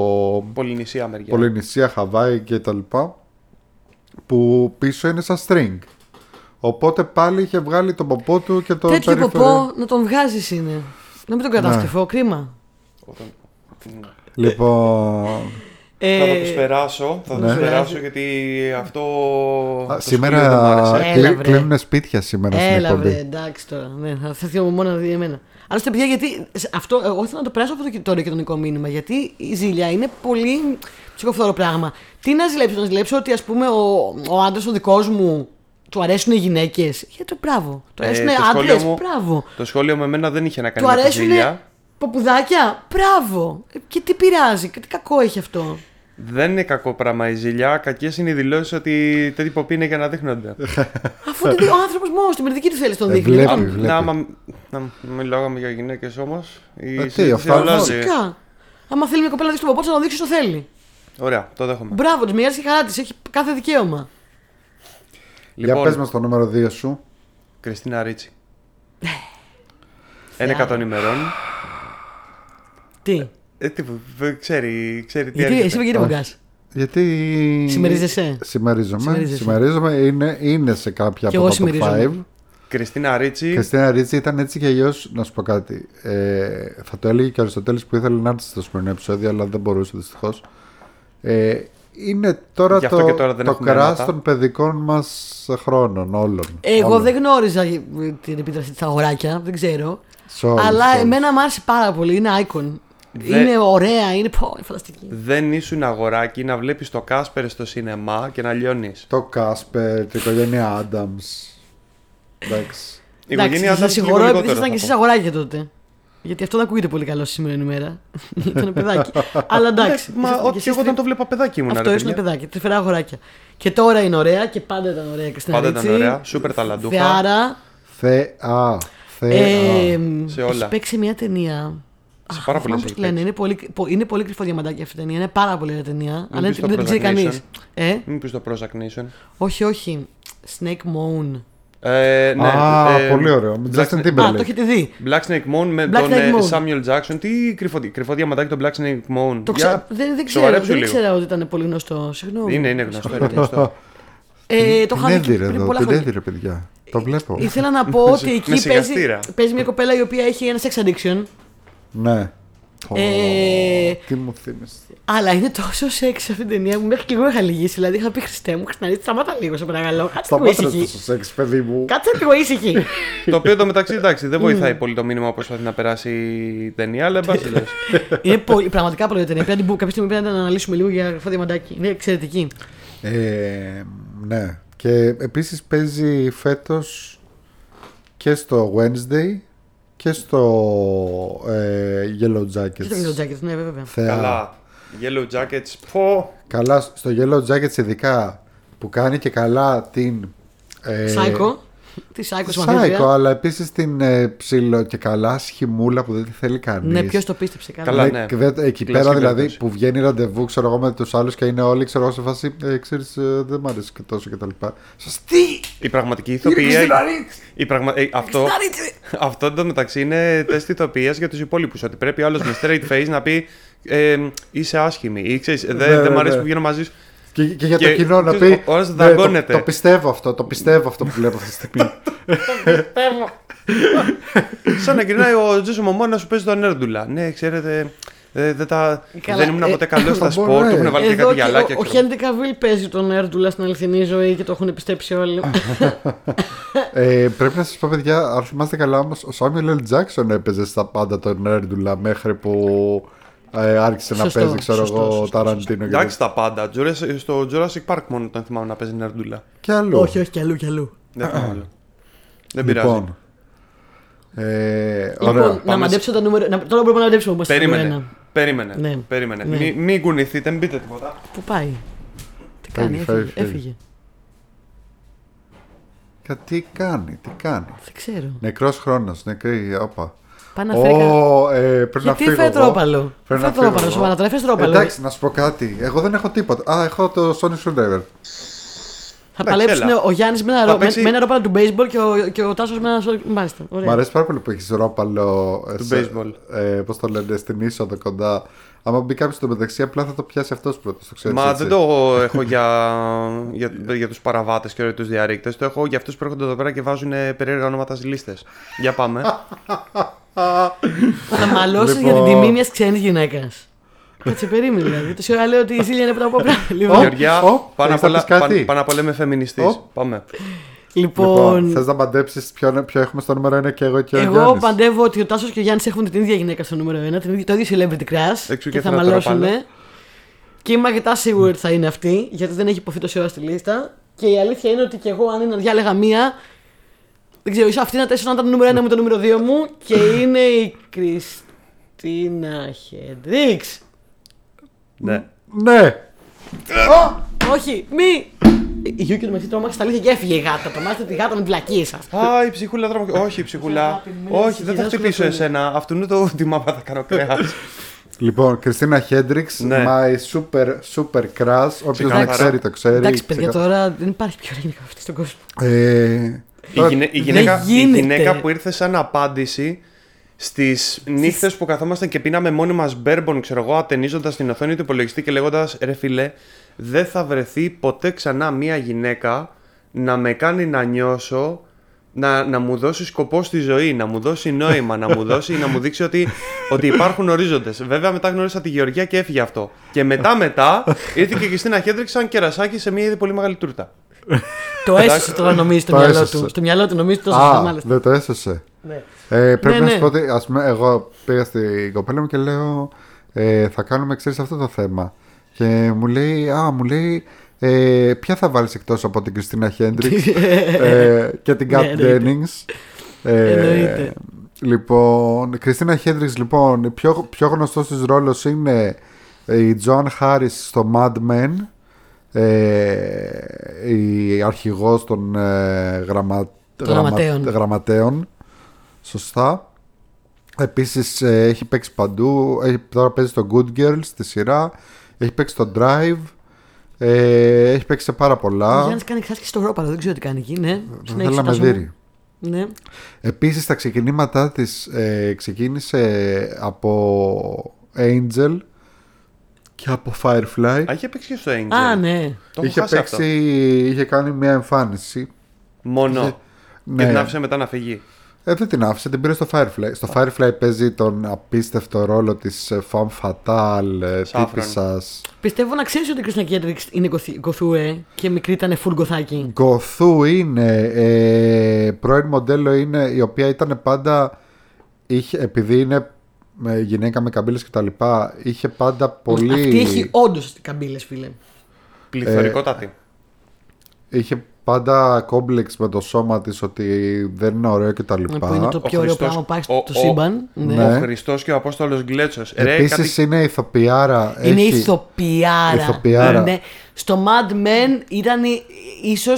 [SPEAKER 3] Πολυνησία μεριά.
[SPEAKER 2] Πολυνησία, Χαβάη και τα λοιπά που πίσω είναι σαν string. Οπότε πάλι είχε βγάλει τον ποπό του και τον
[SPEAKER 1] Τέτοιο
[SPEAKER 2] περίφερε.
[SPEAKER 1] ποπό να τον βγάζεις είναι. Να μην τον κρατά
[SPEAKER 2] Ναι.
[SPEAKER 1] κρυφό, κρίμα.
[SPEAKER 3] Όταν- Ναι.
[SPEAKER 2] Λοιπόν,
[SPEAKER 3] Θα
[SPEAKER 1] Ε,
[SPEAKER 3] το τους περάσω, θα
[SPEAKER 2] Ναι.
[SPEAKER 3] τους περάσω γιατί αυτό
[SPEAKER 2] α,
[SPEAKER 3] Ε, το
[SPEAKER 2] σήμερα Ε,
[SPEAKER 3] σκύλο δεν μ' άρεσε.
[SPEAKER 1] Έλα, βρε.
[SPEAKER 2] κλείνουν σπίτια σήμερα στην
[SPEAKER 1] Έλα βρε,
[SPEAKER 2] εκπομπή.
[SPEAKER 1] εντάξει τώρα. Ναι, θα θα θυμόμουν μόνο να δει εμένα. Άλλωστε, παιδιά, γιατί σε- αυτό, εγώ θέλω να το περάσω αυτό το, το επικοινωνικό μήνυμα. Γιατί η ζήλια είναι πολύ ψυχοφθόρο πράγμα. Τι να ζηλέψω, να ζηλέψω ότι ας πούμε ο, ο άντρας ο δικός μου του αρέσουν οι γυναίκες. Γιατί το μπράβο. Του αρέσουν
[SPEAKER 3] Ε, το
[SPEAKER 1] άντρες,
[SPEAKER 3] σχόλιο μου-
[SPEAKER 1] ναι, μπράβο.
[SPEAKER 3] Το σχόλιο με εμένα δεν είχε να κάνει
[SPEAKER 1] Του
[SPEAKER 3] με τη
[SPEAKER 1] αρέσουν
[SPEAKER 3] ζήλια.
[SPEAKER 1] ποπουδάκια, μπράβο. Ε, Και τι πειράζει, και τι κακό έχει αυτό.
[SPEAKER 3] Δεν είναι κακό πράγμα η ζηλιά. Κακές είναι οι δηλώσεις ότι τέτοιοι ποποί είναι για να δείχνονται.
[SPEAKER 1] Ε, Αφού το δει ο άνθρωπος μόνος του, με τη δική του θέλει τον
[SPEAKER 2] Ε,
[SPEAKER 1] δείχνει.
[SPEAKER 2] βλέπει.
[SPEAKER 1] Λοιπόν,
[SPEAKER 3] να, άμα, να μιλάγαμε για γυναίκες όμως. Η
[SPEAKER 2] Ε, τι,
[SPEAKER 3] συζήτηση
[SPEAKER 2] αυτό είναι
[SPEAKER 3] αλλάζει.
[SPEAKER 1] Φυσικά. Άμα θέλει μια κοπέλα να δείξει τον ποπό, να δείξει όσο θέλει.
[SPEAKER 3] Ωραία, το δέχομαι.
[SPEAKER 1] Μπράβο, της μοιάζει και χαρά της. Έχει κάθε δικαίωμα.
[SPEAKER 2] Για
[SPEAKER 3] Λοιπόν.
[SPEAKER 2] πες μας το νούμερο 2 σου.
[SPEAKER 1] (laughs)
[SPEAKER 3] Κριστίνα Ρίτσι. Ένα εκατόν ημερών.
[SPEAKER 1] Τι.
[SPEAKER 3] Ε, τι, β- ξέρει, ξέρει τι
[SPEAKER 1] Γιατί,
[SPEAKER 3] έρχεται.
[SPEAKER 1] Ε, εσύ με γιατί βογκά.
[SPEAKER 2] Γιατί...
[SPEAKER 1] Συμμερίζεσαι.
[SPEAKER 2] Συμμερίζομαι.
[SPEAKER 1] Συμμερίζεσαι.
[SPEAKER 2] Συμμερίζομαι. Είναι, είναι σε κάποια
[SPEAKER 1] Κι
[SPEAKER 2] από
[SPEAKER 1] εγώ
[SPEAKER 2] τα top
[SPEAKER 1] συμμερίζομαι.
[SPEAKER 2] 5.
[SPEAKER 3] Κριστίνα Ρίτσι.
[SPEAKER 2] Η Χριστίνα Ρίτσι ήταν έτσι και αλλιώς να σου πω κάτι. Ε, θα το έλεγε και ο Αριστοτέλης που ήθελε να έρθει στο σημερινό επεισόδιο, αλλά δεν μπορούσε δυστυχώς. Ε, είναι τώρα
[SPEAKER 3] Γι' αυτό
[SPEAKER 2] το,
[SPEAKER 3] και τώρα δεν
[SPEAKER 2] το
[SPEAKER 3] έχουμε
[SPEAKER 2] κράς
[SPEAKER 3] αίματα.
[SPEAKER 2] των παιδικών μας χρόνων όλων.
[SPEAKER 1] Εγώ
[SPEAKER 2] Όλων.
[SPEAKER 1] δεν γνώριζα ε, την επίδραση της αγοράκια, δεν ξέρω.
[SPEAKER 2] Σε όλους,
[SPEAKER 1] Αλλά
[SPEAKER 2] όλους.
[SPEAKER 1] εμένα μου άρεσε πάρα πολύ. Είναι icon.
[SPEAKER 3] Δε-
[SPEAKER 1] Είναι ωραία, είναι πω, είναι φανταστική.
[SPEAKER 3] Δεν ήσουν αγοράκι να βλέπεις το Κάσπερ στο σινεμά και να λιώνεις.
[SPEAKER 2] Το Κάσπερ, την οικογένεια Άνταμ. Εντάξει.
[SPEAKER 3] Η οικογένεια
[SPEAKER 1] σα
[SPEAKER 3] Adams λίγο
[SPEAKER 1] συγχωρώ επειδή
[SPEAKER 3] λιγότερο,
[SPEAKER 1] ήσασταν
[SPEAKER 3] θα
[SPEAKER 1] και
[SPEAKER 3] πω.
[SPEAKER 1] εσείς αγοράκια τότε. Γιατί αυτό δεν ακούγεται πολύ καλό σήμερα ημέρα. (laughs) Ήταν παιδάκι. Αλλά εντάξει.
[SPEAKER 3] Ναι, Μα
[SPEAKER 1] ήσασταν και
[SPEAKER 3] ό,τι
[SPEAKER 1] εσείς
[SPEAKER 3] εγώ όταν
[SPEAKER 1] τρι- (laughs)
[SPEAKER 3] το βλέπα παιδάκι ήμουν.
[SPEAKER 1] Αυτό
[SPEAKER 3] ρε
[SPEAKER 1] ήσουν
[SPEAKER 3] παιδιά.
[SPEAKER 1] παιδάκι, τρυφερά αγοράκια. Και τώρα είναι ωραία και πάντα ήταν ωραία η Κριστίνα
[SPEAKER 3] Πάντα ήταν
[SPEAKER 1] Ρίτσι.
[SPEAKER 3] ωραία, σούπερ ταλαντούχα.
[SPEAKER 1] Θεάρα.
[SPEAKER 2] Θεά.
[SPEAKER 1] Ε,
[SPEAKER 2] Θεά.
[SPEAKER 3] σε όλα.
[SPEAKER 1] Έχει παίξει μια ταινία.
[SPEAKER 3] Σε
[SPEAKER 1] Αχ,
[SPEAKER 3] πάρα
[SPEAKER 1] δεν θυμάμαι
[SPEAKER 3] πολλές
[SPEAKER 1] πώς
[SPEAKER 3] έχει
[SPEAKER 1] τη λένε. Είναι πολύ, πο- είναι πολύ κρυφό διαμαντάκι αυτή η ταινία. Είναι πάρα πολύ ωραία ταινία. Αλλά
[SPEAKER 3] πεις
[SPEAKER 1] δεν
[SPEAKER 3] το
[SPEAKER 1] δεν την ξέρει
[SPEAKER 3] Prozac Nation.
[SPEAKER 1] κανείς. Ε,
[SPEAKER 3] Μην πεις το Prozac Nation.
[SPEAKER 1] όχι, όχι. Snake Moon.
[SPEAKER 3] Ε, ναι,
[SPEAKER 2] Α,
[SPEAKER 3] ε,
[SPEAKER 2] πολύ ωραίο. Με
[SPEAKER 3] Black,
[SPEAKER 2] Justin
[SPEAKER 3] Sna-
[SPEAKER 1] Α, το
[SPEAKER 2] Timberlake.
[SPEAKER 1] έχετε δει.
[SPEAKER 3] Black Snake Moon με
[SPEAKER 1] Black
[SPEAKER 3] τον
[SPEAKER 1] Snake
[SPEAKER 3] ε,
[SPEAKER 1] Moon.
[SPEAKER 3] Samuel Jackson. Τι κρυφό, κρυφό διαμαντάκι τον Black Snake Moon.
[SPEAKER 1] Το ξα...
[SPEAKER 3] Για-
[SPEAKER 1] δεν, δεν, ξέρω,
[SPEAKER 3] σοβαρέψου
[SPEAKER 1] δεν
[SPEAKER 3] λίγο.
[SPEAKER 1] ήξερα ότι ήταν πολύ γνωστό. Συγγνώμη.
[SPEAKER 3] Είναι, είναι γνωστό. είναι
[SPEAKER 2] (laughs)
[SPEAKER 3] γνωστό.
[SPEAKER 1] Ε, το
[SPEAKER 2] Την
[SPEAKER 1] είχα δει και
[SPEAKER 2] έδιρε
[SPEAKER 1] πριν
[SPEAKER 2] εδώ,
[SPEAKER 1] πολλά
[SPEAKER 2] την
[SPEAKER 1] χρόνια. Ε,
[SPEAKER 2] έδιρε, παιδιά. Το βλέπω.
[SPEAKER 1] Ήθελα να πω ότι
[SPEAKER 3] (laughs) Με
[SPEAKER 1] εκεί παίζει,
[SPEAKER 3] σιγαστήρα.
[SPEAKER 1] παίζει μια κοπέλα η οποία έχει ένα sex addiction.
[SPEAKER 2] Ναι. Πω,
[SPEAKER 1] Ε,
[SPEAKER 2] Τι μου θύμισε.
[SPEAKER 1] Αλλά είναι τόσο σεξ αυτή την ταινία που μέχρι και εγώ είχα λυγίσει. Δηλαδή είχα πει Χριστέ μου, Χριστέ σταμάτα λίγο σε παρακαλώ. Κάτσε λίγο
[SPEAKER 2] Σταμάτησε
[SPEAKER 1] ήσυχη.
[SPEAKER 2] το σεξ, παιδί μου.
[SPEAKER 1] Κάτσε λίγο ήσυχη.
[SPEAKER 3] το οποίο το μεταξύ εντάξει δεν
[SPEAKER 1] Mm.
[SPEAKER 3] βοηθάει πολύ το μήνυμα που προσπαθεί να περάσει η ταινία, αλλά εν
[SPEAKER 2] (laughs)
[SPEAKER 3] πάση περιπτώσει.
[SPEAKER 1] είναι πολύ, πραγματικά πολύ ωραία ταινία. Πρέπει να την μπου- κάποια στιγμή πρέπει να την αναλύσουμε λίγο για αυτό διαμαντάκι. Είναι εξαιρετική.
[SPEAKER 2] Ε, ναι. Και επίσης παίζει φέτος και στο Wednesday και στο ε, Yellow Jackets.
[SPEAKER 1] Και το Yellow Jacket, ναι, βέβαια.
[SPEAKER 2] Θεά.
[SPEAKER 3] Καλά. Yellow Jackets, πω.
[SPEAKER 2] Καλά, στο Yellow Jackets ειδικά που κάνει και καλά την... Ε,
[SPEAKER 1] Σάικο. Τι Σάικο σου
[SPEAKER 2] Σάικο, αλλά επίσης την ε, ψηλο και καλά σχημούλα που δεν τη θέλει κανείς.
[SPEAKER 1] Ναι, ποιος το πίστεψε καλά.
[SPEAKER 3] Καλά.
[SPEAKER 2] Ναι,
[SPEAKER 3] ναι.
[SPEAKER 2] κβε- εκεί πέρα
[SPEAKER 3] Κλασική
[SPEAKER 2] δηλαδή
[SPEAKER 3] περίπτωση.
[SPEAKER 2] που βγαίνει ραντεβού, ξέρω εγώ με τους άλλους και είναι όλοι, ξέρω εγώ σε φάση. Ε, ξέρεις, ε, δεν μ' αρέσει και τόσο κτλ. Σας τι!
[SPEAKER 3] Η πραγματική ηθοποιία. Η πραγμα... ε, αυτό, αυτό εντωμεταξύ είναι τεστ ηθοποιίας για τους υπόλοιπους. Ότι πρέπει άλλος με straight face να πει ε, είσαι άσχημη ή ξέρεις, δεν
[SPEAKER 2] Ναι,
[SPEAKER 3] δεν
[SPEAKER 2] ναι,
[SPEAKER 3] μ' αρέσει
[SPEAKER 2] ναι.
[SPEAKER 3] που βγαίνω μαζί σου.
[SPEAKER 2] Και, και για το
[SPEAKER 3] Και
[SPEAKER 2] κοινό να
[SPEAKER 3] ξέρεις,
[SPEAKER 2] πει.
[SPEAKER 3] ο- ο άλλος
[SPEAKER 2] «Ναι, το,
[SPEAKER 3] δαγκώνεται».
[SPEAKER 2] το πιστεύω αυτό, το πιστεύω αυτό που βλέπω αυτή τη στιγμή.
[SPEAKER 1] (laughs)
[SPEAKER 3] Σαν να γυρνάει ο Τζέσο Μωμό να σου παίζει τον Έρντουλα. Ναι, ξέρετε, Ε, δεν, τα...
[SPEAKER 1] Καλά,
[SPEAKER 3] δεν ήμουν
[SPEAKER 1] ε,
[SPEAKER 3] ποτέ
[SPEAKER 2] (laughs)
[SPEAKER 3] καλός στα
[SPEAKER 2] θα μπορώ,
[SPEAKER 3] σπορ, του
[SPEAKER 2] ε.
[SPEAKER 3] έχουν βάλει και
[SPEAKER 1] Εδώ
[SPEAKER 3] κάτι
[SPEAKER 1] και ο,
[SPEAKER 3] γυαλάκια.
[SPEAKER 1] ο
[SPEAKER 3] ξέρω.
[SPEAKER 1] Χέντι Καβίλ παίζει τον Έρντουλα στην αληθινή ζωή και το έχουν πιστέψει όλοι. Λοιπόν,
[SPEAKER 2] Ε, πρέπει να σας πω, παιδιά, αν θυμάστε καλά όμως, ο Σάμιουελ L. Τζάξον έπαιζε στα πάντα τον Έρντουλα μέχρι που ε, άρχισε
[SPEAKER 1] Σωστό,
[SPEAKER 2] να παίζει, ξέρω
[SPEAKER 1] σωστό,
[SPEAKER 2] εγώ,
[SPEAKER 1] σωστό,
[SPEAKER 2] ο
[SPEAKER 1] σωστό.
[SPEAKER 2] Ταραντίνο και,
[SPEAKER 3] Εντάξει τα πάντα. Jurassic- Στο Jurassic Park μόνο τον θυμάμαι να παίζει νερντούλα.
[SPEAKER 2] και άλλο.
[SPEAKER 1] όχι, όχι, κι αλλού, κι αλλού.
[SPEAKER 3] Δεν θυμάμαι άλλο. Δεν πειράζει.
[SPEAKER 2] λοιπόν. Ε, ωραία.
[SPEAKER 1] Λοιπόν, να
[SPEAKER 3] πάμε
[SPEAKER 1] μαντέψω τα νούμερα. να- Τώρα μπορούμε να μαντέψουμε πώ είναι το νούμερο
[SPEAKER 3] Περίμενε.
[SPEAKER 1] ένα.
[SPEAKER 3] Περίμενε.
[SPEAKER 1] Ναι.
[SPEAKER 3] Περίμενε.
[SPEAKER 1] Ναι.
[SPEAKER 3] Μη- Μην κουνηθείτε, μην πείτε τίποτα.
[SPEAKER 1] Πού πάει. Τι κάνει,
[SPEAKER 2] Φεύγει, φεύγει,
[SPEAKER 1] έφυγε.
[SPEAKER 2] φεύγει.
[SPEAKER 1] έφυγε.
[SPEAKER 2] Κα- Τι κάνει, τι κάνει.
[SPEAKER 1] Δεν ξέρω.
[SPEAKER 2] Νεκρός χρόνος, νεκρή, όπα.
[SPEAKER 1] Πάνε να φρέκα.
[SPEAKER 2] Ω, ε, πρέπει να
[SPEAKER 1] Γιατί
[SPEAKER 2] φύγω.
[SPEAKER 1] φέρε
[SPEAKER 2] εγώ.
[SPEAKER 1] τρόπαλο.
[SPEAKER 2] Πρέπει
[SPEAKER 1] Φέρε
[SPEAKER 2] να φύγω.
[SPEAKER 1] τρόπαλο,
[SPEAKER 2] εγώ.
[SPEAKER 1] σοβαρά, τώρα φέρε τρόπαλο.
[SPEAKER 2] Εντάξει, να σου πω κάτι. Εγώ δεν έχω τίποτα. Α, έχω το Sony Screwdriver.
[SPEAKER 1] Θα
[SPEAKER 3] εντάξει,
[SPEAKER 1] παλέψουν
[SPEAKER 3] έλα.
[SPEAKER 1] ο Γιάννης με
[SPEAKER 3] Θα
[SPEAKER 1] ένα ρο- με-
[SPEAKER 3] παίξει-
[SPEAKER 1] με ένα ρόπαλο του baseball και ο- και ο Τάσος με ένα. σο- Μάλιστα.
[SPEAKER 2] Μ'
[SPEAKER 1] Ωραία.
[SPEAKER 2] αρέσει πάρα πολύ που έχεις ρόπαλο. ε,
[SPEAKER 3] Του
[SPEAKER 2] σε-
[SPEAKER 3] baseball.
[SPEAKER 2] Ε, Πώς το λένε, στην είσοδο κοντά. Άμα μπει κάποιος στο μεταξύ, απλά θα το πιάσει αυτός πρώτος. Το ξέρεις,
[SPEAKER 3] Μα
[SPEAKER 2] έτσι.
[SPEAKER 3] δεν το έχω για, για, για τους παραβάτες και τους διαρρήκτες. Το έχω για αυτούς που έρχονται εδώ πέρα και βάζουν ε, περίεργα ονόματα στις λίστες. Για πάμε.
[SPEAKER 1] Θα μαλώσει για
[SPEAKER 2] Λοιπόν.
[SPEAKER 1] την τιμή μιας ξένης γυναίκας. Κάτσε περίμενε. δηλαδή. Τόση ώρα λέω ότι η Σίλια είναι πριν από πράγμα. Λοιπόν,
[SPEAKER 3] Γεωργιά,
[SPEAKER 2] Ω,
[SPEAKER 3] πάνω απ'
[SPEAKER 2] θες να
[SPEAKER 3] όλα-
[SPEAKER 2] πεις κάτι?
[SPEAKER 3] πάνω- πάνω απ' όλα είμαι φεμινιστής.
[SPEAKER 2] Ω.
[SPEAKER 3] Πάμε.
[SPEAKER 2] Λοιπόν,
[SPEAKER 1] λοιπόν,
[SPEAKER 2] θες να παντέψεις ποιο, ποιο έχουμε στο νούμερο 1 και εγώ και ο
[SPEAKER 1] εγώ
[SPEAKER 2] Γιάννης.
[SPEAKER 1] παντεύω ότι ο Τάσος και ο Γιάννης έχουν την ίδια γυναίκα στο νούμερο 1, την ίδια, το ίδιο celebrity crush.
[SPEAKER 3] Έξω
[SPEAKER 1] και
[SPEAKER 3] και
[SPEAKER 1] θα
[SPEAKER 3] θέλω να
[SPEAKER 1] μαλώσουν.
[SPEAKER 3] τραπάλω.
[SPEAKER 1] Και η Μαγετά σίγουρα ότι θα είναι αυτή, γιατί δεν έχει υποθεί τόση ώρα στη λίστα. Και η αλήθεια είναι ότι και εγώ, αν είναι να διάλεγα μία. Δεν ξέρω, ίσως αυτή να τέσσερα να ήταν το νούμερο 1 με το νούμερο 2 μου. Και είναι η Κριστίνα Χέντριξ.
[SPEAKER 3] Ναι.
[SPEAKER 2] Ναι!
[SPEAKER 1] Όχι, μη! Η Γιούκη το μεταξύ τρόμαξε τα αλήθεια και έφυγε η γάτα. Το μάθετε τη γάτα με την πλακή σας.
[SPEAKER 3] Α, η ψυχούλα δρόμο. Όχι, η ψυχούλα.
[SPEAKER 1] Αγάπη μου,
[SPEAKER 3] Όχι, δεν θα
[SPEAKER 1] σιγά
[SPEAKER 3] χτυπήσω
[SPEAKER 1] σκοτώνει.
[SPEAKER 3] εσένα. Αυτού είναι το (laughs) τι μάπα θα κάνω κρέας.
[SPEAKER 2] Λοιπόν, Κριστίνα Χέντριξ,
[SPEAKER 3] Ναι.
[SPEAKER 2] my super, super crush. Όποιο δεν
[SPEAKER 3] Ξεκάθαρα.
[SPEAKER 2] ξέρει, το ξέρει.
[SPEAKER 1] Εντάξει, παιδιά,
[SPEAKER 2] Ξεκα-
[SPEAKER 1] τώρα δεν υπάρχει πιο γυναίκα αυτή στον κόσμο.
[SPEAKER 2] Ε,
[SPEAKER 3] Η,
[SPEAKER 2] τώρα-
[SPEAKER 3] γυνα- η γυναίκα, η
[SPEAKER 1] γίνεται.
[SPEAKER 3] γυναίκα που ήρθε σαν απάντηση στις νύχτες που καθόμασταν και πίναμε μόνοι μας μπέρμπον, ξέρω εγώ, ατενίζοντας την οθόνη του υπολογιστή και λέγοντας ρε φιλέ, δεν θα βρεθεί ποτέ ξανά μία γυναίκα να με κάνει να νιώσω. Να, να μου δώσει σκοπό στη ζωή, να μου δώσει νόημα, να μου δώσει, να μου δείξει ότι, ότι υπάρχουν ορίζοντες. Βέβαια, μετά γνώρισα τη Γεωργία και έφυγε αυτό. Και μετά, μετά, ήρθε και η Κριστίνα Χέντριξ σαν κερασάκι σε μια ήδη πολύ μεγάλη τούρτα.
[SPEAKER 1] Το έσωσε τώρα νομίζει στο
[SPEAKER 2] Το
[SPEAKER 1] μυαλό
[SPEAKER 2] έσωσε.
[SPEAKER 1] του. Στο μυαλό του νομίζει το έσωσε,
[SPEAKER 2] Α,
[SPEAKER 1] μάλιστα.
[SPEAKER 2] δεν το έσωσε.
[SPEAKER 1] Ναι.
[SPEAKER 2] Ε, πρέπει
[SPEAKER 1] Ναι,
[SPEAKER 2] να
[SPEAKER 1] ναι.
[SPEAKER 2] σου πω ότι ας πούμε, εγώ πήγα στην κοπέλα μου και λέω ε, θα κάνουμε ξέρεις αυτό το θέμα και μου λέει, α, μου λέει ε, ποια θα βάλεις εκτός από την
[SPEAKER 1] (laughs)
[SPEAKER 2] Κριστίνα Χέντριξ ε, και την Κάτ
[SPEAKER 1] Ναι, εννοείται.
[SPEAKER 2] Ντένινγκς Ε,
[SPEAKER 1] Εννοείται.
[SPEAKER 2] Λοιπόν, Κριστίνα Χέντριξ λοιπόν, πιο, πιο γνωστός της ρόλος είναι η Τζον Χάρις στο Mad Men ε, η αρχηγός των ε, γραμμα-
[SPEAKER 1] γραμματέων.
[SPEAKER 2] γραμμα- γραμματέων. Σωστά. Επίσης ε, έχει παίξει παντού. Έχει, τώρα παίζει στο Good Girls στη σειρά. Έχει παίξει στο Drive. Ε, έχει παίξει σε πάρα
[SPEAKER 1] Ο
[SPEAKER 2] πολλά.
[SPEAKER 1] Γιάννης κάνει εξάσκηση στο ρόπαλο, δεν ξέρω τι κάνει εκεί. Ναι,
[SPEAKER 2] Θέλω
[SPEAKER 1] συνέχισε.
[SPEAKER 2] να με
[SPEAKER 1] Τάσο μου.
[SPEAKER 2] δει.
[SPEAKER 1] Ναι.
[SPEAKER 2] Επίσης τα ξεκινήματά της ε, ξεκίνησε από Angel και από Firefly.
[SPEAKER 3] Α, είχε παίξει και στο Angel.
[SPEAKER 1] Α, ναι.
[SPEAKER 3] Το
[SPEAKER 2] είχε,
[SPEAKER 3] είχε χάσει
[SPEAKER 2] παίξει,
[SPEAKER 3] αυτό.
[SPEAKER 2] είχε κάνει μια εμφάνιση.
[SPEAKER 3] Μόνο.
[SPEAKER 2] Ναι.
[SPEAKER 3] Και την άφησε μετά να φύγει.
[SPEAKER 2] Ε, δεν την άφησε, την πήρε στο Firefly. Στο Firefly παίζει τον απίστευτο ρόλο της ε, femme fatale, ε,
[SPEAKER 3] Saffron.
[SPEAKER 2] τύπισσας.
[SPEAKER 1] Πιστεύω να ξέρεις ότι η Κριστίνα Κέντριξ είναι γκοθι- γκοθούε και μικρή ήταν full γκοθάκι.
[SPEAKER 2] Γκοθού είναι, ε, πρώην μοντέλο είναι, η οποία ήταν πάντα, είχε, επειδή είναι με γυναίκα με καμπύλες και τα λοιπά, είχε πάντα πολύ...
[SPEAKER 1] Αυτή έχει όντως καμπύλες, φίλε.
[SPEAKER 2] Ε,
[SPEAKER 3] Πληθωρικότατη.
[SPEAKER 2] είχε πάντα κόμπλεξ με το σώμα της ότι δεν είναι ωραίο και τα
[SPEAKER 1] Να
[SPEAKER 2] λοιπά.
[SPEAKER 1] Ναι, που είναι το πιο ωραίο
[SPEAKER 3] Χριστός-
[SPEAKER 1] πράγμα που υπάρχει
[SPEAKER 3] ο-
[SPEAKER 1] στο
[SPEAKER 3] ο-
[SPEAKER 1] σύμπαν. Ναι.
[SPEAKER 2] Ναι.
[SPEAKER 3] Ο Χριστός και ο Απόστολος Γκλέτσος. Ρε,
[SPEAKER 2] Επίσης
[SPEAKER 3] κάτι...
[SPEAKER 2] είναι ηθοποιάρα.
[SPEAKER 1] Είναι
[SPEAKER 2] έχει-
[SPEAKER 1] ηθοποιάρα.
[SPEAKER 2] Ηθοποιάρα.
[SPEAKER 1] Ναι. Στο Mad Men ήταν ίσω.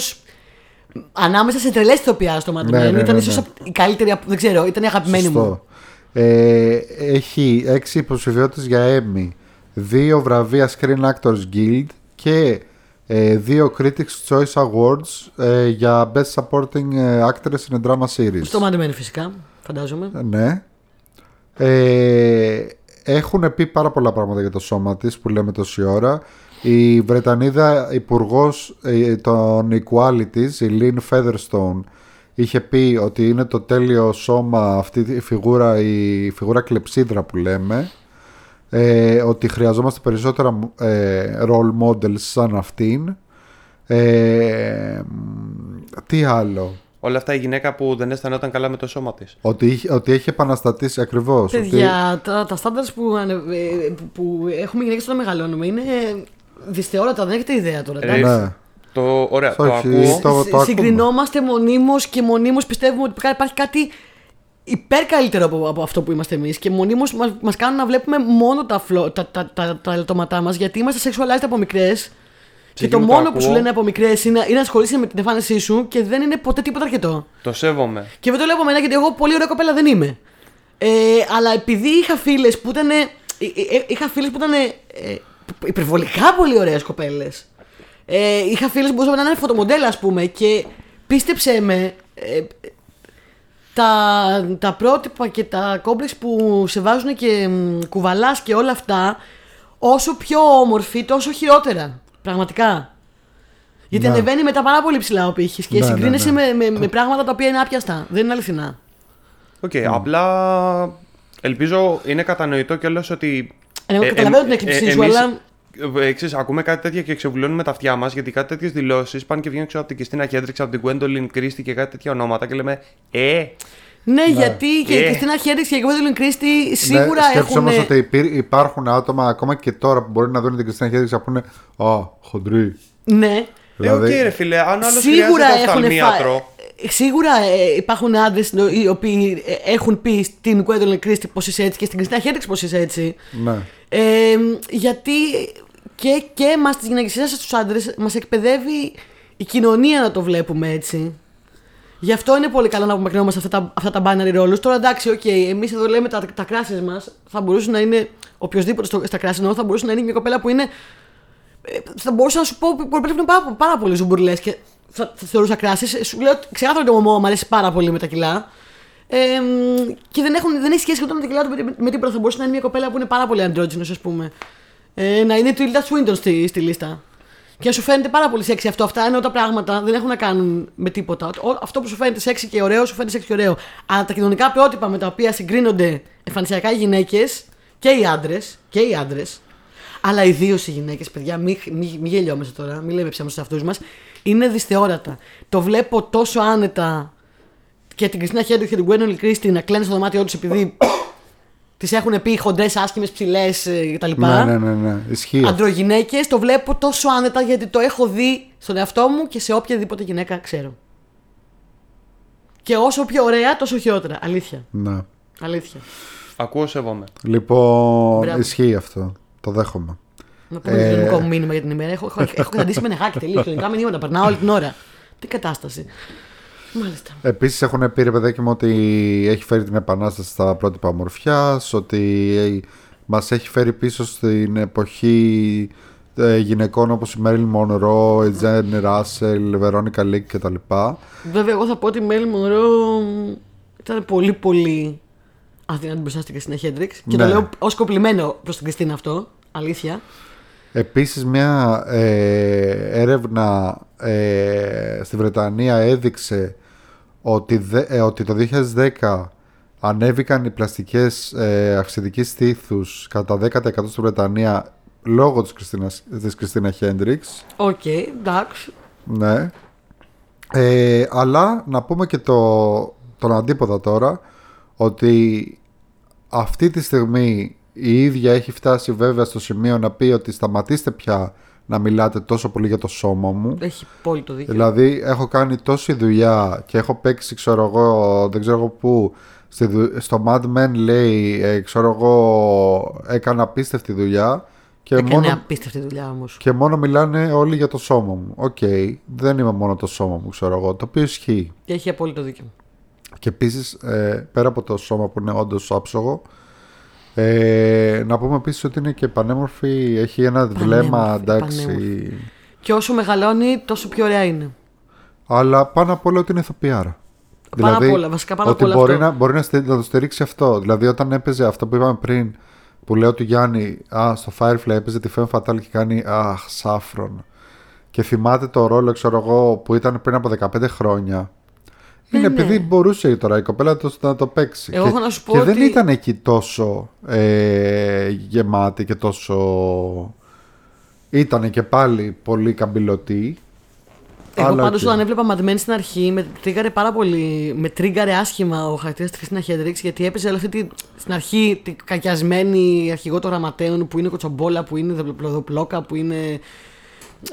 [SPEAKER 1] Ανάμεσα σε τρελές ηθοποιάρα στο Mad Men.
[SPEAKER 2] Ναι, ναι, ναι,
[SPEAKER 1] ήταν
[SPEAKER 2] ναι.
[SPEAKER 1] ίσω η καλύτερη. απ- Δεν ξέρω, ήταν η αγαπημένη μου.
[SPEAKER 2] Σωστό. Ε, έχει έξι υποψηφιότητες για Emmy, δύο βραβεία Screen Actors Guild και ε, δύο Critics' Choice Awards ε, για Best Supporting ε, Actress in a Drama Series.
[SPEAKER 1] Στο Mad Men φυσικά, φαντάζομαι.
[SPEAKER 2] Ναι. Ε, έχουν πει πάρα πολλά πράγματα για το σώμα της που λέμε τόση ώρα. Η Βρετανίδα υπουργός των Equalities, η Lynn Featherstone, είχε πει ότι είναι το τέλειο σώμα αυτή η φιγούρα, η φιγούρα κλεψίδρα που λέμε. ε, ότι χρειαζόμαστε περισσότερα ε, role models σαν αυτήν. Ε, τι άλλο.
[SPEAKER 3] Όλα αυτά η γυναίκα που δεν αισθανόταν καλά με το σώμα της.
[SPEAKER 2] Ότι, είχε- ότι έχει επαναστατήσει ακριβώς.
[SPEAKER 1] Παιδιά, τα, τα στάνταρ που, ανε- ε, που έχουμε γυναίκες όταν μεγαλώνουμε είναι δυστεόρατα, δεν έχετε ιδέα τώρα.
[SPEAKER 3] Ρε,
[SPEAKER 1] εντάξει.
[SPEAKER 2] Ναι.
[SPEAKER 3] Το, ωραία, το
[SPEAKER 2] Όχι,
[SPEAKER 3] ακούω.
[SPEAKER 2] το-
[SPEAKER 1] Ε, Συ-
[SPEAKER 2] ακούμε.
[SPEAKER 1] συγκρινόμαστε μονίμως και μονίμως πιστεύουμε ότι υπάρχει κάτι υπέρ καλύτερο από, από αυτό που είμαστε εμείς και μονίμως μας μας κάνουν να βλέπουμε μόνο τα, φλο, τα, τα, τα, τα ελαττώματά μας γιατί είμαστε sexualized από μικρές. Και το
[SPEAKER 3] μου το
[SPEAKER 1] μόνο που σου
[SPEAKER 3] ακούω.
[SPEAKER 1] λένε από μικρές είναι, είναι να ασχολείσαι με την εμφάνισή σου και δεν είναι ποτέ τίποτα αρκετό.
[SPEAKER 3] Το σέβομαι.
[SPEAKER 1] Και δεν το λέω από μένα γιατί εγώ πολύ ωραία κοπέλα δεν είμαι. Ε, αλλά επειδή είχα φίλες που ήταν. ε, είχα φίλες που ήταν. υπερβολικά πολύ ωραίες κοπέλες. Ε, είχα φίλες που μπορούσαν να είναι φωτομοντέλα, ας πούμε. Και πίστεψε με. ε, τα, τα πρότυπα και τα κόμπλεξ που σε βάζουν και μ, κουβαλάς και όλα αυτά Όσο πιο όμορφη τόσο χειρότερα Πραγματικά Γιατί
[SPEAKER 2] Ναι.
[SPEAKER 1] ανεβαίνει μετά πάρα πολύ ψηλά ο πύχης Και
[SPEAKER 2] Ναι, ναι,
[SPEAKER 1] συγκρίνεσαι
[SPEAKER 2] ναι.
[SPEAKER 1] με, με, με πράγματα τα οποία είναι άπιαστα. Δεν είναι αληθινά.
[SPEAKER 3] Οκ, απλά ελπίζω είναι κατανοητό κιόλας ότι.
[SPEAKER 1] Ε, εγώ καταλαβαίνω την έκπληξή σου, αλλά-
[SPEAKER 3] Εξή, ε, ακούμε κάτι τέτοια και εξεβουλώνουμε τα αυτιά μας γιατί κάτι τέτοιες δηλώσεις πάνε και βγαίνουν ξέρω, από την Κριστίνα Χέντριξ, από την Γκουέντολιν Κρίστη και κάτι τέτοια ονόματα και λέμε Ε,
[SPEAKER 1] Ναι, γιατί και
[SPEAKER 3] Ε.
[SPEAKER 1] η Κριστίνα Χέρι και η Γκουέντολιν Κρίστη σίγουρα
[SPEAKER 2] ναι, σκέψου
[SPEAKER 1] έχουν.
[SPEAKER 2] όμως ότι υπήρ- υπάρχουν άτομα ακόμα και τώρα που μπορεί να δουν την Κριστίνα Χέντριξ και να πούνε Α, χοντρή.
[SPEAKER 1] Ναι,
[SPEAKER 3] Ε, οκ,
[SPEAKER 2] Δηλαδή-
[SPEAKER 3] ρε φίλε, αν άλλος
[SPEAKER 1] σίγουρα
[SPEAKER 3] χρειάζεται
[SPEAKER 1] έχουν.
[SPEAKER 3] οφθαλμίατρο.
[SPEAKER 1] Σίγουρα ε, υπάρχουν άντρες οι οποίοι ε, έχουν πει στην Γκουέντολιν Κρίστη πως είσαι έτσι και στην Κριστίνα Χέρι πως είσαι έτσι.
[SPEAKER 2] Ναι.
[SPEAKER 1] Ε, γιατί και, και εμάς τις γυναίκες σας στους άντρες μας εκπαιδεύει η κοινωνία να το βλέπουμε έτσι. Γι' αυτό είναι πολύ καλό να απομακρυνόμαστε αυτά τα, αυτά τα binary roles. Τώρα εντάξει, οκ, εμείς εδώ λέμε τα, τα κράσει μας, θα μπορούσε να είναι οποιοδήποτε στο, στα κράση εννοώ, θα μπορούσε να είναι μια κοπέλα που είναι... ε, Θα μπορούσα να σου πω ότι πρέπει να είναι πάρα, πάρα πολύ ζουμπουρλές και θα, θα θεωρούσα κράσει. Σου λέω ξεκάθαρα το μωμό μου αρέσει πάρα πολύ με τα κιλά. Ε, μ, και δεν, έχουν, δεν έχει σχέση ούτε με τα κιλά του με, με τίποτα. Θα μπορούσε να είναι μια κοπέλα που είναι πάρα πολύ αντρότζινο, ας πούμε. Ε, να είναι η Τουίλτα Σουίντον στη, στη λίστα. Και να σου φαίνεται πάρα πολύ σεξι αυτό. Αυτά είναι τα πράγματα δεν έχουν να κάνουν με τίποτα. Ο- αυτό που σου φαίνεται σεξι και ωραίο, σου φαίνεται σεξι και ωραίο. Αλλά τα κοινωνικά πρότυπα με τα οποία συγκρίνονται εμφανισιακά οι γυναίκες και οι άντρες. Και οι άντρες. Αλλά ιδίως οι γυναίκες, παιδιά, μην μη, μη γελιόμαστε τώρα, μην λέμε ψέματα στου εαυτού μας. Είναι δυσθεώρατα. Το βλέπω τόσο άνετα και την Κριστίνα Χέντρικ και την Γκουένολη Κρίστη να κλαίνουν στο δωμάτιό τους επειδή (coughs) τις έχουν πει χοντρές, άσχημες, ψηλές κτλ.
[SPEAKER 2] Ναι, ναι, ναι, ναι. Ισχύει.
[SPEAKER 1] Αντρογυναίκε, το βλέπω τόσο άνετα γιατί το έχω δει στον εαυτό μου και σε οποιαδήποτε γυναίκα ξέρω. Και όσο πιο ωραία, τόσο χειρότερα. Αλήθεια.
[SPEAKER 2] Ναι.
[SPEAKER 1] Αλήθεια.
[SPEAKER 3] Ακούω, σέβομαι.
[SPEAKER 2] Λοιπόν,
[SPEAKER 1] Μπράβο.
[SPEAKER 2] ισχύει αυτό. Το δέχομαι.
[SPEAKER 1] Να πούμε
[SPEAKER 2] Ε,
[SPEAKER 1] το ελληνικό μου μήνυμα για την ημέρα. Έχω, έχω, έχω καταντήσει με νεγάκι
[SPEAKER 2] (laughs)
[SPEAKER 1] τελείως. Ελληνικά μηνύματα περνάω όλη την ώρα. Τι κατάσταση. Μάλιστα.
[SPEAKER 2] Επίσης έχουν πει ρε παιδάκι μου ότι έχει φέρει την επανάσταση στα πρότυπα ομορφιάς, ότι μας έχει φέρει πίσω στην εποχή ε, γυναικών όπως η Μέριλ Μονρό, η Τζέν Ράσελ, η Βερόνικα Λίκ κτλ.
[SPEAKER 1] Βέβαια, εγώ θα πω ότι η Μέλη Μωρό μ, ήταν πολύ πολύ αδύνατη μπροστά στην Κριστίνα Χέντριξ. Και
[SPEAKER 2] Ναι.
[SPEAKER 1] το λέω ως κοπλιμένο προς την Κριστίνα αυτό. Αλήθεια.
[SPEAKER 2] Επίσης μια ε, έρευνα ε, στη Βρετανία έδειξε ότι, δε- ε, ότι το 2010 ανέβηκαν οι πλαστικές ε, αυξητικής τύθους κατά 10% στη Βρετανία λόγω της, Κριστίνας, της Κριστίνα Χέντριξ.
[SPEAKER 1] Οκ, εντάξει.
[SPEAKER 2] Ναι. Ε, αλλά να πούμε και το, τον αντίποδα τώρα ότι αυτή τη στιγμή η ίδια έχει φτάσει βέβαια στο σημείο να πει ότι σταματήστε πια να μιλάτε τόσο πολύ για το σώμα μου.
[SPEAKER 1] Έχει πολύ το δίκιο.
[SPEAKER 2] Δηλαδή έχω κάνει τόση δουλειά και έχω παίξει ξέρω εγώ δεν ξέρω εγώ πού στη δου- στο Mad Men λέει ε, ξέρω εγώ έκανα απίστευτη δουλειά και
[SPEAKER 1] Έκανε
[SPEAKER 2] Ε, μόνο
[SPEAKER 1] απίστευτη δουλειά όμως.
[SPEAKER 2] και μόνο μιλάνε όλοι για το σώμα μου. Οκ, δεν είμαι μόνο το σώμα μου, ξέρω εγώ. Το οποίο ισχύει.
[SPEAKER 1] Έχει απόλυτο δίκιο.
[SPEAKER 2] Και επίσης, πέρα από το σώμα που είναι όντως άψογο, ε, να πούμε επίσης ότι είναι και πανέμορφη. Έχει ένα βλέμμα, εντάξει.
[SPEAKER 1] πανέμορφη. Και όσο μεγαλώνει, τόσο πιο ωραία είναι.
[SPEAKER 2] Αλλά πάνω απ' όλα ότι είναι ηθοποιάρα. Δηλαδή,
[SPEAKER 1] Πάνω απ' όλα, βασικά πάνω απ'
[SPEAKER 2] ότι
[SPEAKER 1] όλα
[SPEAKER 2] μπορεί,
[SPEAKER 1] αυτό.
[SPEAKER 2] να, μπορεί να, στη- να το στηρίξει αυτό. Δηλαδή, όταν έπαιζε αυτό που είπαμε πριν, που λέω του Γιάννη, Α, στο Firefly έπαιζε τη Femme Fatale και κάνει Αχ, σάφρον. Και θυμάται το ρόλο, ξέρω εγώ, που ήταν πριν από 15 χρόνια. Είναι
[SPEAKER 1] ναι.
[SPEAKER 2] επειδή μπορούσε τώρα η κοπέλα το, να το παίξει.
[SPEAKER 1] Εγώ
[SPEAKER 2] και,
[SPEAKER 1] έχω να σου πω
[SPEAKER 2] και δεν
[SPEAKER 1] ότι-
[SPEAKER 2] ήταν εκεί τόσο ε, γεμάτη και τόσο. Ήταν και πάλι πολύ καμπυλωτή.
[SPEAKER 1] Εγώ
[SPEAKER 2] αλλά
[SPEAKER 1] πάντως
[SPEAKER 2] οκ.
[SPEAKER 1] όταν έβλεπα μαντεμένη στην αρχή, με τρίγκαρε πάρα πολύ. Με τρίγκαρε άσχημα ο χαρακτήρας της Χριστίνα Χέντριξ, γιατί έπαιζε όλη αυτή τη, στην αρχή την κακιασμένη αρχηγό των γραμματέων που είναι κοτσομπόλα, που είναι δοπλοδοπλόκα, που είναι.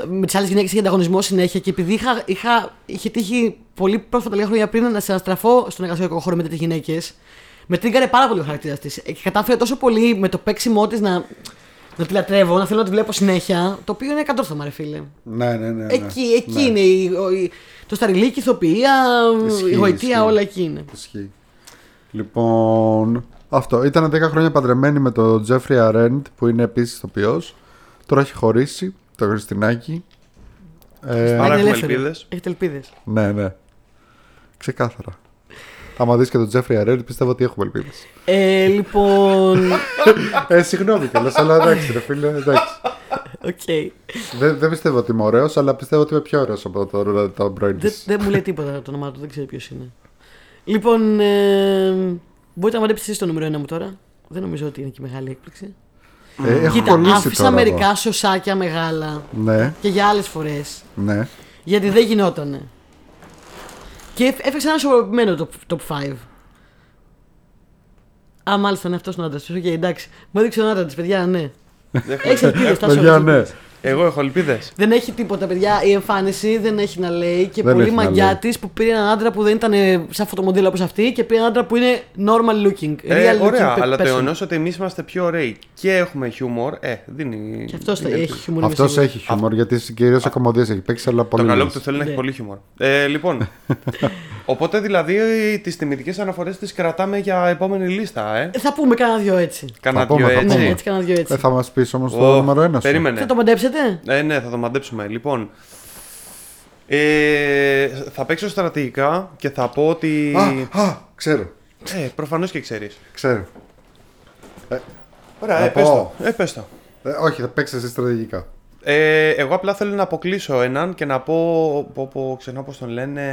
[SPEAKER 1] Με τις άλλες γυναίκες είχε ανταγωνισμό συνέχεια και επειδή είχα, είχα, είχε τύχει πολύ πρόσφατα λίγα χρόνια πριν να συναστραφώ στον εργασιακό χώρο με τέτοιες γυναίκες, με τρίγκαρε πάρα πολύ ο χαρακτήρας της. Και κατάφερε τόσο πολύ με το παίξιμό της να, να τη λατρεύω, να θέλω να τη βλέπω συνέχεια, το οποίο είναι κατόρθωμα, ρε φίλε.
[SPEAKER 2] Ναι, ναι, ναι. ναι.
[SPEAKER 1] Εκεί, εκεί είναι η, ο- η- το σταριλίκι, η ηθοποιία,
[SPEAKER 2] Ισχύει,
[SPEAKER 1] η γοητεία,
[SPEAKER 2] ισχύει.
[SPEAKER 1] όλα εκεί είναι.
[SPEAKER 2] Ισχύει. Λοιπόν, αυτό. Ήταν 10 χρόνια παντρεμένη με τον Τζέφρι Αρέντ που είναι επίσης τοπιό. Τώρα έχει χωρίσει το Χριστινάκι. Ε,
[SPEAKER 3] Άρα
[SPEAKER 1] Είναι
[SPEAKER 3] έχουμε
[SPEAKER 1] ελεύθερο.
[SPEAKER 3] ελπίδες.
[SPEAKER 1] Έχετε ελπίδες.
[SPEAKER 2] ναι, ναι. Ξεκάθαρα. Άμα δεις και τον Τζέφρι Αρέντ, πιστεύω ότι έχουμε ελπίδες.
[SPEAKER 1] Ε,
[SPEAKER 2] (laughs)
[SPEAKER 1] λοιπόν.
[SPEAKER 2] Ε, συγγνώμη κιόλας, αλλά εντάξει, ρε φίλε. Εντάξει.
[SPEAKER 1] Οκ.
[SPEAKER 2] Δεν, δεν πιστεύω ότι είμαι ωραίος, αλλά πιστεύω ότι είμαι πιο ωραίος από το Ρούλα το πρώην
[SPEAKER 1] Δεν
[SPEAKER 2] της.
[SPEAKER 1] δεν μου λέει τίποτα το όνομά του, δεν ξέρω ποιος είναι. Λοιπόν, ε, μπορείτε να μαντέψετε εσείς το νούμερο ένα μου τώρα. Δεν νομίζω ότι είναι και μεγάλη έκπληξη.
[SPEAKER 2] Ε, έχω
[SPEAKER 1] Κοίτα,
[SPEAKER 2] κολλήσει
[SPEAKER 1] άφησα
[SPEAKER 2] τώρα εδώ.
[SPEAKER 1] μερικά σωσάκια μεγάλα
[SPEAKER 2] Ναι,
[SPEAKER 1] και για άλλες φορές.
[SPEAKER 2] ναι.
[SPEAKER 1] Γιατί δεν γινότανε. Και έφ- έφτιαξα ένα σοβαροποιημένο top, top 5. Α, μάλιστα είναι αυτός ο άντρας τη. Οκ, εντάξει. Μου έδειξε τον άντρας της, παιδιά, ναι. Έχεις ελπίδες,
[SPEAKER 2] Παιδιά, ναι.
[SPEAKER 3] Εγώ έχω ελπίδες.
[SPEAKER 1] Δεν έχει τίποτα, παιδιά. Η εμφάνιση δεν έχει να λέει και
[SPEAKER 2] Δεν
[SPEAKER 1] πολύ
[SPEAKER 2] έχει να λέει.
[SPEAKER 1] μαγιά της που πήρε έναν άντρα που δεν ήταν ε, σαν φωτομοντέλο όπως αυτή και πήρε έναν άντρα που είναι normal looking.
[SPEAKER 3] Ε,
[SPEAKER 1] real
[SPEAKER 3] ωραία,
[SPEAKER 1] looking pe-
[SPEAKER 3] αλλά το
[SPEAKER 1] person.
[SPEAKER 3] γεγονός ότι εμείς είμαστε πιο ωραίοι και έχουμε χιούμορ, ε, δίνει.
[SPEAKER 1] Και αυτός
[SPEAKER 3] δίνει
[SPEAKER 1] έχει
[SPEAKER 3] ελπίδες.
[SPEAKER 1] χιούμορ. είμαι
[SPEAKER 2] Αυτός
[SPEAKER 1] σίγουρη.
[SPEAKER 2] έχει χιούμορ, γιατί κυρίω σε κομμωδίες έχει παίξει, αλλά πολύ.
[SPEAKER 3] Το καλό που
[SPEAKER 2] λίγες.
[SPEAKER 3] του θέλει να έχει
[SPEAKER 1] Ναι.
[SPEAKER 3] πολύ χιούμορ. Ε,
[SPEAKER 1] (laughs)
[SPEAKER 3] λοιπόν. Οπότε δηλαδή τις τιμητικέ αναφορές τις κρατάμε για επόμενη λίστα, ε.
[SPEAKER 1] Ε, Θα πούμε κάνα δυο έτσι.
[SPEAKER 3] Κάνα
[SPEAKER 2] πούμε,
[SPEAKER 3] δύο
[SPEAKER 2] θα
[SPEAKER 3] έτσι.
[SPEAKER 2] πούμε.
[SPEAKER 1] Ναι, έτσι κάνα δυο έτσι.
[SPEAKER 2] Ε, θα μας πεις όμως το
[SPEAKER 3] Ω,
[SPEAKER 2] νούμερο ένα σου.
[SPEAKER 3] Περίμενε.
[SPEAKER 1] Θα το μαντέψετε.
[SPEAKER 3] Ε, ναι, θα το μαντέψουμε. Λοιπόν. Ε, θα παίξω στρατηγικά και θα πω ότι.
[SPEAKER 2] Α, α, ξέρω.
[SPEAKER 3] Ε, προφανώς και ξέρεις.
[SPEAKER 2] ξέρω.
[SPEAKER 3] Ωραία,
[SPEAKER 2] Να
[SPEAKER 3] ε, πες το.
[SPEAKER 2] πω.
[SPEAKER 3] Ε, πες το.
[SPEAKER 2] Ε, όχι, θα παίξεις εσύ στρατηγικά.
[SPEAKER 3] Ε, εγώ απλά θέλω να αποκλείσω έναν και να πω. πω, πω ξεχνάω πώ τον λένε.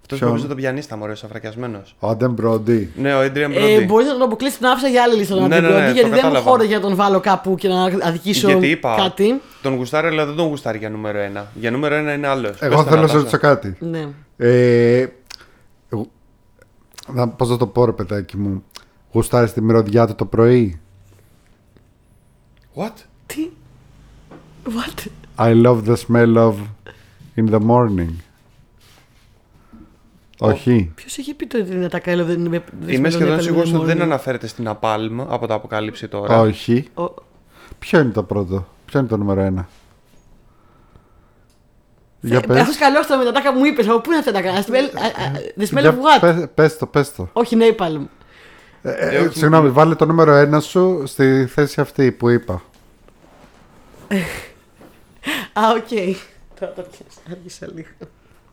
[SPEAKER 3] Αυτό που
[SPEAKER 2] Ποιον?
[SPEAKER 3] έπαιζε τον πιανίστα, μωρέ, ο αφρακιασμένο.
[SPEAKER 2] Ο Άντεν Μπροντί.
[SPEAKER 3] Ναι, ο
[SPEAKER 1] Ε,
[SPEAKER 3] Adrian Brody.
[SPEAKER 1] μπορείτε να τον αποκλείσετε, τον άφησα για άλλη λίστα.
[SPEAKER 3] Ναι,
[SPEAKER 1] Ναι,
[SPEAKER 3] ναι, ναι, το
[SPEAKER 1] γιατί δεν μου
[SPEAKER 3] κατάλαβα.
[SPEAKER 1] χώρα για να τον βάλω κάπου και να αδικήσω
[SPEAKER 3] Γιατί είπα.
[SPEAKER 1] κάτι.
[SPEAKER 3] Τον γουστάρει, αλλά δεν τον γουστάρει για νούμερο ένα. Για νούμερο ένα είναι άλλος.
[SPEAKER 2] Εγώ θέλω να σε ρωτήσω κάτι.
[SPEAKER 1] Ναι.
[SPEAKER 2] Ε, εγώ- να, πώς θα το πω ρε παιδάκι μου Γουστάρεις τη μυρωδιά του το πρωί
[SPEAKER 3] What?
[SPEAKER 1] Τι. What.
[SPEAKER 2] I love the smell of in the morning Όχι
[SPEAKER 1] Ποιος έχει πει το ότι είναι τα καέλα, δεν είναι.
[SPEAKER 3] Είμαι σχεδόν σίγουρο ότι δεν αναφέρεται στην Απάλμ από τα αποκάλυψη τώρα.
[SPEAKER 2] Όχι
[SPEAKER 1] Ο-
[SPEAKER 2] Ποιο είναι το πρώτο Ποιο είναι το νούμερο ένα Για
[SPEAKER 1] Ε, Έχω
[SPEAKER 2] πες
[SPEAKER 1] σκαλώσει τα μετατάκα που μου είπες. Πού είναι αυτά τα καέλα. The smell
[SPEAKER 2] Για
[SPEAKER 1] of what.
[SPEAKER 2] πες- Πες το πες το
[SPEAKER 1] Όχι, Napalm.
[SPEAKER 2] Ε, ε, Συγγνώμη βάλε το νούμερο ένα σου Στη θέση αυτή που είπα
[SPEAKER 1] Α, οκ. Τώρα το πιάσα. Άργησα λίγο.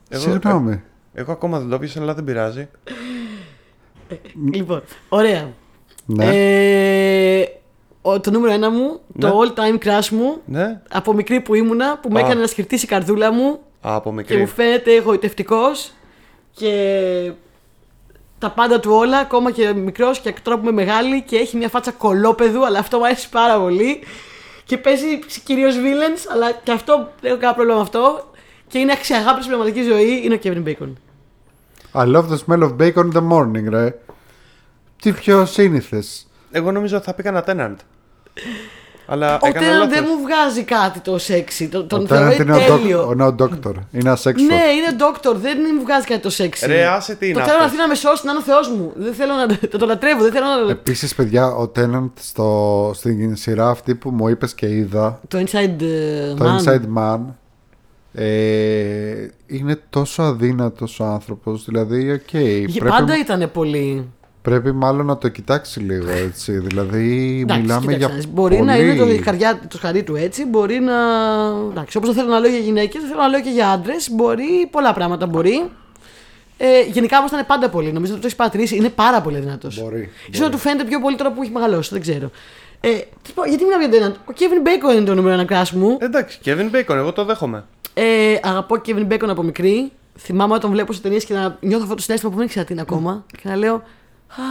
[SPEAKER 2] Συγγνώμη
[SPEAKER 3] ε, Εγώ ακόμα δεν το πιάσα, αλλά δεν πειράζει.
[SPEAKER 1] Λοιπόν, ωραία.
[SPEAKER 2] Ναι
[SPEAKER 1] Ε, ο- Το νούμερο ένα μου, το all time crush μου,
[SPEAKER 3] Ναι,
[SPEAKER 1] από μικρή που ήμουνα, που με
[SPEAKER 3] Α.
[SPEAKER 1] έκανε να σκεφτεί η καρδούλα μου
[SPEAKER 3] Α, από μικρή.
[SPEAKER 1] και μου φαίνεται εγωιτευτικός και τα πάντα του όλα, ακόμα και μικρός και τώρα που είμαι μεγάλη και έχει μια φάτσα κολόπεδου, αλλά αυτό μου αρέσει πάρα πολύ. Και παίζει κυρίως villains, αλλά και αυτό δεν έχω κανένα πρόβλημα με αυτό. Και είναι αξιαγάπη στην πραγματική ζωή, είναι ο Kevin Bacon.
[SPEAKER 2] I love the smell of bacon in the morning, ρε. Τι πιο σύνηθες.
[SPEAKER 3] Εγώ νομίζω ότι θα πήγα ένα Tenant. Αλλά
[SPEAKER 1] Ο
[SPEAKER 3] έκανα
[SPEAKER 1] Τέναν
[SPEAKER 3] λάθος.
[SPEAKER 1] δεν μου βγάζει κάτι το σεξι. Τον, τον
[SPEAKER 2] Ο Τέναντ
[SPEAKER 1] θεωρεί
[SPEAKER 2] είναι ο doc- ο
[SPEAKER 1] τέλειο.
[SPEAKER 2] νέο doctor. Είναι ασέξουαλ.
[SPEAKER 1] Ναι, είναι ντόκτορ, δεν μου βγάζει κάτι το σεξι.
[SPEAKER 3] Ρε, άσε τι είναι
[SPEAKER 1] Το θέλω να
[SPEAKER 3] αυτός.
[SPEAKER 1] έρθει να με σώσει, να είναι ο Θεός μου. Δεν θέλω να το, το λατρεύω, δεν θέλω να.
[SPEAKER 2] Επίσης, παιδιά, ο Τέναντ στο... στην σειρά αυτή που μου είπες και είδα,
[SPEAKER 1] Το inside ε,
[SPEAKER 2] το
[SPEAKER 1] man.
[SPEAKER 2] Inside Man, ε, είναι τόσο αδύνατος ο άνθρωπος. Δηλαδή, οκ.
[SPEAKER 1] Γε-
[SPEAKER 2] πρέπει,
[SPEAKER 1] Πάντα ήταν πολύ.
[SPEAKER 2] πρέπει μάλλον να το κοιτάξει λίγο έτσι. Δηλαδή,
[SPEAKER 1] Εντάξει,
[SPEAKER 2] μιλάμε
[SPEAKER 1] κοίταξε να
[SPEAKER 2] για.
[SPEAKER 1] δεις. Μπορεί να
[SPEAKER 2] πολύ-
[SPEAKER 1] είναι το καρδιά το σκαρί του έτσι, μπορεί να. Εντάξει, όπως θέλω να λέω για γυναίκες, θέλω να λέω και για άντρες. Μπορεί πολλά πράγματα μπορεί. Ε, γενικά όμως ήταν πάντα πολύ. Νομίζω ότι το έχεις πατρίσει. Είναι πάρα πολύ δυνατός.
[SPEAKER 2] Μπορεί,
[SPEAKER 1] σω να του φαίνεται πιο πολύ τώρα που έχει μεγαλώσει. Δεν ξέρω. Ε, τι πω, γιατί μιλάμε για τον Ο Kevin Bacon
[SPEAKER 3] Ε,
[SPEAKER 1] είναι το νούμερο ένα κράσι μου.
[SPEAKER 3] Εντάξει, Kevin Bacon, εγώ το δέχομαι.
[SPEAKER 1] Ε, αγαπώ Kevin Bacon από μικρή. θυμάμαι όταν βλέπω σε ταινίες και να νιώθω αυτό το συνέστημα που δεν ξέρω τι είναι ακόμα και να λέω Α,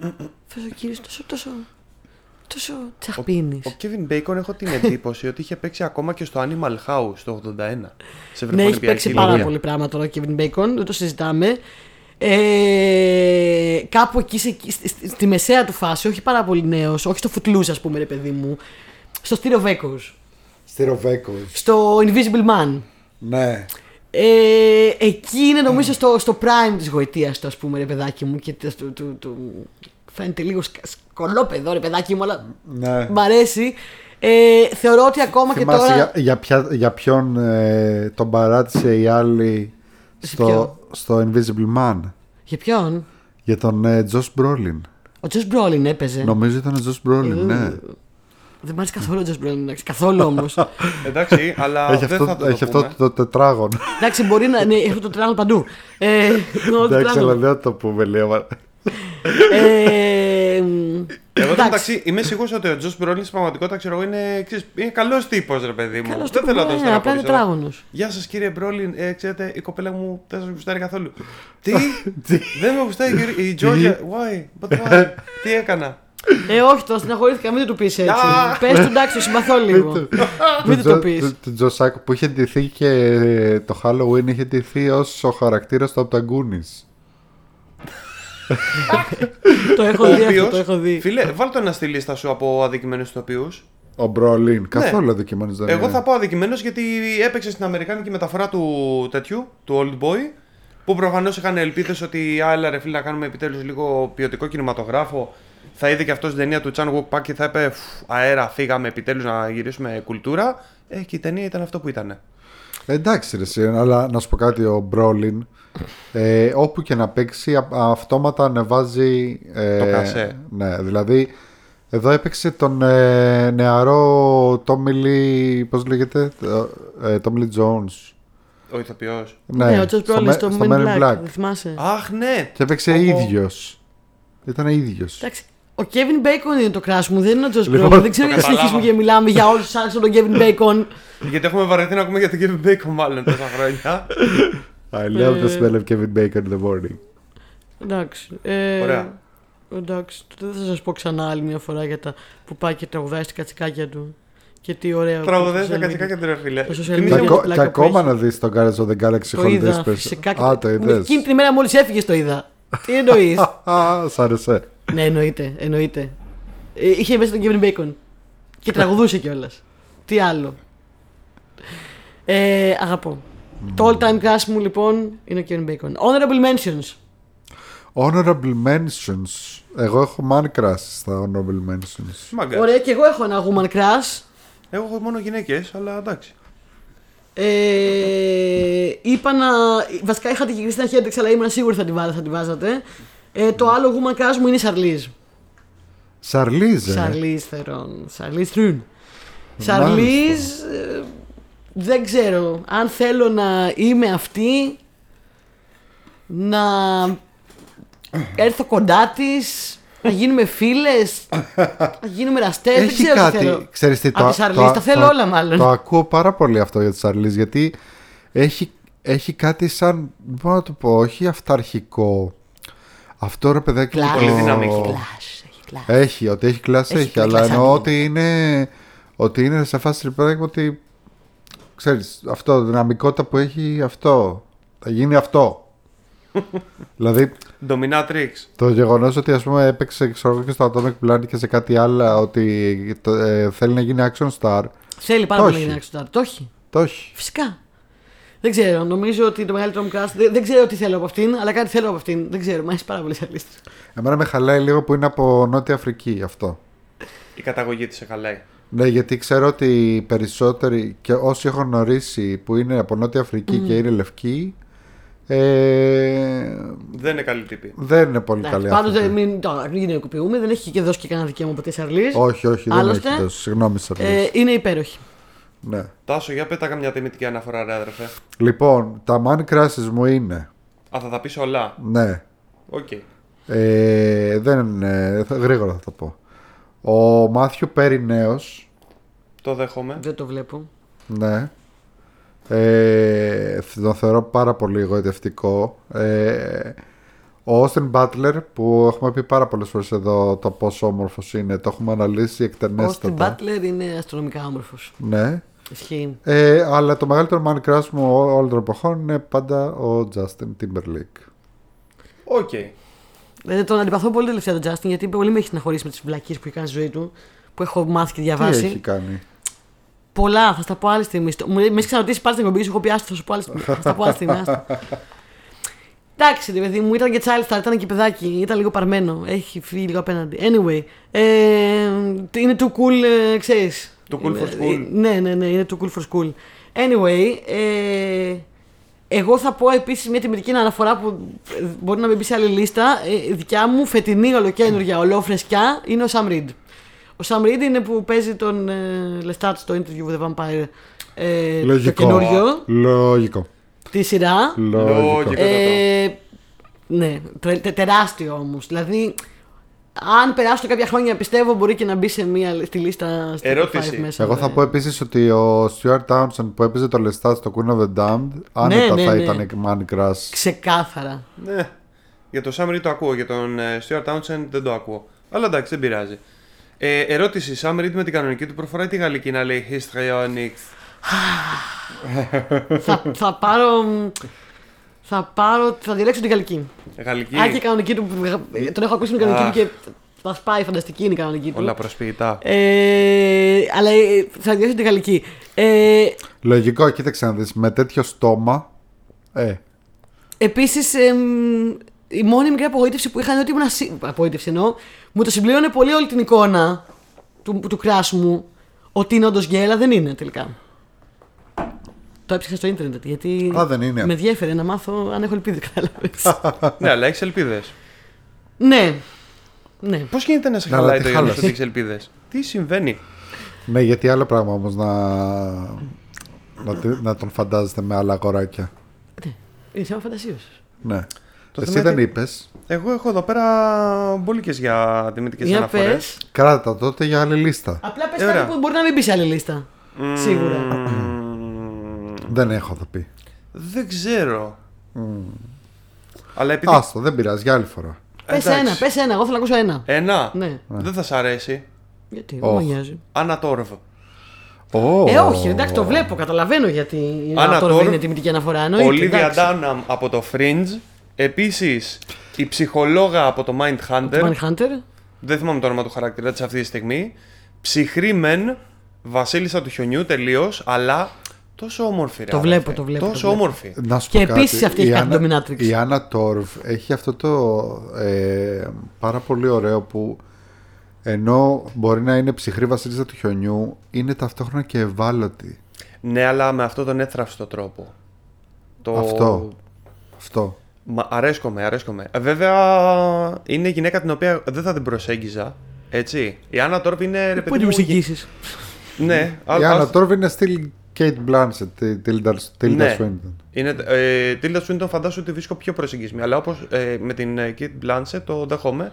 [SPEAKER 1] αυτό ο κύριος τόσο, τόσο, τόσο τσαχπίνης.
[SPEAKER 3] Ο Kevin Bacon έχω την εντύπωση ότι είχε παίξει ακόμα και στο Animal House το 81. Σε
[SPEAKER 1] Ναι, έχει
[SPEAKER 3] βρεφονιπιακή
[SPEAKER 1] παίξει
[SPEAKER 3] ηλικία.
[SPEAKER 1] πάρα πολύ πράγμα τώρα ο Kevin Bacon, δεν το συζητάμε. Ε, κάπου εκεί, σε- εκεί, στη, στη- στη μεσαία του φάση, όχι πάρα πολύ νέος, όχι στο Footloose, ας πούμε, ρε παιδί μου. Στο Stereo Vecos.
[SPEAKER 2] Στυροβέκο.
[SPEAKER 1] Στο Invisible Man.
[SPEAKER 2] Ναι.
[SPEAKER 1] Ε, εκεί είναι νομίζω στο, στο prime της γοητείας του ας πούμε ρε παιδάκι μου και του, του, του, του- φαίνεται λίγο σκα- σκολόπεδο ρε παιδάκι μου αλλά
[SPEAKER 2] ναι.
[SPEAKER 1] μ' αρέσει ε, θεωρώ ότι ακόμα και
[SPEAKER 2] Θυμάσαι
[SPEAKER 1] τώρα
[SPEAKER 2] για, για, ποια- για ποιον ε, τον παράτησε η άλλη
[SPEAKER 1] Σε
[SPEAKER 2] στο, στο Invisible Man.
[SPEAKER 1] Για ποιον
[SPEAKER 2] Για τον ε, Josh Brolin.
[SPEAKER 1] ο Τζος Μπρόλιν έπαιζε
[SPEAKER 2] Νομίζω ήταν ο Josh Brolin,
[SPEAKER 1] Ε.
[SPEAKER 2] ναι.
[SPEAKER 1] δεν μ' αρέσει καθόλου ο Τζος Μπρόλιν εντάξει, καθόλου όμως
[SPEAKER 3] Εντάξει, αλλά
[SPEAKER 2] Έχει
[SPEAKER 3] δεν
[SPEAKER 2] αυτό,
[SPEAKER 3] θα το,
[SPEAKER 2] έχει
[SPEAKER 3] το
[SPEAKER 2] αυτό
[SPEAKER 3] πούμε.
[SPEAKER 2] το τετράγωνο.
[SPEAKER 1] εντάξει μπορεί να ναι, έχω το τράνο παντού ε, ό,τι
[SPEAKER 2] Εντάξει,
[SPEAKER 1] τράνο.
[SPEAKER 2] αλλά δεν θα το πούμε, λέω. μα-
[SPEAKER 1] Ε, μ,
[SPEAKER 3] Εγώ
[SPEAKER 1] εντάξει.
[SPEAKER 3] εντάξει, είμαι σίγουρος ότι ο Τζο Μπρόλιν στην πραγματικότητα ξέρω εγώ είναι, ξέρεις, είναι καλός τύπος, ρε παιδί μου.
[SPEAKER 1] Καλός
[SPEAKER 3] δεν
[SPEAKER 1] τύπος,
[SPEAKER 3] θέλω να τον
[SPEAKER 1] ναι,
[SPEAKER 3] στεναχωρήσω.
[SPEAKER 1] απλά είναι τετράγωνος.
[SPEAKER 3] Γεια σας κύριε Μπρόλιν, ε, ξέρετε, η κοπέλα μου δεν σας γουστάρει καθόλου. Τι, δεν με γουστάει κύριε- η Τζόρτζια. Why, but why, τι έκανα.
[SPEAKER 1] ε, όχι, τον στεναχωρήθηκα, μην του πεις έτσι.
[SPEAKER 3] Α.
[SPEAKER 1] Πες του εντάξει, το συμπαθώ
[SPEAKER 2] (laughs)
[SPEAKER 1] λίγο. Μην του το
[SPEAKER 2] Τζο-
[SPEAKER 1] πει.
[SPEAKER 2] του- Του Τζοσάκου που είχε ντυθεί και ε, το Halloween είχε ντυθεί ως ο χαρακτήρας του από τα Goonies.
[SPEAKER 1] Το έχω
[SPEAKER 3] Ο
[SPEAKER 1] δει αυτό,
[SPEAKER 3] οποίος,
[SPEAKER 1] το έχω δει.
[SPEAKER 3] Φίλε, βάλ τον να στη λίστα σου από αδικημένους ηθοποιούς.
[SPEAKER 2] Ο Μπρολίν. Καθόλου αδικημένος δεν
[SPEAKER 3] Ναι. Εγώ
[SPEAKER 2] είναι.
[SPEAKER 3] θα πω αδικημένος γιατί έπαιξε στην Αμερικάνικη μεταφορά του τέτοιου, του Old Boy. Που προφανώς είχαν ελπίδες ότι «Α, έλα ρε φίλε να κάνουμε επιτέλους λίγο ποιοτικό κινηματογράφο. Θα είδε και αυτός την ταινία του Chan Wook Park και θα είπε «Φου, αέρα, φύγαμε επιτέλους να γυρίσουμε κουλτούρα. Ε, και η ταινία ήταν αυτό που ήταν.
[SPEAKER 2] Εντάξει, ρε, εσύ, αλλά να σου πω κάτι, ο Μπρόλιν. Ε, όπου και να παίξει, α- αυτόματα ανεβάζει. ε,
[SPEAKER 3] Το κασέ.
[SPEAKER 2] Ναι, δηλαδή. Εδώ έπαιξε τον ε, νεαρό Τόμιλι. Πώς λέγεται, ε, Τόμιλι Τζόουν.
[SPEAKER 3] Ο ηθοποιός.
[SPEAKER 1] Ναι, ο Τζος Μπρόλιν στο Men in Black. δεν θυμάσαι.
[SPEAKER 3] Αχ, ναι!
[SPEAKER 2] Και έπαιξε
[SPEAKER 3] Ο-
[SPEAKER 2] ίδιο. Ήταν ίδιος.
[SPEAKER 1] Εντάξει. Ο Kevin Bacon είναι το κράσο μου, δεν είναι ο Τζος
[SPEAKER 2] Λοιπόν,
[SPEAKER 1] Μπρόλιν. Δεν ξέρω
[SPEAKER 3] το
[SPEAKER 1] γιατί συνεχίζουμε
[SPEAKER 3] καταλάβα.
[SPEAKER 1] και μιλάμε για όλους του άλλου τον Kevin Bacon.
[SPEAKER 3] Γιατί έχουμε βαρεθεί να ακούμε για τον Kevin Bacon, μάλλον τόσα χρόνια. (laughs)
[SPEAKER 2] I love
[SPEAKER 1] Ε,
[SPEAKER 2] the smell of Kevin Bacon in the morning.
[SPEAKER 1] Εντάξει. ε,
[SPEAKER 3] Ωραία.
[SPEAKER 1] Εντάξει, τότε δεν θα σας πω ξανά άλλη μια φορά για τα που πάει και τραγουδάει στα κατσικάκια του. Και τι ωραία.
[SPEAKER 3] Τραγουδέ
[SPEAKER 1] social
[SPEAKER 3] τα
[SPEAKER 1] media.
[SPEAKER 3] κατσικά και τρε φίλε.
[SPEAKER 1] Το social
[SPEAKER 2] Και,
[SPEAKER 1] media.
[SPEAKER 3] Θυμήσε
[SPEAKER 1] Μίλια
[SPEAKER 2] ακο-
[SPEAKER 1] για την
[SPEAKER 2] και
[SPEAKER 1] πλάκα που
[SPEAKER 2] ακόμα
[SPEAKER 1] έχει.
[SPEAKER 2] να δεις τον Guardians of the Galaxy
[SPEAKER 1] Το
[SPEAKER 2] Holidays
[SPEAKER 1] είδα
[SPEAKER 2] Special.
[SPEAKER 1] φυσικά. και
[SPEAKER 2] Α,
[SPEAKER 1] το-
[SPEAKER 2] το
[SPEAKER 1] με-
[SPEAKER 2] είδες.
[SPEAKER 1] Εκείνη την ημέρα μόλις έφυγες το είδα. Τι εννοείς.
[SPEAKER 2] Α, σ' άρεσε.
[SPEAKER 1] ναι, εννοείται, εννοείται. Ε, Είχε μέσα τον Kevin Bacon. Και τραγουδούσε κιόλας. Τι άλλο. Ε, αγαπώ. Το all time crush μου λοιπόν είναι ο Kevin Bacon. Honorable mentions.
[SPEAKER 2] Honorable Mentions. Εγώ έχω man crush στα Honorable Mentions.
[SPEAKER 3] μάγκα.
[SPEAKER 1] Ωραία, και εγώ έχω ένα woman crush.
[SPEAKER 3] Εγώ έχω μόνο γυναίκες, αλλά εντάξει.
[SPEAKER 1] Ε, είπα να. Βασικά είχατε γυρίσει την Χέντριξ, αλλά ήμουν σίγουρη θα τη, βάζα, θα τη βάζατε. Ε, το άλλο woman crush μου είναι η Σαρλίζ.
[SPEAKER 2] Σαρλίζε.
[SPEAKER 1] Σαρλίζ Θερόν. Σαρλίζ Θρούν. Σαρλίζ. ε, Δεν ξέρω. Αν θέλω να είμαι αυτή. Να έρθω κοντά της. Να γίνουμε φίλες. Να γίνουμε ραστές. Ε, Δεν
[SPEAKER 2] Έχει
[SPEAKER 1] ξέρω τι
[SPEAKER 2] κάτι.
[SPEAKER 1] θέλω.
[SPEAKER 2] Ξέρεις τι,
[SPEAKER 1] Από τη Σαρλίζ τα θέλω όλα μάλλον.
[SPEAKER 2] Το ακούω πάρα πολύ αυτό για τη Σαρλίζ γιατί έχει, έχει κάτι σαν. Μπορώ να το πω, όχι αυταρχικό. Αυτό ρε παιδάκι.
[SPEAKER 1] Κλάσ.
[SPEAKER 2] το-
[SPEAKER 3] Πολύ δυναμικό.
[SPEAKER 1] Κλάσ, έχει κλάσ.
[SPEAKER 2] Έχει, ότι έχει κλάση έχει,
[SPEAKER 1] Έχει
[SPEAKER 2] αλλά
[SPEAKER 1] κλάση,
[SPEAKER 2] εννοώ
[SPEAKER 1] αν
[SPEAKER 2] ότι είναι, ότι είναι σε φάση ρε παιδάκι μου ότι ξέρεις, αυτό, δυναμικότητα που έχει αυτό, θα γίνει αυτό. δηλαδή,
[SPEAKER 3] Dominatrix.
[SPEAKER 2] το γεγονός ότι ας πούμε έπαιξε ξέρω, εγώ, και στο Atomic Planet και σε κάτι άλλο ότι το- ε, θέλει να γίνει action star,
[SPEAKER 1] Θέλει πάρα
[SPEAKER 2] Το
[SPEAKER 1] πολύ
[SPEAKER 2] έχει.
[SPEAKER 1] να εξωτάρει. Το έχει.
[SPEAKER 2] το έχει.
[SPEAKER 1] Φυσικά. Δεν ξέρω, νομίζω ότι το μεγαλύτερο μου crush. Δεν, δεν ξέρω τι θέλω από αυτήν, αλλά κάτι θέλω από αυτήν. Δεν ξέρω, μου αρέσει πάρα πολύ σαν λίστα.
[SPEAKER 2] Εμένα με χαλάει λίγο που είναι από Νότια Αφρική αυτό.
[SPEAKER 3] Η καταγωγή τη σε χαλάει.
[SPEAKER 2] Ναι, γιατί ξέρω ότι οι περισσότεροι και όσοι έχω γνωρίσει που είναι από Νότια Αφρική και είναι λευκοί, ε,
[SPEAKER 3] Δεν είναι καλή τύπη.
[SPEAKER 2] Δεν είναι πολύ καλή
[SPEAKER 1] Πάντω
[SPEAKER 2] αυτή.
[SPEAKER 1] δεν μην το γυναικοποιούμε, δεν έχει και δώσει και κανένα δικαίωμα ποτέ σε Αρλής.
[SPEAKER 2] Όχι, όχι, δεν
[SPEAKER 1] Άλλωστε,
[SPEAKER 2] έχει δώσει. Συγγνώμη, Σαρλής.
[SPEAKER 1] Ε, είναι υπέροχη.
[SPEAKER 2] Ναι.
[SPEAKER 3] Τάσο, για πέτα καμιά τιμητική αναφορά, ρε αδερφέ.
[SPEAKER 2] Λοιπόν, τα man crushes μου είναι.
[SPEAKER 3] Α, θα τα πεις όλα.
[SPEAKER 2] Ναι.
[SPEAKER 3] Οκ.
[SPEAKER 2] Ε, δεν είναι. θα- Γρήγορα θα το πω. Ο Μάθιου Πέρι νέος,
[SPEAKER 3] Το δέχομαι.
[SPEAKER 1] Δεν το βλέπω.
[SPEAKER 2] Ναι. Ε, τον θεωρώ πάρα πολύ εγωιτευτικό. Ε, ο Όστιν Μπάτλερ που έχουμε πει πάρα πολλές φορές εδώ το πόσο όμορφος είναι, το έχουμε αναλύσει
[SPEAKER 1] Ο Όστιν
[SPEAKER 2] εκτενέστατα.
[SPEAKER 1] Μπάτλερ είναι αστρονομικά όμορφος.
[SPEAKER 2] Ναι.
[SPEAKER 1] Ισχύει.
[SPEAKER 2] Ε, αλλά το μεγαλύτερο man crush μου ό- όλων των εποχών είναι πάντα ο Justin Timberlake.
[SPEAKER 3] Οκ.
[SPEAKER 1] Δηλαδή τον αντιπαθώ πολύ τελευταία τον Justin γιατί πολύ με έχει συναχωρήσει με τις βλακίες που έχει κάνει στη ζωή του. Που έχω μάθει και
[SPEAKER 2] Τι
[SPEAKER 1] διαβάσει.
[SPEAKER 2] έχει κάνει.
[SPEAKER 1] Πολλά, θα στα πω άλλη στιγμή. Στο- Μου λέει, με έχεις ξαναρωτήσει πάλι στην εκπομπή, σου έχω πει άστο, θα σου πω άλλη στιγμή. Θα στα πω άλλη στιγμή. άστο. Εντάξει, ρε παιδί μου, ήταν και child star, ήταν και παιδάκι, ήταν λίγο παρμένο. Έχει φύγει λίγο απέναντι. Anyway, ε, είναι too cool, ε, ξέρεις.
[SPEAKER 3] Too cool for school.
[SPEAKER 1] Ναι, ναι, ναι, είναι too cool for school. Anyway, ε, εγώ θα πω επίσης μια τιμητική αναφορά που ε, μπορεί να μην μπει σε άλλη λίστα. Ε, δικιά μου, φετινή, ολοκένουργια, ολόφρεσκιά, είναι ο Sam Reed. Ο Sam Reed είναι που παίζει τον ε, Lestat στο interview with the Vampire. Ε,
[SPEAKER 2] Λογικό.
[SPEAKER 1] Το καινούριο,
[SPEAKER 2] Λογικό.
[SPEAKER 1] τη σειρά.
[SPEAKER 2] Λογικό.
[SPEAKER 3] Λογικό.
[SPEAKER 1] Ε, ναι, τε- τε- τεράστιο όμως. Δηλαδή, αν περάσουν κάποια χρόνια, πιστεύω μπορεί και να μπει σε μία, στη λίστα. Στη top
[SPEAKER 3] Ερώτηση.
[SPEAKER 1] five μέσα,
[SPEAKER 2] Εγώ θα
[SPEAKER 1] ναι.
[SPEAKER 2] πω επίσης ότι ο Stuart Townsend που έπαιζε το Lestat στο Queen of the Damned, άνετα
[SPEAKER 1] ναι,
[SPEAKER 2] θα
[SPEAKER 1] ναι.
[SPEAKER 2] ήταν man crush.
[SPEAKER 3] (laughs)
[SPEAKER 1] Ξεκάθαρα.
[SPEAKER 3] Ναι. Για τον Σάμ Ρι το ακούω, για τον ε, Stuart Townsend δεν το ακούω. Αλλά εντάξει, δεν πειράζει. Ε, ερώτηση. Σάμ Ριτ με την κανονική του προφορά ή τη γαλλική να λέει Histrionics.
[SPEAKER 1] θα, θα πάρω. μ, Θα πάρω. Θα διαλέξω την γαλλική.
[SPEAKER 3] Γαλλική.
[SPEAKER 1] Αν και η κανονική του. ε, Τον έχω ακούσει την κανονική
[SPEAKER 3] Αχ.
[SPEAKER 1] του και θα σπάει, φανταστική είναι η κανονική του.
[SPEAKER 3] Όλα προσποιητά.
[SPEAKER 1] Ε, αλλά ε, θα διαλέξω την γαλλική. Ε,
[SPEAKER 2] Λογικό, κοίταξε να δεις, με τέτοιο στόμα, ε,
[SPEAKER 1] Επίσης, η μόνη μικρή απογοήτευση που είχα είναι ότι ήμουν. ασύ- Απογοήτευση εννοώ. Μου το συμπλήρωνε πολύ όλη την εικόνα του, του κράσου μου ότι είναι όντως γέλα, δεν είναι τελικά. Το έψαχα στο ίντερνετ γιατί.
[SPEAKER 2] Α, δεν είναι.
[SPEAKER 1] Με διέφερε να μάθω αν έχω (laughs) ελπίδα, κατάλαβες.
[SPEAKER 3] ναι, αλλά έχεις ελπίδες.
[SPEAKER 1] ναι. Ναι.
[SPEAKER 3] Πώς γίνεται να σε
[SPEAKER 2] Ναι, αλλά
[SPEAKER 3] χαλάει
[SPEAKER 2] τη
[SPEAKER 3] το γεγονός
[SPEAKER 2] χάλασες.
[SPEAKER 3] ότι έχεις ελπίδες. Τι συμβαίνει.
[SPEAKER 2] ναι γιατί άλλο πράγμα όμως να, να, τε- να τον φαντάζεστε με άλλα αγοράκια.
[SPEAKER 1] Ναι, Είναι θέμα φαντασίω.
[SPEAKER 2] Ναι.
[SPEAKER 3] Το
[SPEAKER 2] Εσύ
[SPEAKER 3] θέμα
[SPEAKER 2] δεν
[SPEAKER 3] είναι-
[SPEAKER 2] είπες,
[SPEAKER 3] Εγώ έχω εδώ πέρα μπόλικε για τιμητικέ
[SPEAKER 1] Για
[SPEAKER 3] αναφορές.
[SPEAKER 1] πες.
[SPEAKER 2] κράτα τότε για άλλη λίστα.
[SPEAKER 1] Απλά πες
[SPEAKER 3] Ε,
[SPEAKER 1] κάτι
[SPEAKER 3] ωραία.
[SPEAKER 1] που μπορεί να μην μπει σε άλλη λίστα. Σίγουρα.
[SPEAKER 2] Δεν έχω θα πει.
[SPEAKER 3] Δεν ξέρω. Αλλά επειδή.
[SPEAKER 2] Άστο, δεν πειράζει, για άλλη φορά.
[SPEAKER 1] Πες
[SPEAKER 3] εντάξει.
[SPEAKER 1] ένα, πες ένα. Εγώ θέλω να ακούσω ένα.
[SPEAKER 2] Ε,
[SPEAKER 3] Ένα.
[SPEAKER 1] Ναι.
[SPEAKER 3] Δεν θα σ' αρέσει.
[SPEAKER 1] Γιατί,
[SPEAKER 2] Ωχ.
[SPEAKER 1] δεν με νοιάζει.
[SPEAKER 3] Ανατόρβ.
[SPEAKER 2] Ω,
[SPEAKER 1] Ε, όχι, εντάξει, το βλέπω, καταλαβαίνω γιατί η
[SPEAKER 3] Άνα
[SPEAKER 1] Ανατόρβη
[SPEAKER 3] τώρα-
[SPEAKER 1] είναι τιμητική αναφορά. εννοείται,
[SPEAKER 3] Ολίβια
[SPEAKER 1] εντάξει.
[SPEAKER 3] Ντάναμ από το Fringe. Επίσης, η ψυχολόγα από το Mindhunter.
[SPEAKER 1] Manhunter. Ε,
[SPEAKER 3] Δεν θυμάμαι το όνομα του χαρακτήρα της αυτή τη στιγμή. Ψυχρή μεν, βασίλισσα του χιονιού τελείως, αλλά τόσο όμορφη. Ρε,
[SPEAKER 1] Το
[SPEAKER 3] αδερφέ.
[SPEAKER 1] βλέπω, το βλέπω, το
[SPEAKER 3] Τόσο
[SPEAKER 1] βλέπω.
[SPEAKER 3] όμορφη.
[SPEAKER 2] Να σου
[SPEAKER 1] Και
[SPEAKER 2] πω κάτι,
[SPEAKER 1] επίσης αυτή έχει
[SPEAKER 2] η
[SPEAKER 1] κάνει
[SPEAKER 2] Άννα-
[SPEAKER 1] dominatrix.
[SPEAKER 2] Η Άννα Τόρβ έχει αυτό το ε, πάρα πολύ ωραίο που ενώ μπορεί να είναι ψυχρή βασίλισσα του χιονιού, είναι ταυτόχρονα και ευάλωτη.
[SPEAKER 3] Ναι, αλλά με αυτόν τον έθραυστο τρόπο. Το...
[SPEAKER 2] Αυτό. Αυτό.
[SPEAKER 3] Μα, αρέσκομαι, αρέσκομαι. Ε, Βέβαια, είναι γυναίκα την οποία δεν θα την προσέγγιζα. Έτσι. Η Άννα Τόρπ είναι.
[SPEAKER 1] Πού
[SPEAKER 3] ρε παιδί
[SPEAKER 1] είναι
[SPEAKER 3] μου,
[SPEAKER 1] μουσικής
[SPEAKER 3] Ναι,
[SPEAKER 2] Η
[SPEAKER 3] α-
[SPEAKER 2] Άννα
[SPEAKER 3] α-
[SPEAKER 2] Τόρβ είναι στυλ Kate Blanchett, τη- Tilda Tilda
[SPEAKER 3] Ναι.
[SPEAKER 2] Swinton.
[SPEAKER 3] Είναι, ε, Τίλτα Σουίντον φαντάζομαι ότι βρίσκω πιο προσεγγισμένη. Αλλά όπως με την ε, Kate Blanchett το δέχομαι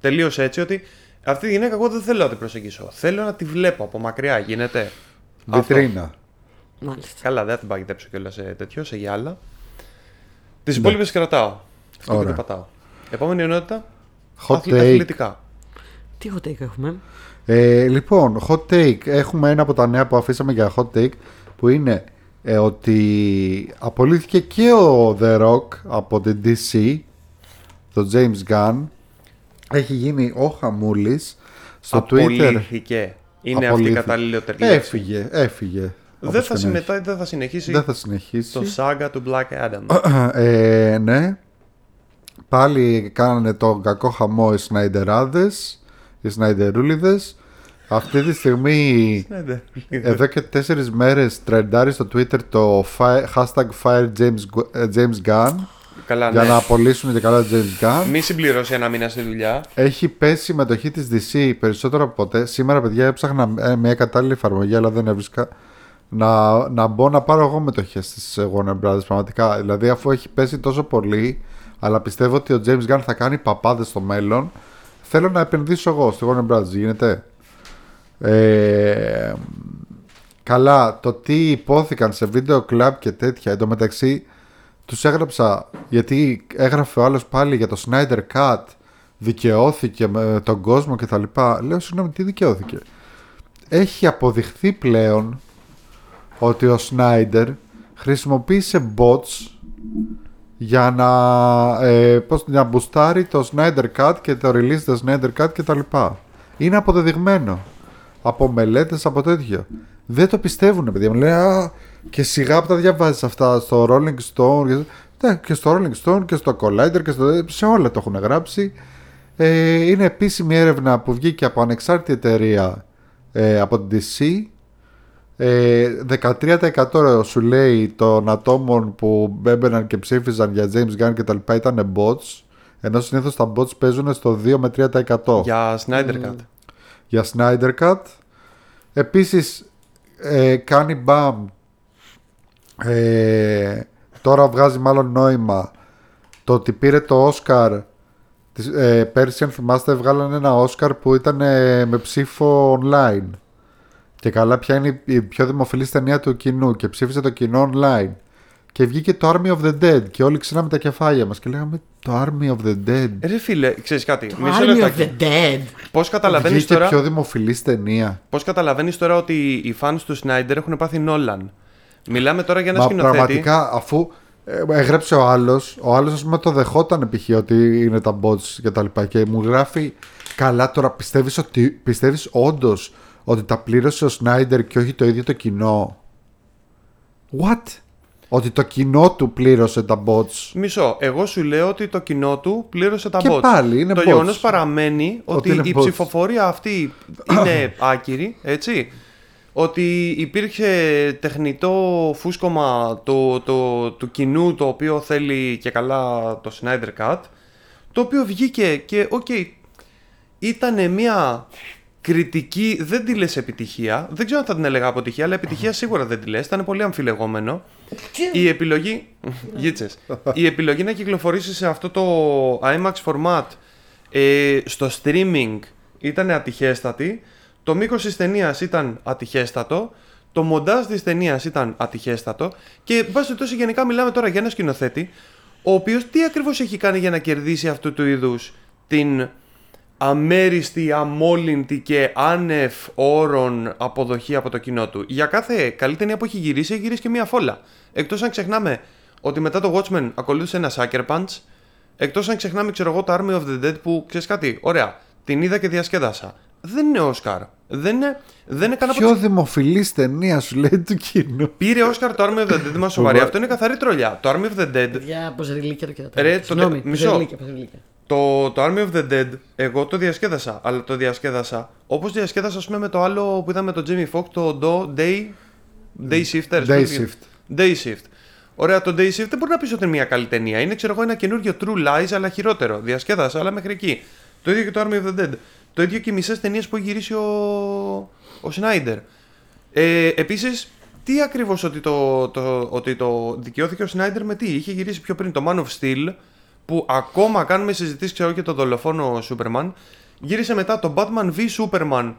[SPEAKER 3] τελείως έτσι ότι αυτή η γυναίκα εγώ δεν θέλω να την προσεγγίσω. Θέλω να τη βλέπω από μακριά. Γίνεται. Αυτό.
[SPEAKER 2] Βιτρίνα.
[SPEAKER 1] Μάλιστα.
[SPEAKER 3] Καλά, δεν θα την παγιδέψω κιόλας σε τέτοιο, σε γυάλα. Τι υπόλοιπες κρατάω. Αυτό
[SPEAKER 2] Ναι. Ωραία.
[SPEAKER 3] δεν το πατάω. Επόμενη ενότητα.
[SPEAKER 2] Hot
[SPEAKER 3] αθλη-
[SPEAKER 2] take.
[SPEAKER 3] Αθλητικά.
[SPEAKER 1] Τι hot take έχουμε.
[SPEAKER 2] Ε, λοιπόν, hot take. Έχουμε ένα από τα νέα που αφήσαμε για hot take που είναι ε, ότι απολύθηκε και ο The Rock από την DC, το James Gunn. Έχει γίνει ο Χαμούλης στο Twitter.
[SPEAKER 3] Απολύθηκε. Είναι αυτή η
[SPEAKER 2] Απολύθηκε. Ε,
[SPEAKER 3] καταλληλότερη λέξη.
[SPEAKER 2] Έφυγε, έφυγε.
[SPEAKER 3] Δεν
[SPEAKER 2] όπως και
[SPEAKER 3] θα,
[SPEAKER 2] να έχει.
[SPEAKER 3] συμμετά, δεν θα συνεχίσει
[SPEAKER 2] Δεν θα συνεχίσει.
[SPEAKER 3] το σάγκα του Black Adam.
[SPEAKER 2] ε, ναι. Πάλι κάνανε τον κακό χαμό οι Σναϊντεράδες, οι Σναϊντερούλιδες. Αυτή τη στιγμή,
[SPEAKER 3] Ναι, ναι.
[SPEAKER 2] εδώ και τέσσερις μέρες, τρεντάρει στο Twitter το fi- hashtag fire James, Gu- ε, James Gunn
[SPEAKER 3] Καλά,
[SPEAKER 2] για
[SPEAKER 3] ναι.
[SPEAKER 2] να απολύσουν και καλά James Gunn.
[SPEAKER 3] Μη συμπληρώσει ένα μήνα στη δουλειά.
[SPEAKER 2] Έχει πέσει η συμμετοχή της DC περισσότερο από ποτέ. Σήμερα, παιδιά, έψαχνα ε, μια κατάλληλη εφαρμογή, αλλά δεν έβρισκα. Να, να μπω να πάρω εγώ μετοχές της Warner Brothers, πραγματικά. Δηλαδή, αφού έχει πέσει τόσο πολύ, αλλά πιστεύω ότι ο James Gunn θα κάνει παπάδες στο μέλλον, θέλω να επενδύσω εγώ στη Warner Brothers. Γίνεται. Ε, Καλά, το τι υπόθηκαν σε βίντεο κλαμπ και τέτοια. Εν τω μεταξύ, τους έγραψα γιατί έγραφε ο άλλος πάλι για το Snyder Cut. Δικαιώθηκε με τον κόσμο κτλ. Λέω, συγγνώμη, τι δικαιώθηκε. Έχει αποδειχθεί πλέον ότι ο Σνάιντερ χρησιμοποίησε bots για να, ε, πώς, να μπουστάρει το Snyder Cut και το release του Snyder Cut και τα λοιπά. Είναι αποδεδειγμένο. Από μελέτες, από τέτοια. Δεν το πιστεύουν, παιδιά. Μου λένε, «Α, και σιγά που τα διαβάζεις αυτά στο Rolling Stone. Και, ναι, και στο Rolling Stone και στο Collider και στο, σε όλα το έχουν γράψει. Ε, είναι επίσημη έρευνα που βγήκε από ανεξάρτητη εταιρεία ε, από την DC ε, 13% σου λέει των ατόμων που έμπαιναν και ψήφιζαν για James Gunn και τα λοιπά ήταν bots ενώ συνήθως τα bots παίζουν στο 2 με 3% για,
[SPEAKER 3] Για Snyder Cut.
[SPEAKER 2] για Snyder Cut επίσης ε, κάνει μπαμ ε, τώρα βγάζει μάλλον νόημα το ότι πήρε το Oscar της- ε, πέρσι αν θυμάστε βγάλανε ένα Oscar που ήταν ε, με ψήφο online και καλά ποια είναι η πιο δημοφιλής ταινία του κοινού και ψήφισε το κοινό online. Και βγήκε το Army of the Dead και όλοι ξύναμε τα κεφάλια μας και λέγαμε το Army of the Dead.
[SPEAKER 3] Ε, Ρε φίλε, ξέρεις κάτι. Μισό
[SPEAKER 1] Army of
[SPEAKER 3] λεπτάκι.
[SPEAKER 1] the Dead.
[SPEAKER 3] Πώς καταλαβαίνεις
[SPEAKER 2] Βγήκε
[SPEAKER 3] τώρα,
[SPEAKER 2] πιο δημοφιλής ταινία.
[SPEAKER 3] πώς καταλαβαίνεις τώρα ότι οι φans του Σνάιντερ έχουν πάθει Νόλαν. Μιλάμε τώρα για ένα
[SPEAKER 2] Μα
[SPEAKER 3] σκηνοθέτη.
[SPEAKER 2] πραγματικά αφού ε, έγραψε ο άλλος, ο άλλος ας πούμε το δεχόταν π.χ. ότι είναι τα bots και τα λοιπά και μου γράφει καλά τώρα πιστεύεις, ότι, πιστεύεις όντως ότι τα πλήρωσε ο Σνάιντερ και όχι το ίδιο το κοινό. What? Ότι το κοινό του πλήρωσε τα bots.
[SPEAKER 3] Μισό. Εγώ σου λέω ότι το κοινό του πλήρωσε τα
[SPEAKER 2] Και
[SPEAKER 3] bots.
[SPEAKER 2] πάλι είναι
[SPEAKER 3] το
[SPEAKER 2] bots.
[SPEAKER 3] γεγονός παραμένει ότι,
[SPEAKER 2] είναι
[SPEAKER 3] η
[SPEAKER 2] bots.
[SPEAKER 3] ψηφοφορία αυτή
[SPEAKER 2] (clears throat)
[SPEAKER 3] είναι άκυρη, έτσι. Ότι υπήρχε τεχνητό φούσκωμα το, το, του κοινού το οποίο θέλει και καλά το Snyder Cut. Το οποίο βγήκε και, οκ, ήταν μια κριτική, δεν τη λες επιτυχία. Δεν ξέρω αν θα την έλεγα αποτυχία, αλλά επιτυχία σίγουρα δεν τη λες. Ήταν πολύ αμφιλεγόμενο. Η επιλογή. Γίτσες. Η επιλογή να κυκλοφορήσει σε αυτό το IMAX format ε, στο streaming ήταν ατυχέστατη. Το μήκος της ταινίας ήταν ατυχέστατο. Το μοντάζ της ταινίας ήταν ατυχέστατο. Και εν πάση περιπτώσει, γενικά μιλάμε τώρα για ένα σκηνοθέτη, ο οποίος τι ακριβώς έχει κάνει για να κερδίσει αυτού του είδους την αμέριστη, αμόλυντη και άνευ όρων αποδοχή από το κοινό του. Για κάθε καλή ταινία που έχει γυρίσει, έχει γυρίσει και μία φόλα. Εκτός αν ξεχνάμε ότι μετά το Watchmen ακολούθησε ένα Sucker Punch, εκτός αν ξεχνάμε, ξέρω εγώ, το Army of the Dead που ξέρεις κάτι, ωραία, την είδα και διασκέδασα. Δεν είναι Όσκαρ. Δεν είναι, δεν είναι κανένα από
[SPEAKER 2] Πιο
[SPEAKER 3] τις...
[SPEAKER 2] δημοφιλής ταινία σου λέει του κοινού.
[SPEAKER 3] Πήρε Όσκαρ το Army of the Dead μα σοβαρή. Αυτό είναι καθαρή τρολιά. Το Army of the Dead
[SPEAKER 1] Για ποζεριλίκια και τα
[SPEAKER 3] Ρε,
[SPEAKER 1] τέτοια.
[SPEAKER 3] το-
[SPEAKER 1] Συγγνώμη,
[SPEAKER 3] μισό.
[SPEAKER 1] ποζεριλίκια, ποζεριλίκια.
[SPEAKER 3] Το, το Army of the Dead, εγώ το διασκέδασα, αλλά το διασκέδασα όπως διασκέδασα, ας πούμε, με το άλλο που είδαμε τον Jimmy Fox, το Do, Day, Day Shifter.
[SPEAKER 2] Day
[SPEAKER 3] στο-
[SPEAKER 2] Shift.
[SPEAKER 3] Day Shift. Ωραία, το Day Shift δεν μπορεί να πεις ότι είναι μια καλή ταινία. Είναι, ξέρω εγώ, ένα καινούριο True Lies, αλλά χειρότερο. Διασκέδασα, αλλά μέχρι εκεί. Το ίδιο και το Army of the Dead. Το ίδιο και οι μισές ταινίες που έχει γυρίσει ο, ο Snyder. Ε, Επίσης, τι ακριβώς ότι το, το, ότι το δικαιώθηκε ο Σνάιντερ με τι. Είχε γυρίσει πιο πριν το Man of Steel, που ακόμα κάνουμε συζητήσεις, ξέρω και το δολοφόνο Σούπερμαν. Γύρισε μετά το Batman v Superman,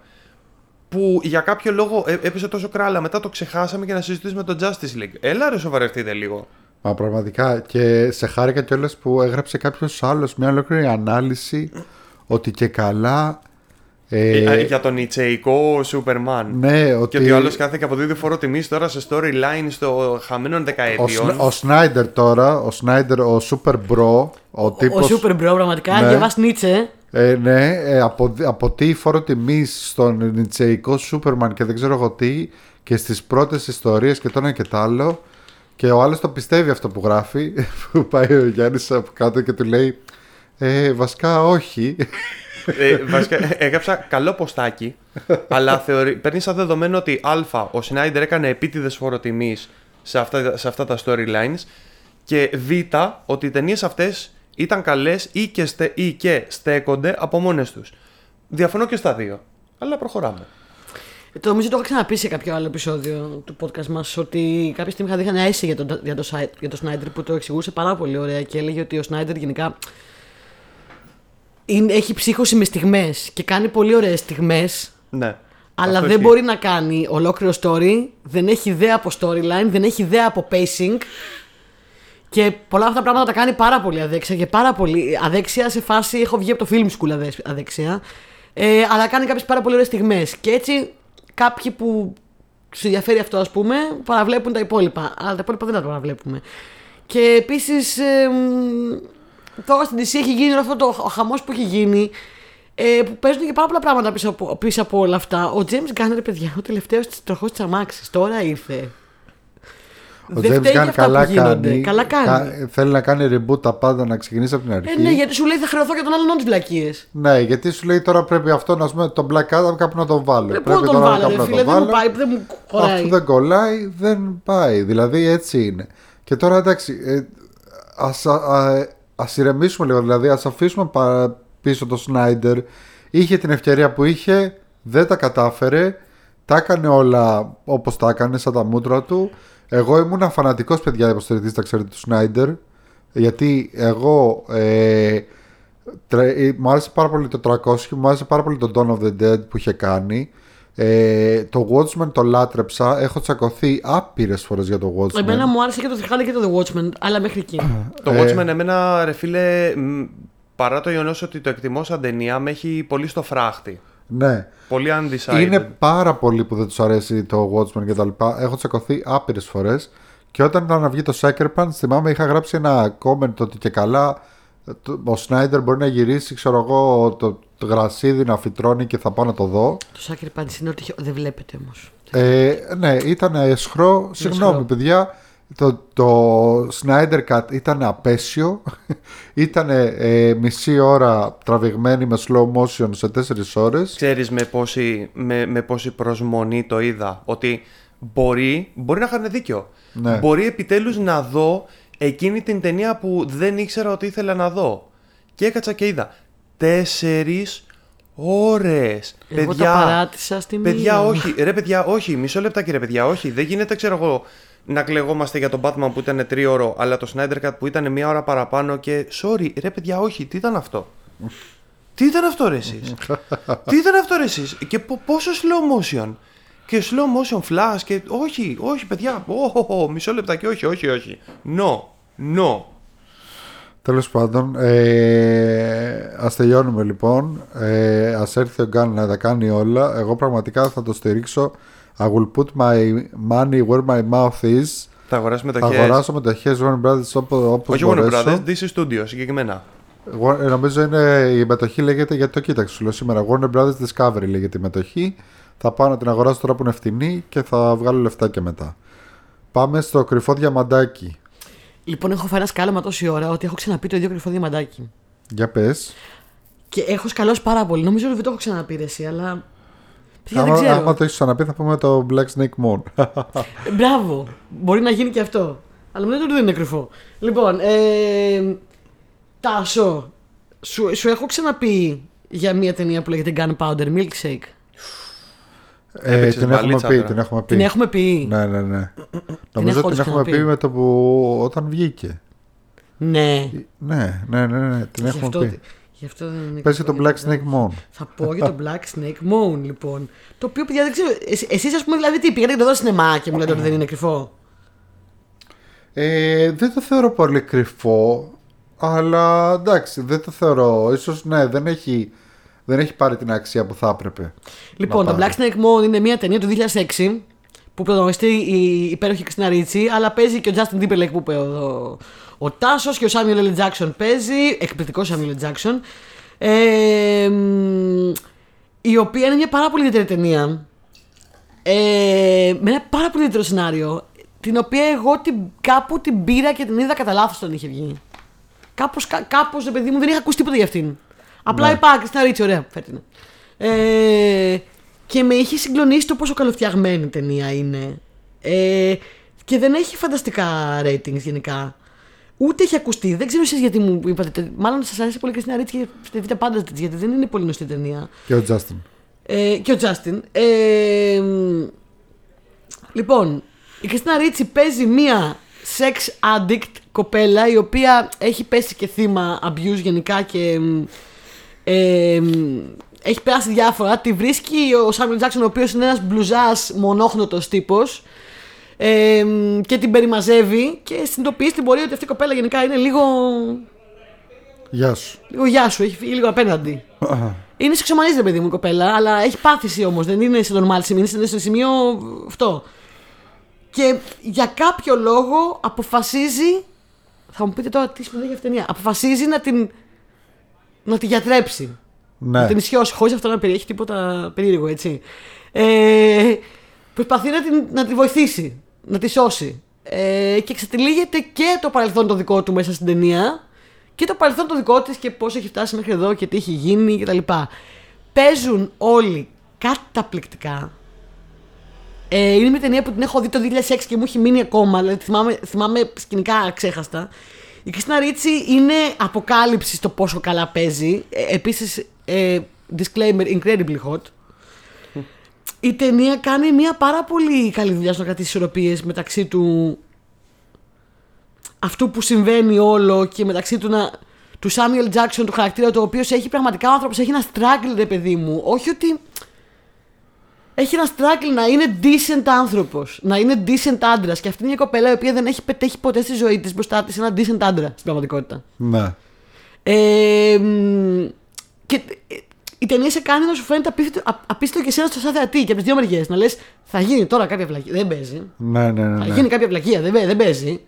[SPEAKER 3] που για κάποιο λόγο έ- έπεσε τόσο κράλα. Μετά το ξεχάσαμε και να συζητήσουμε το Justice League. Έλα ρε, σοβαρευτείτε λίγο.
[SPEAKER 2] Μα πραγματικά και σε χάρηκα κιόλας που έγραψε κάποιος άλλος μια ολόκληρη ανάλυση ότι και καλά ε,
[SPEAKER 3] Ε, για τον Ιτσεϊκό Σούπερμαν.
[SPEAKER 2] ναι,
[SPEAKER 3] Και
[SPEAKER 2] ότι,
[SPEAKER 3] ότι ο άλλος κάθε και αποδίδει φορό τιμή τώρα σε storyline στο χαμένων
[SPEAKER 2] ο, Σν-
[SPEAKER 3] δεκαετιών.
[SPEAKER 2] ο Σνάιντερ τώρα, ο Σνάιντερ, ο Super Bro, ο
[SPEAKER 1] Ο
[SPEAKER 2] τύπος,
[SPEAKER 1] Super Bro πραγματικά,
[SPEAKER 2] Ναι.
[SPEAKER 1] διαβάς Νίτσε.
[SPEAKER 2] ε, ναι, ε, από, από τι φόρο τιμής στον νητσεϊκό Σούπερμαν και δεν ξέρω εγώ τι και στις πρώτες ιστορίες και το ένα και το άλλο και ο άλλος το πιστεύει αυτό που γράφει (laughs) που πάει ο Γιάννης από κάτω και του λέει ε, βασικά όχι
[SPEAKER 3] ε, βασικά, έγραψα καλό ποστάκι, αλλά θεωρεί, παίρνει σαν δεδομένο ότι Α, ο Σνάιντερ έκανε επίτηδες φοροτιμής σε αυτά, σε αυτά τα storylines και Β, ότι οι ταινίες αυτές ήταν καλές ή, και στε- ή και στέκονται από μόνες τους. Διαφωνώ και στα δύο. Αλλά προχωράμε.
[SPEAKER 1] Ε, Το νομίζω το είχα ξαναπεί σε κάποιο άλλο επεισόδιο του podcast μας ότι κάποια στιγμή είχα δει ένα essay για τον, για, το, για τον Σνάιντερ που το εξηγούσε πάρα πολύ ωραία και έλεγε ότι ο Σνάιντερ γενικά είναι, έχει ψύχωση με στιγμές και κάνει πολύ ωραίες στιγμές,
[SPEAKER 3] Ναι.
[SPEAKER 1] Αλλά
[SPEAKER 3] Αυτό
[SPEAKER 1] δεν
[SPEAKER 3] ισχύει.
[SPEAKER 1] μπορεί να κάνει ολόκληρο story, δεν έχει ιδέα από storyline, δεν έχει ιδέα από pacing. Και πολλά αυτά τα πράγματα τα κάνει πάρα πολύ αδέξια και πάρα πολύ αδέξια σε φάση. Έχω βγει από το film school αδέ- αδέξια. Ε, αλλά κάνει κάποιες πάρα πολύ ωραίες στιγμές. Και έτσι κάποιοι που τους ενδιαφέρει αυτό, ας πούμε, παραβλέπουν τα υπόλοιπα. Αλλά τα υπόλοιπα δεν τα παραβλέπουμε. Και επίσης. τώρα στην DC έχει γίνει όλο αυτό το χαμός που έχει γίνει. Ε, που παίζουν και πάρα πολλά πράγματα πίσω από, πίσω από όλα αυτά. Ο James Gunner, παιδιά, ο τελευταίος τροχός της αμάξης. Τώρα ήρθε.
[SPEAKER 2] Ο
[SPEAKER 1] Δεν
[SPEAKER 2] James
[SPEAKER 1] φταίει για
[SPEAKER 2] Gunn
[SPEAKER 1] αυτά που γίνονται. Καλά κάνει.
[SPEAKER 2] Κα- θέλει να κάνει reboot τα πάντα, να ξεκινήσει από την αρχή.
[SPEAKER 1] Ε, ναι, γιατί σου λέει θα χρεωθώ και τον άλλον τις βλακίες.
[SPEAKER 2] Ναι, γιατί σου λέει τώρα πρέπει αυτό να πούμε τον Black Adam κάπου να τον βάλω.
[SPEAKER 1] Ε, Πού να τον
[SPEAKER 2] τώρα
[SPEAKER 1] βάλω,
[SPEAKER 2] κάπου
[SPEAKER 1] ρε
[SPEAKER 2] να
[SPEAKER 1] φίλε,
[SPEAKER 2] τον
[SPEAKER 1] δεν μου
[SPEAKER 2] βάλω.
[SPEAKER 1] πάει, δεν μου
[SPEAKER 2] Αυτό
[SPEAKER 1] χωράει.
[SPEAKER 2] δεν κολλάει, δεν πάει. Δηλαδή έτσι είναι. Και τώρα εντάξει, ε, ας, α, α, ας ηρεμήσουμε λίγο, δηλαδή ας αφήσουμε πα- πίσω τον Σνάιντερ. Είχε την ευκαιρία που είχε, δεν τα κατάφερε, τα έκανε όλα όπως τα έκανε, σαν τα μούτρα του. Εγώ ήμουν φανατικός παιδιά υποστηρικτής, τα ξέρετε, του Σνάιντερ. Γιατί εγώ ε, Τρε- ε, Μου άρεσε πάρα πολύ το 300 και μου άρεσε πάρα πολύ το Dawn of the Dead που είχε κάνει. Ε, το Watchmen το λάτρεψα. Έχω τσακωθεί άπειρες φορές για το Watchmen.
[SPEAKER 1] Εμένα μου άρεσε και το Τριχάλη και το The Watchmen, αλλά μέχρι εκεί.
[SPEAKER 3] Το Watchmen εμένα, ρε φίλε, μ, παρά το γεγονός ότι το εκτιμώ σαν ταινία, με έχει πολύ στο φράχτη.
[SPEAKER 2] Ναι.
[SPEAKER 3] Πολύ undecided.
[SPEAKER 2] Είναι πάρα πολύ που δεν τους αρέσει το Watchmen και τα λοιπά. Έχω τσακωθεί άπειρες φορές. Και όταν ήταν να βγει το Sucker Punch, θυμάμαι είχα γράψει ένα comment ότι και καλά το- ο Σνάιντερ μπορεί να γυρίσει, ξέρω εγώ, το, το γρασίδι να φυτρώνει και θα πάω να το δω.
[SPEAKER 1] Το Σάκερ Πάντη είναι ότι δεν βλέπετε όμως.
[SPEAKER 2] Ε, ναι, ήταν αισχρό. Συγγνώμη,
[SPEAKER 1] αισχρό.
[SPEAKER 2] παιδιά. Το, το Snyder Cut ήταν απέσιο. (laughs) ήταν μισή ώρα τραβηγμένη με slow motion σε τέσσερις ώρες.
[SPEAKER 3] Ξέρεις με πόση, με, με πόση προσμονή το είδα Ότι μπορεί, μπορεί να είχαν δίκιο
[SPEAKER 2] Ναι.
[SPEAKER 3] Μπορεί επιτέλους να δω εκείνη την ταινία που δεν ήξερα ότι ήθελα να δω Και έκατσα και είδα Τέσσερις ώρες
[SPEAKER 1] Εγώ τα παράτησα στη μία.
[SPEAKER 3] Παιδιά, όχι. Ρε, παιδιά, όχι. Μισό λεπτά, κύριε παιδιά, όχι. Δεν γίνεται, ξέρω εγώ, να κλεγόμαστε για τον Batman που ήταν τρίωρο, αλλά το Snyder Cut που ήταν μία ώρα παραπάνω και. Sorry, ρε, παιδιά, όχι. Τι ήταν αυτό. Τι ήταν αυτό, ρε, εσείς? Τι ήταν αυτό, ρε, εσείς? Και πο- πόσο slow motion. Και slow motion flash και. Όχι, όχι, παιδιά. Ω, ω, ω, μισό λεπτά και όχι, όχι, όχι. No, no.
[SPEAKER 2] Τέλος πάντων, ε, ας τελειώνουμε λοιπόν. Ε, ας έρθει ο Γκάν να τα κάνει όλα. Εγώ πραγματικά θα το στηρίξω. I will put my money where my mouth is.
[SPEAKER 3] Θα αγοράσουμε το
[SPEAKER 2] Θα
[SPEAKER 3] χέρι.
[SPEAKER 2] αγοράσω με το Hedge Warner Brothers όπου, όπως
[SPEAKER 3] Όχι μόνο
[SPEAKER 2] μπορέσω.
[SPEAKER 3] brothers, DC Studio συγκεκριμένα.
[SPEAKER 2] Γο- ε, Νομίζω είναι η μετοχή λέγεται γιατί το κοίταξε σου λέω σήμερα. Warner Brothers Discovery λέγεται η μετοχή. Θα πάω να την αγοράσω τώρα που είναι φτηνή και θα βγάλω λεφτά και μετά. Πάμε στο κρυφό διαμαντάκι.
[SPEAKER 1] Λοιπόν, έχω φάει ένα σκάλωμα τόση ώρα ότι έχω ξαναπεί το ίδιο κρυφό διαμαντάκι.
[SPEAKER 2] Για πες.
[SPEAKER 1] Και έχω σκαλώσει πάρα πολύ. Νομίζω ότι δεν το έχω ξαναπεί ρε, εσύ, αλλά. Παιδιά, δεν
[SPEAKER 2] Άμα,
[SPEAKER 1] ξέρω.
[SPEAKER 2] άμα το έχεις ξαναπεί, θα πούμε το Black Snake Moon.
[SPEAKER 1] Ε, Μπράβο. Μπορεί να γίνει και αυτό. Αλλά μου λέτε ότι δεν είναι κρυφό. Λοιπόν, ε, Τάσο, σου, σου έχω ξαναπεί για μια ταινία που λέγεται Gunpowder Milkshake.
[SPEAKER 2] ε,
[SPEAKER 3] Έπαιξες
[SPEAKER 2] την, έχουμε
[SPEAKER 3] μπαλίτσα
[SPEAKER 2] πει,
[SPEAKER 3] τώρα.
[SPEAKER 2] την έχουμε πει.
[SPEAKER 1] Την έχουμε πει.
[SPEAKER 2] Ναι, ναι, ναι. Νομίζω
[SPEAKER 1] έχω
[SPEAKER 2] την
[SPEAKER 1] όντως
[SPEAKER 2] έχουμε πει
[SPEAKER 1] ξαναπεί.
[SPEAKER 2] με το που όταν βγήκε.
[SPEAKER 1] Ναι.
[SPEAKER 2] Ναι, ναι, ναι, ναι, την
[SPEAKER 1] Γι'
[SPEAKER 2] έχουμε
[SPEAKER 1] αυτό, Ναι.
[SPEAKER 2] πει.
[SPEAKER 1] γι' αυτό δεν είναι
[SPEAKER 2] Πες για
[SPEAKER 1] κρυφό,
[SPEAKER 2] το Black
[SPEAKER 1] γιατί δεν-
[SPEAKER 2] Snake Moon.
[SPEAKER 1] Θα πω για το Black Snake Moon, λοιπόν. Το οποίο, παιδιά, δεν ξέρω. εσ- Εσείς, ας πούμε, δηλαδή, τι πήγατε και το δω σινεμά και μου λέτε ότι δεν είναι κρυφό.
[SPEAKER 2] Ε, δεν το θεωρώ πολύ κρυφό, αλλά εντάξει, δεν το θεωρώ. Ίσως ναι, δεν έχει, δεν έχει πάρει την αξία που θα έπρεπε.
[SPEAKER 1] Λοιπόν,
[SPEAKER 2] Να
[SPEAKER 1] το Black Snake Moon είναι μια ταινία του 2006 που πρωταγωνιστεί η υπέροχη Κριστίνα Ρίτσι, αλλά παίζει και ο Justin Timberlake που είπε ο, ο Τάσος και ο Samuel L. Jackson παίζει. Εκπληκτικό Samuel L. Jackson. Ε, μ, η οποία είναι μια πάρα πολύ ιδιαίτερη ταινία. Ε, με ένα πάρα πολύ ιδιαίτερο σενάριο. Την οποία εγώ την, κάπου την πήρα και την είδα κατά λάθος όταν είχε βγει. Κάπως, κά, κάπως, ρε παιδί μου, δεν είχα ακούσει τίποτα για αυτήν. Απλά είπα, Κριστίνα Ρίτσι, ωραία, φέρτηνε. Ε, και με είχε συγκλονίσει το πόσο καλοφτιαγμένη η ταινία είναι. Ε, και δεν έχει φανταστικά ratings γενικά. Ούτε έχει ακουστεί. Δεν ξέρω εσείς γιατί μου είπατε. τε- Μάλλον σας άρεσε πολύ η Κριστίνα Ρίτσι και φταίτε πάντα της, γιατί δεν είναι πολύ γνωστή ταινία.
[SPEAKER 2] Και ο Justin.
[SPEAKER 1] Ε, και ο Τζάστιν. Ε, μ, λοιπόν, η Κριστίνα Ρίτσι παίζει μία sex addict κοπέλα η οποία έχει πέσει και θύμα abuse γενικά και, μ, ε, μ, έχει περάσει διάφορα. Τη βρίσκει ο Σάμιλ Τζάξον, ο οποίος είναι ένας μπλουζάς μονόχνοτος τύπος. Ε, και την περιμαζεύει και συνειδητοποιείς στην πορεία ότι αυτή η κοπέλα γενικά είναι λίγο. (clears throat)
[SPEAKER 2] Γεια σου.
[SPEAKER 1] λίγο γεια σου, έχει φύγει λίγο απέναντι. Είναι σεξομανή, παιδί μου, η κοπέλα, αλλά έχει πάθηση όμως. Δεν είναι σε normal σημείο, είναι σε σημείο αυτό. Και για κάποιο λόγο αποφασίζει. Θα μου πείτε τώρα τι σημαίνει για αυτήν την ταινία. Αποφασίζει να την. να τη γιατρέψει.
[SPEAKER 2] ναι.
[SPEAKER 1] Να την ισιώσει, χωρίς αυτό να περιέχει τίποτα περίεργο, έτσι. Ε, προσπαθεί να την, να τη βοηθήσει, να τη σώσει. Ε, και ξετυλίγεται και το παρελθόν το δικό του μέσα στην ταινία και το παρελθόν το δικό της και πώς έχει φτάσει μέχρι εδώ και τι έχει γίνει κτλ. Παίζουν όλοι καταπληκτικά. Ε, είναι μια ταινία που την έχω δει το 2006 και μου έχει μείνει ακόμα, δηλαδή θυμάμαι, θυμάμαι σκηνικά ξέχαστα. Η Κριστίνα Ρίτσι είναι αποκάλυψη στο πόσο καλά παίζει. Ε, επίσης, ε, disclaimer, incredibly hot. Η ταινία κάνει μια πάρα πολύ καλή δουλειά στο να κρατήσει ισορροπίες μεταξύ του αυτού που συμβαίνει όλο και μεταξύ του, να, του Samuel Jackson, του χαρακτήρα του, ο οποίος έχει πραγματικά ο άνθρωπος έχει ένα struggle, ρε παιδί μου. Όχι ότι. Έχει ένα struggle να είναι decent άνθρωπος, να είναι decent άντρας. Και αυτή είναι μια κοπέλα η οποία δεν έχει πετύχει ποτέ στη ζωή της μπροστά της ένα decent άντρα στην πραγματικότητα.
[SPEAKER 2] ναι.
[SPEAKER 1] Ε, μ, και ε, η ταινία σε κάνει να σου φαίνεται απίστευτο, α- απίστευτο και εσένα στο σαν θεατή και από τις δύο μεριές. Να λες, θα γίνει τώρα κάποια βλακή. Δεν παίζει.
[SPEAKER 2] Ναι, ναι, ναι.
[SPEAKER 1] Θα
[SPEAKER 2] ναι.
[SPEAKER 1] γίνει κάποια πλακία, δεν, παί- δεν παίζει.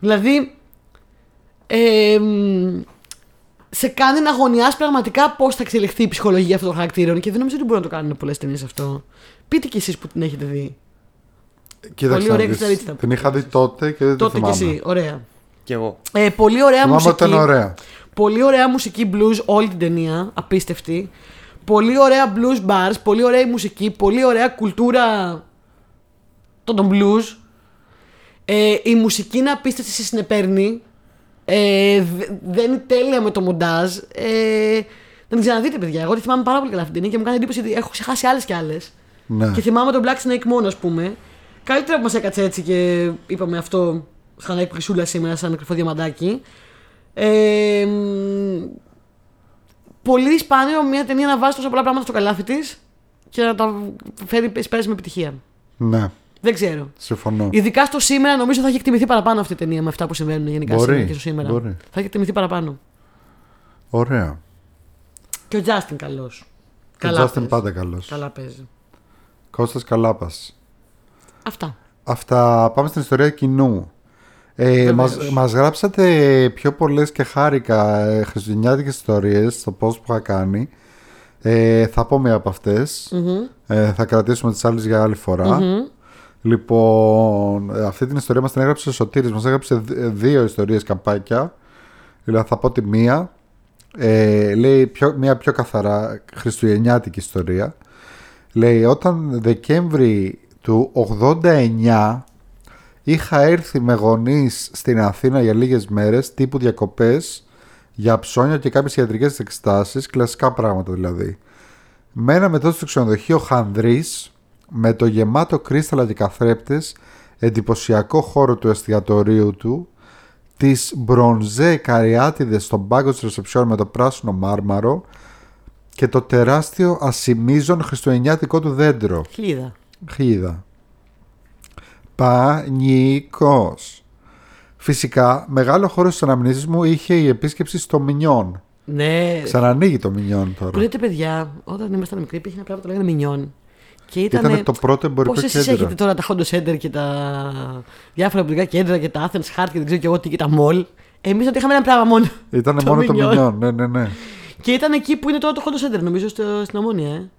[SPEAKER 1] Δηλαδή, ε, μ, σε κάνει να αγωνιάς πραγματικά πώς θα εξελιχθεί η ψυχολογία αυτών των χαρακτήρων και δεν νομίζω ότι μπορούν να το κάνουν πολλές ταινίες αυτό. Πείτε κι εσείς που την έχετε δει.
[SPEAKER 2] Κοίταξε
[SPEAKER 1] πολύ
[SPEAKER 2] να
[SPEAKER 1] ωραία
[SPEAKER 2] δεις.
[SPEAKER 1] εξαρτήτητα.
[SPEAKER 2] Την είχα δει τότε και δεν τη
[SPEAKER 1] Τότε κι
[SPEAKER 2] θυμάμαι.
[SPEAKER 1] εσύ. Ωραία.
[SPEAKER 3] Κι εγώ.
[SPEAKER 1] Ε, πολύ ωραία
[SPEAKER 2] Θυμάμαι ότι
[SPEAKER 1] μουσική.
[SPEAKER 2] ήταν ωραία.
[SPEAKER 1] Πολύ ωραία μουσική blues όλη την ταινία. Απίστευτη. Πολύ ωραία blues bars. Πολύ ωραία η μουσική. Πολύ ωραία κουλτούρα των των blues. Ε, η μουσική είναι απίστευτη, σε συνεπέρνει. Ε, δε- δεν είναι τέλεια με το μοντάζ. Ε, να την ξαναδείτε, παιδιά. Εγώ τη θυμάμαι πάρα πολύ καλά αυτή την ταινία και μου κάνει εντύπωση ότι έχω ξεχάσει άλλες και άλλες.
[SPEAKER 2] Ναι.
[SPEAKER 1] Και θυμάμαι τον Black Snake μόνο, ας πούμε. Καλύτερα που μας έκατσε έτσι και είπαμε αυτό σαν έκπληξούλα σήμερα, σαν κρυφό διαμαντάκι. Ε, μ, πολύ σπάνιο μια ταινία να βάζει τόσα πολλά πράγματα στο καλάθι της και να τα φέρει εις πέρας με επιτυχία.
[SPEAKER 2] Ναι.
[SPEAKER 1] Δεν ξέρω.
[SPEAKER 2] Συμφωνώ.
[SPEAKER 1] Ειδικά στο σήμερα νομίζω θα έχει εκτιμηθεί παραπάνω αυτή η ταινία με αυτά που συμβαίνουν γενικά
[SPEAKER 2] Μπορεί,
[SPEAKER 1] σήμερα και στο σήμερα.
[SPEAKER 2] μπορεί.
[SPEAKER 1] Θα έχει εκτιμηθεί παραπάνω.
[SPEAKER 2] Ωραία.
[SPEAKER 1] Και ο Justin καλός.
[SPEAKER 2] Και ο Justin πάντα καλός.
[SPEAKER 1] Καλά παίζει.
[SPEAKER 2] Κώστας Καλάπας.
[SPEAKER 1] Αυτά.
[SPEAKER 2] Αυτά. Πάμε στην ιστορία κοινού. Ε, μας, μας γράψατε πιο πολλές και χάρηκα ε, χριστουγεννιάτικες ιστορίες στο post που είχα κάνει. Ε, θα πω μία από αυτες Ε, θα κρατήσουμε τις άλλες για άλλη φορά. Λοιπόν, ε, αυτή την ιστορία μας την έγραψε ο Σωτήρης. Μας έγραψε δ- ε, δύο ιστορίες καπάκια. Δηλαδή θα πω τη μία. Ε, λέει πιο, μία πιο καθαρά χριστουγεννιάτικη ιστορία. Λέει όταν Δεκέμβρη του 89 είχα έρθει με γονείς στην Αθήνα για λίγες μέρες τύπου διακοπές για ψώνια και κάποιες ιατρικές εξετάσεις, κλασικά πράγματα δηλαδή. Μέναμε τότε στο ξενοδοχείο Χανδρής με το γεμάτο κρίσταλα και καθρέπτες εντυπωσιακό χώρο του εστιατορίου του τις μπρονζέ καριάτιδες στον πάγκο της ρεσεψιόν με το πράσινο μάρμαρο και το τεράστιο ασημίζον χριστοενιάτικο του δέντρο.
[SPEAKER 1] Χλίδα.
[SPEAKER 2] Χίδα. Πανικός. Φυσικά, μεγάλο χώρο στις αναμνήσεις μου είχε η επίσκεψη στο Μινιόν.
[SPEAKER 3] Ε.
[SPEAKER 1] Ναι.
[SPEAKER 2] Ξανανοίγει το Μινιόν τώρα.
[SPEAKER 1] Που λέτε παιδιά, όταν ήμασταν μικροί υπήρχε ένα πράγμα που το λέγανε μινιόν. Και ήταν.
[SPEAKER 2] Ήταν το πρώτο εμπορικό
[SPEAKER 1] Πώς εσείς
[SPEAKER 2] κέντρο.
[SPEAKER 1] έχετε τώρα τα Honda Center και τα διάφορα εμπορικά κέντρα και τα Athens Heart και δεν ξέρω και εγώ τι και τα Mall. Εμείς ότι είχαμε ένα πράγμα μόνο.
[SPEAKER 2] Ήταν
[SPEAKER 1] (laughs) το
[SPEAKER 2] μόνο το
[SPEAKER 1] Μινιόν.
[SPEAKER 2] Μινιόν, ναι, ναι, ναι.
[SPEAKER 1] Και ήταν εκεί που είναι τώρα το Honda Center, νομίζω στο, στην Ομόνια, ε.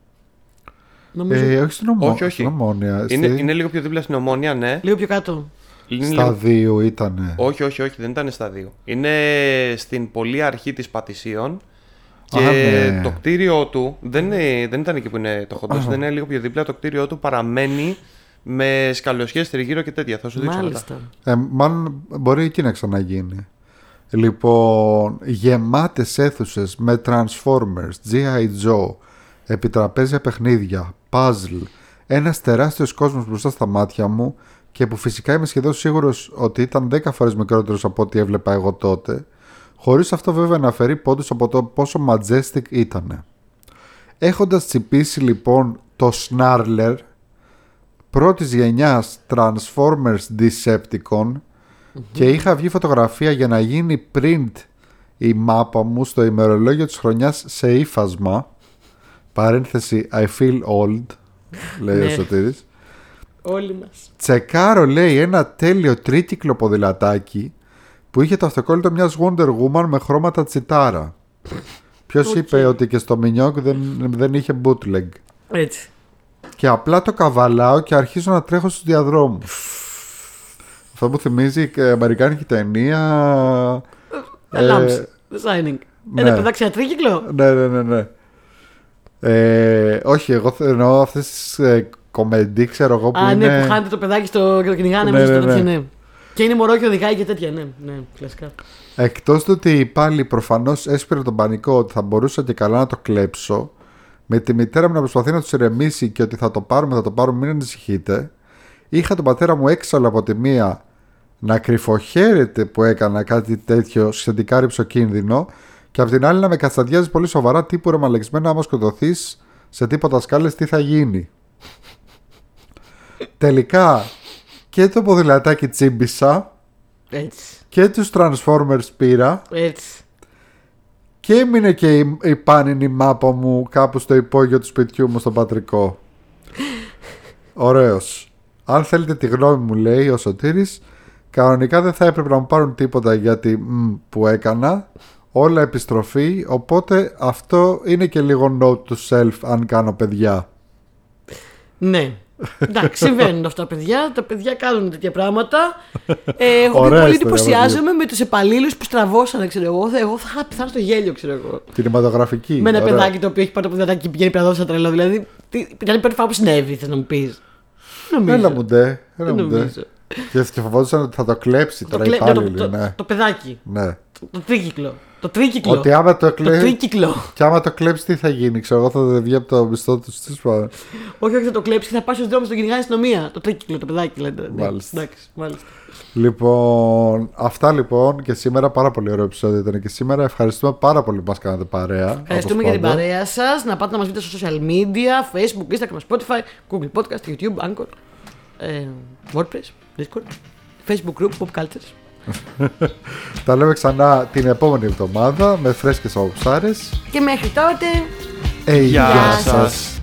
[SPEAKER 1] Νομίζω.
[SPEAKER 2] Ε, όχι στην Ομόνια.
[SPEAKER 3] όχι, όχι.
[SPEAKER 2] Στην Ομόνια.
[SPEAKER 3] Είναι,
[SPEAKER 2] στη-
[SPEAKER 3] είναι λίγο πιο δίπλα στην ομόνια, ναι.
[SPEAKER 1] Λίγο πιο κάτω.
[SPEAKER 3] Είναι
[SPEAKER 2] Στα
[SPEAKER 3] λίγο-
[SPEAKER 2] δύο ήταν.
[SPEAKER 3] Όχι, όχι, όχι, δεν ήταν στα δύο. Είναι στην πολύ αρχή της Πατησίων. Και
[SPEAKER 2] Α, ναι.
[SPEAKER 3] το κτίριό του δεν, είναι- δεν ήταν εκεί που είναι το χοντό, δεν είναι λίγο πιο δίπλα. Το κτίριό του παραμένει με σκαλωσιές τριγύρω και τέτοια. Θα σου δείξω μετά.
[SPEAKER 1] Μάλιστα.
[SPEAKER 2] Ε, μάλλον μπορεί εκεί να ξαναγίνει. Λοιπόν, γεμάτες αίθουσες με Transformers, G.I. Joe, επιτραπέζια παιχνίδια, puzzle, ένας τεράστιος κόσμος μπροστά στα μάτια μου και που φυσικά είμαι σχεδόν σίγουρος ότι ήταν 10 φορές μικρότερος από ό,τι έβλεπα εγώ τότε, χωρίς αυτό βέβαια να αφαιρεί πόντους από το πόσο majestic ήτανε. Έχοντας τσιπήσει λοιπόν το Snarler πρώτης γενιάς Transformers Decepticon και είχα βγει φωτογραφία για να γίνει print η μάπα μου στο ημερολόγιο της χρονιάς σε ύφασμα παρένθεση I feel old λέει ο
[SPEAKER 1] Ναι.
[SPEAKER 2] Σωτήρης
[SPEAKER 1] Όλοι μας.
[SPEAKER 2] Τσεκάρω λέει ένα τέλειο τρίτυκλο ποδηλατάκι που είχε το αυτοκόλλητο μιας Wonder Woman με χρώματα τσιτάρα. Ποιος είπε ότι και στο Μινιόκ δεν, δεν είχε bootleg.
[SPEAKER 1] Έτσι.
[SPEAKER 2] Και απλά το καβαλάω και αρχίζω να τρέχω στους διαδρόμους. Αυτό μου θυμίζει ε, αμερικάνικη ταινία...
[SPEAKER 1] Ε, Lamps. The Ε, Shining. Ένα
[SPEAKER 2] ναι.
[SPEAKER 1] παιδάξια τρίκυκλο.
[SPEAKER 2] Ναι, ναι, ναι, ναι. Ε, όχι, εγώ θε- εννοώ αυτές τις ε, κομμεντί, ξέρω εγώ, που
[SPEAKER 1] Α,
[SPEAKER 2] είναι...
[SPEAKER 1] ναι, που χάνεται το παιδάκι στο και το κυνηγάνε
[SPEAKER 2] Ναι,
[SPEAKER 1] μέσα στο
[SPEAKER 2] ναι,
[SPEAKER 1] τέτοιο,
[SPEAKER 2] ναι.
[SPEAKER 1] ναι. Και είναι μωρό και οδηγάει και τέτοια, ναι, ναι, κλασικά.
[SPEAKER 2] Εκτός του ότι πάλι προφανώς έσπηρε τον πανικό ότι θα μπορούσα και καλά να το κλέψω, με τη μητέρα μου να προσπαθεί να τους ηρεμήσει και ότι θα το πάρουμε, θα το πάρουμε, μην ανησυχείτε, είχα τον πατέρα μου έξαλλο από τη μία να κρυφοχαίρεται που έκανα κάτι τέτοιο σχετικά ρηψοκίνδυνο και απ' την άλλη να με κατσαδιάζει πολύ σοβαρά τύπου ρε μαλεξμένα άμα σκοτωθείς σε τίποτα σκάλες τι θα γίνει. Τελικά και το ποδηλατάκι τσίμπησα
[SPEAKER 1] Έτσι.
[SPEAKER 2] και τους Transformers πήρα
[SPEAKER 1] Έτσι.
[SPEAKER 2] και έμεινε και η, η πάνινη μάπα μου κάπου στο υπόγειο του σπιτιού μου στον Πατρικό. Ωραίος. Αν θέλετε τη γνώμη μου λέει ο Σωτήρης, κανονικά δεν θα έπρεπε να μου πάρουν τίποτα γιατί μ, που έκανα. Όλα επιστροφή, οπότε αυτό είναι και λίγο note to self αν κάνω παιδιά.
[SPEAKER 1] Ναι. Εντάξει, συμβαίνουν αυτά παιδιά. Τα παιδιά κάνουν τέτοια πράγματα. Ε, εγώ
[SPEAKER 2] Ωραία
[SPEAKER 1] Ωραία, πολύ
[SPEAKER 2] ιστορία,
[SPEAKER 1] εντυπωσιάζομαι με τους υπαλλήλους που στραβώσανε, ξέρω εγώ. Θα- Εγώ θα είχα πεθάνει στο γέλιο, ξέρω εγώ.
[SPEAKER 2] Κινηματογραφική.
[SPEAKER 1] Με ένα
[SPEAKER 2] ωραία.
[SPEAKER 1] παιδάκι το οποίο έχει πάρει το παιδάκι και πηγαίνει πέρα στα τρελό. Δηλαδή, τι- ήταν η πρώτη φορά που συνέβη, θες να μου πεις. Νομίζω.
[SPEAKER 2] Έλα μου ντε, έλα
[SPEAKER 1] Δεν
[SPEAKER 2] μου ντε.
[SPEAKER 1] νομίζω.
[SPEAKER 2] Και και φοβόντουσαν ότι θα το κλέψει
[SPEAKER 1] Το,
[SPEAKER 2] Ναι, τώρα
[SPEAKER 1] κλε... ναι, το,
[SPEAKER 2] υπάλληλοι,
[SPEAKER 1] το,
[SPEAKER 2] ναι.
[SPEAKER 1] το παιδάκι.
[SPEAKER 2] ναι.
[SPEAKER 1] Το, το τρίκυκλο. Το τρίκυκλο.
[SPEAKER 2] Ότι άμα το
[SPEAKER 1] Το
[SPEAKER 2] κλέψει.
[SPEAKER 1] τρίκυκλο.
[SPEAKER 2] Και άμα το κλέψει, τι θα γίνει, ξέρω εγώ, θα δεν βγει από το μισθό του. Τι σου πω.
[SPEAKER 1] όχι, όχι, θα το κλέψει και θα πάει στου δρόμου και τον κυνηγάει η αστυνομία. Το τρίκυκλο, το παιδάκι λέτε. Ναι,
[SPEAKER 2] Μάλιστα.
[SPEAKER 1] Εντάξει, μάλιστα.
[SPEAKER 2] Λοιπόν, αυτά λοιπόν και σήμερα πάρα πολύ ωραίο επεισόδιο ήταν και σήμερα. Ευχαριστούμε πάρα πολύ που μας κάνατε παρέα.
[SPEAKER 1] Ευχαριστούμε
[SPEAKER 2] όπως
[SPEAKER 1] για την
[SPEAKER 2] πάντα.
[SPEAKER 1] παρέα σας. Να πάτε να μας βρείτε στα social media, Facebook, Instagram, Spotify, Google Podcast, YouTube, Anchor, ε, WordPress, Discord, Facebook group, Pop Cultures.
[SPEAKER 2] Τα λέμε ξανά την επόμενη εβδομάδα με φρέσκες αποψάρε.
[SPEAKER 1] Και μέχρι τότε,
[SPEAKER 2] Ε, γεια
[SPEAKER 3] Γεια
[SPEAKER 2] σας.
[SPEAKER 3] σας.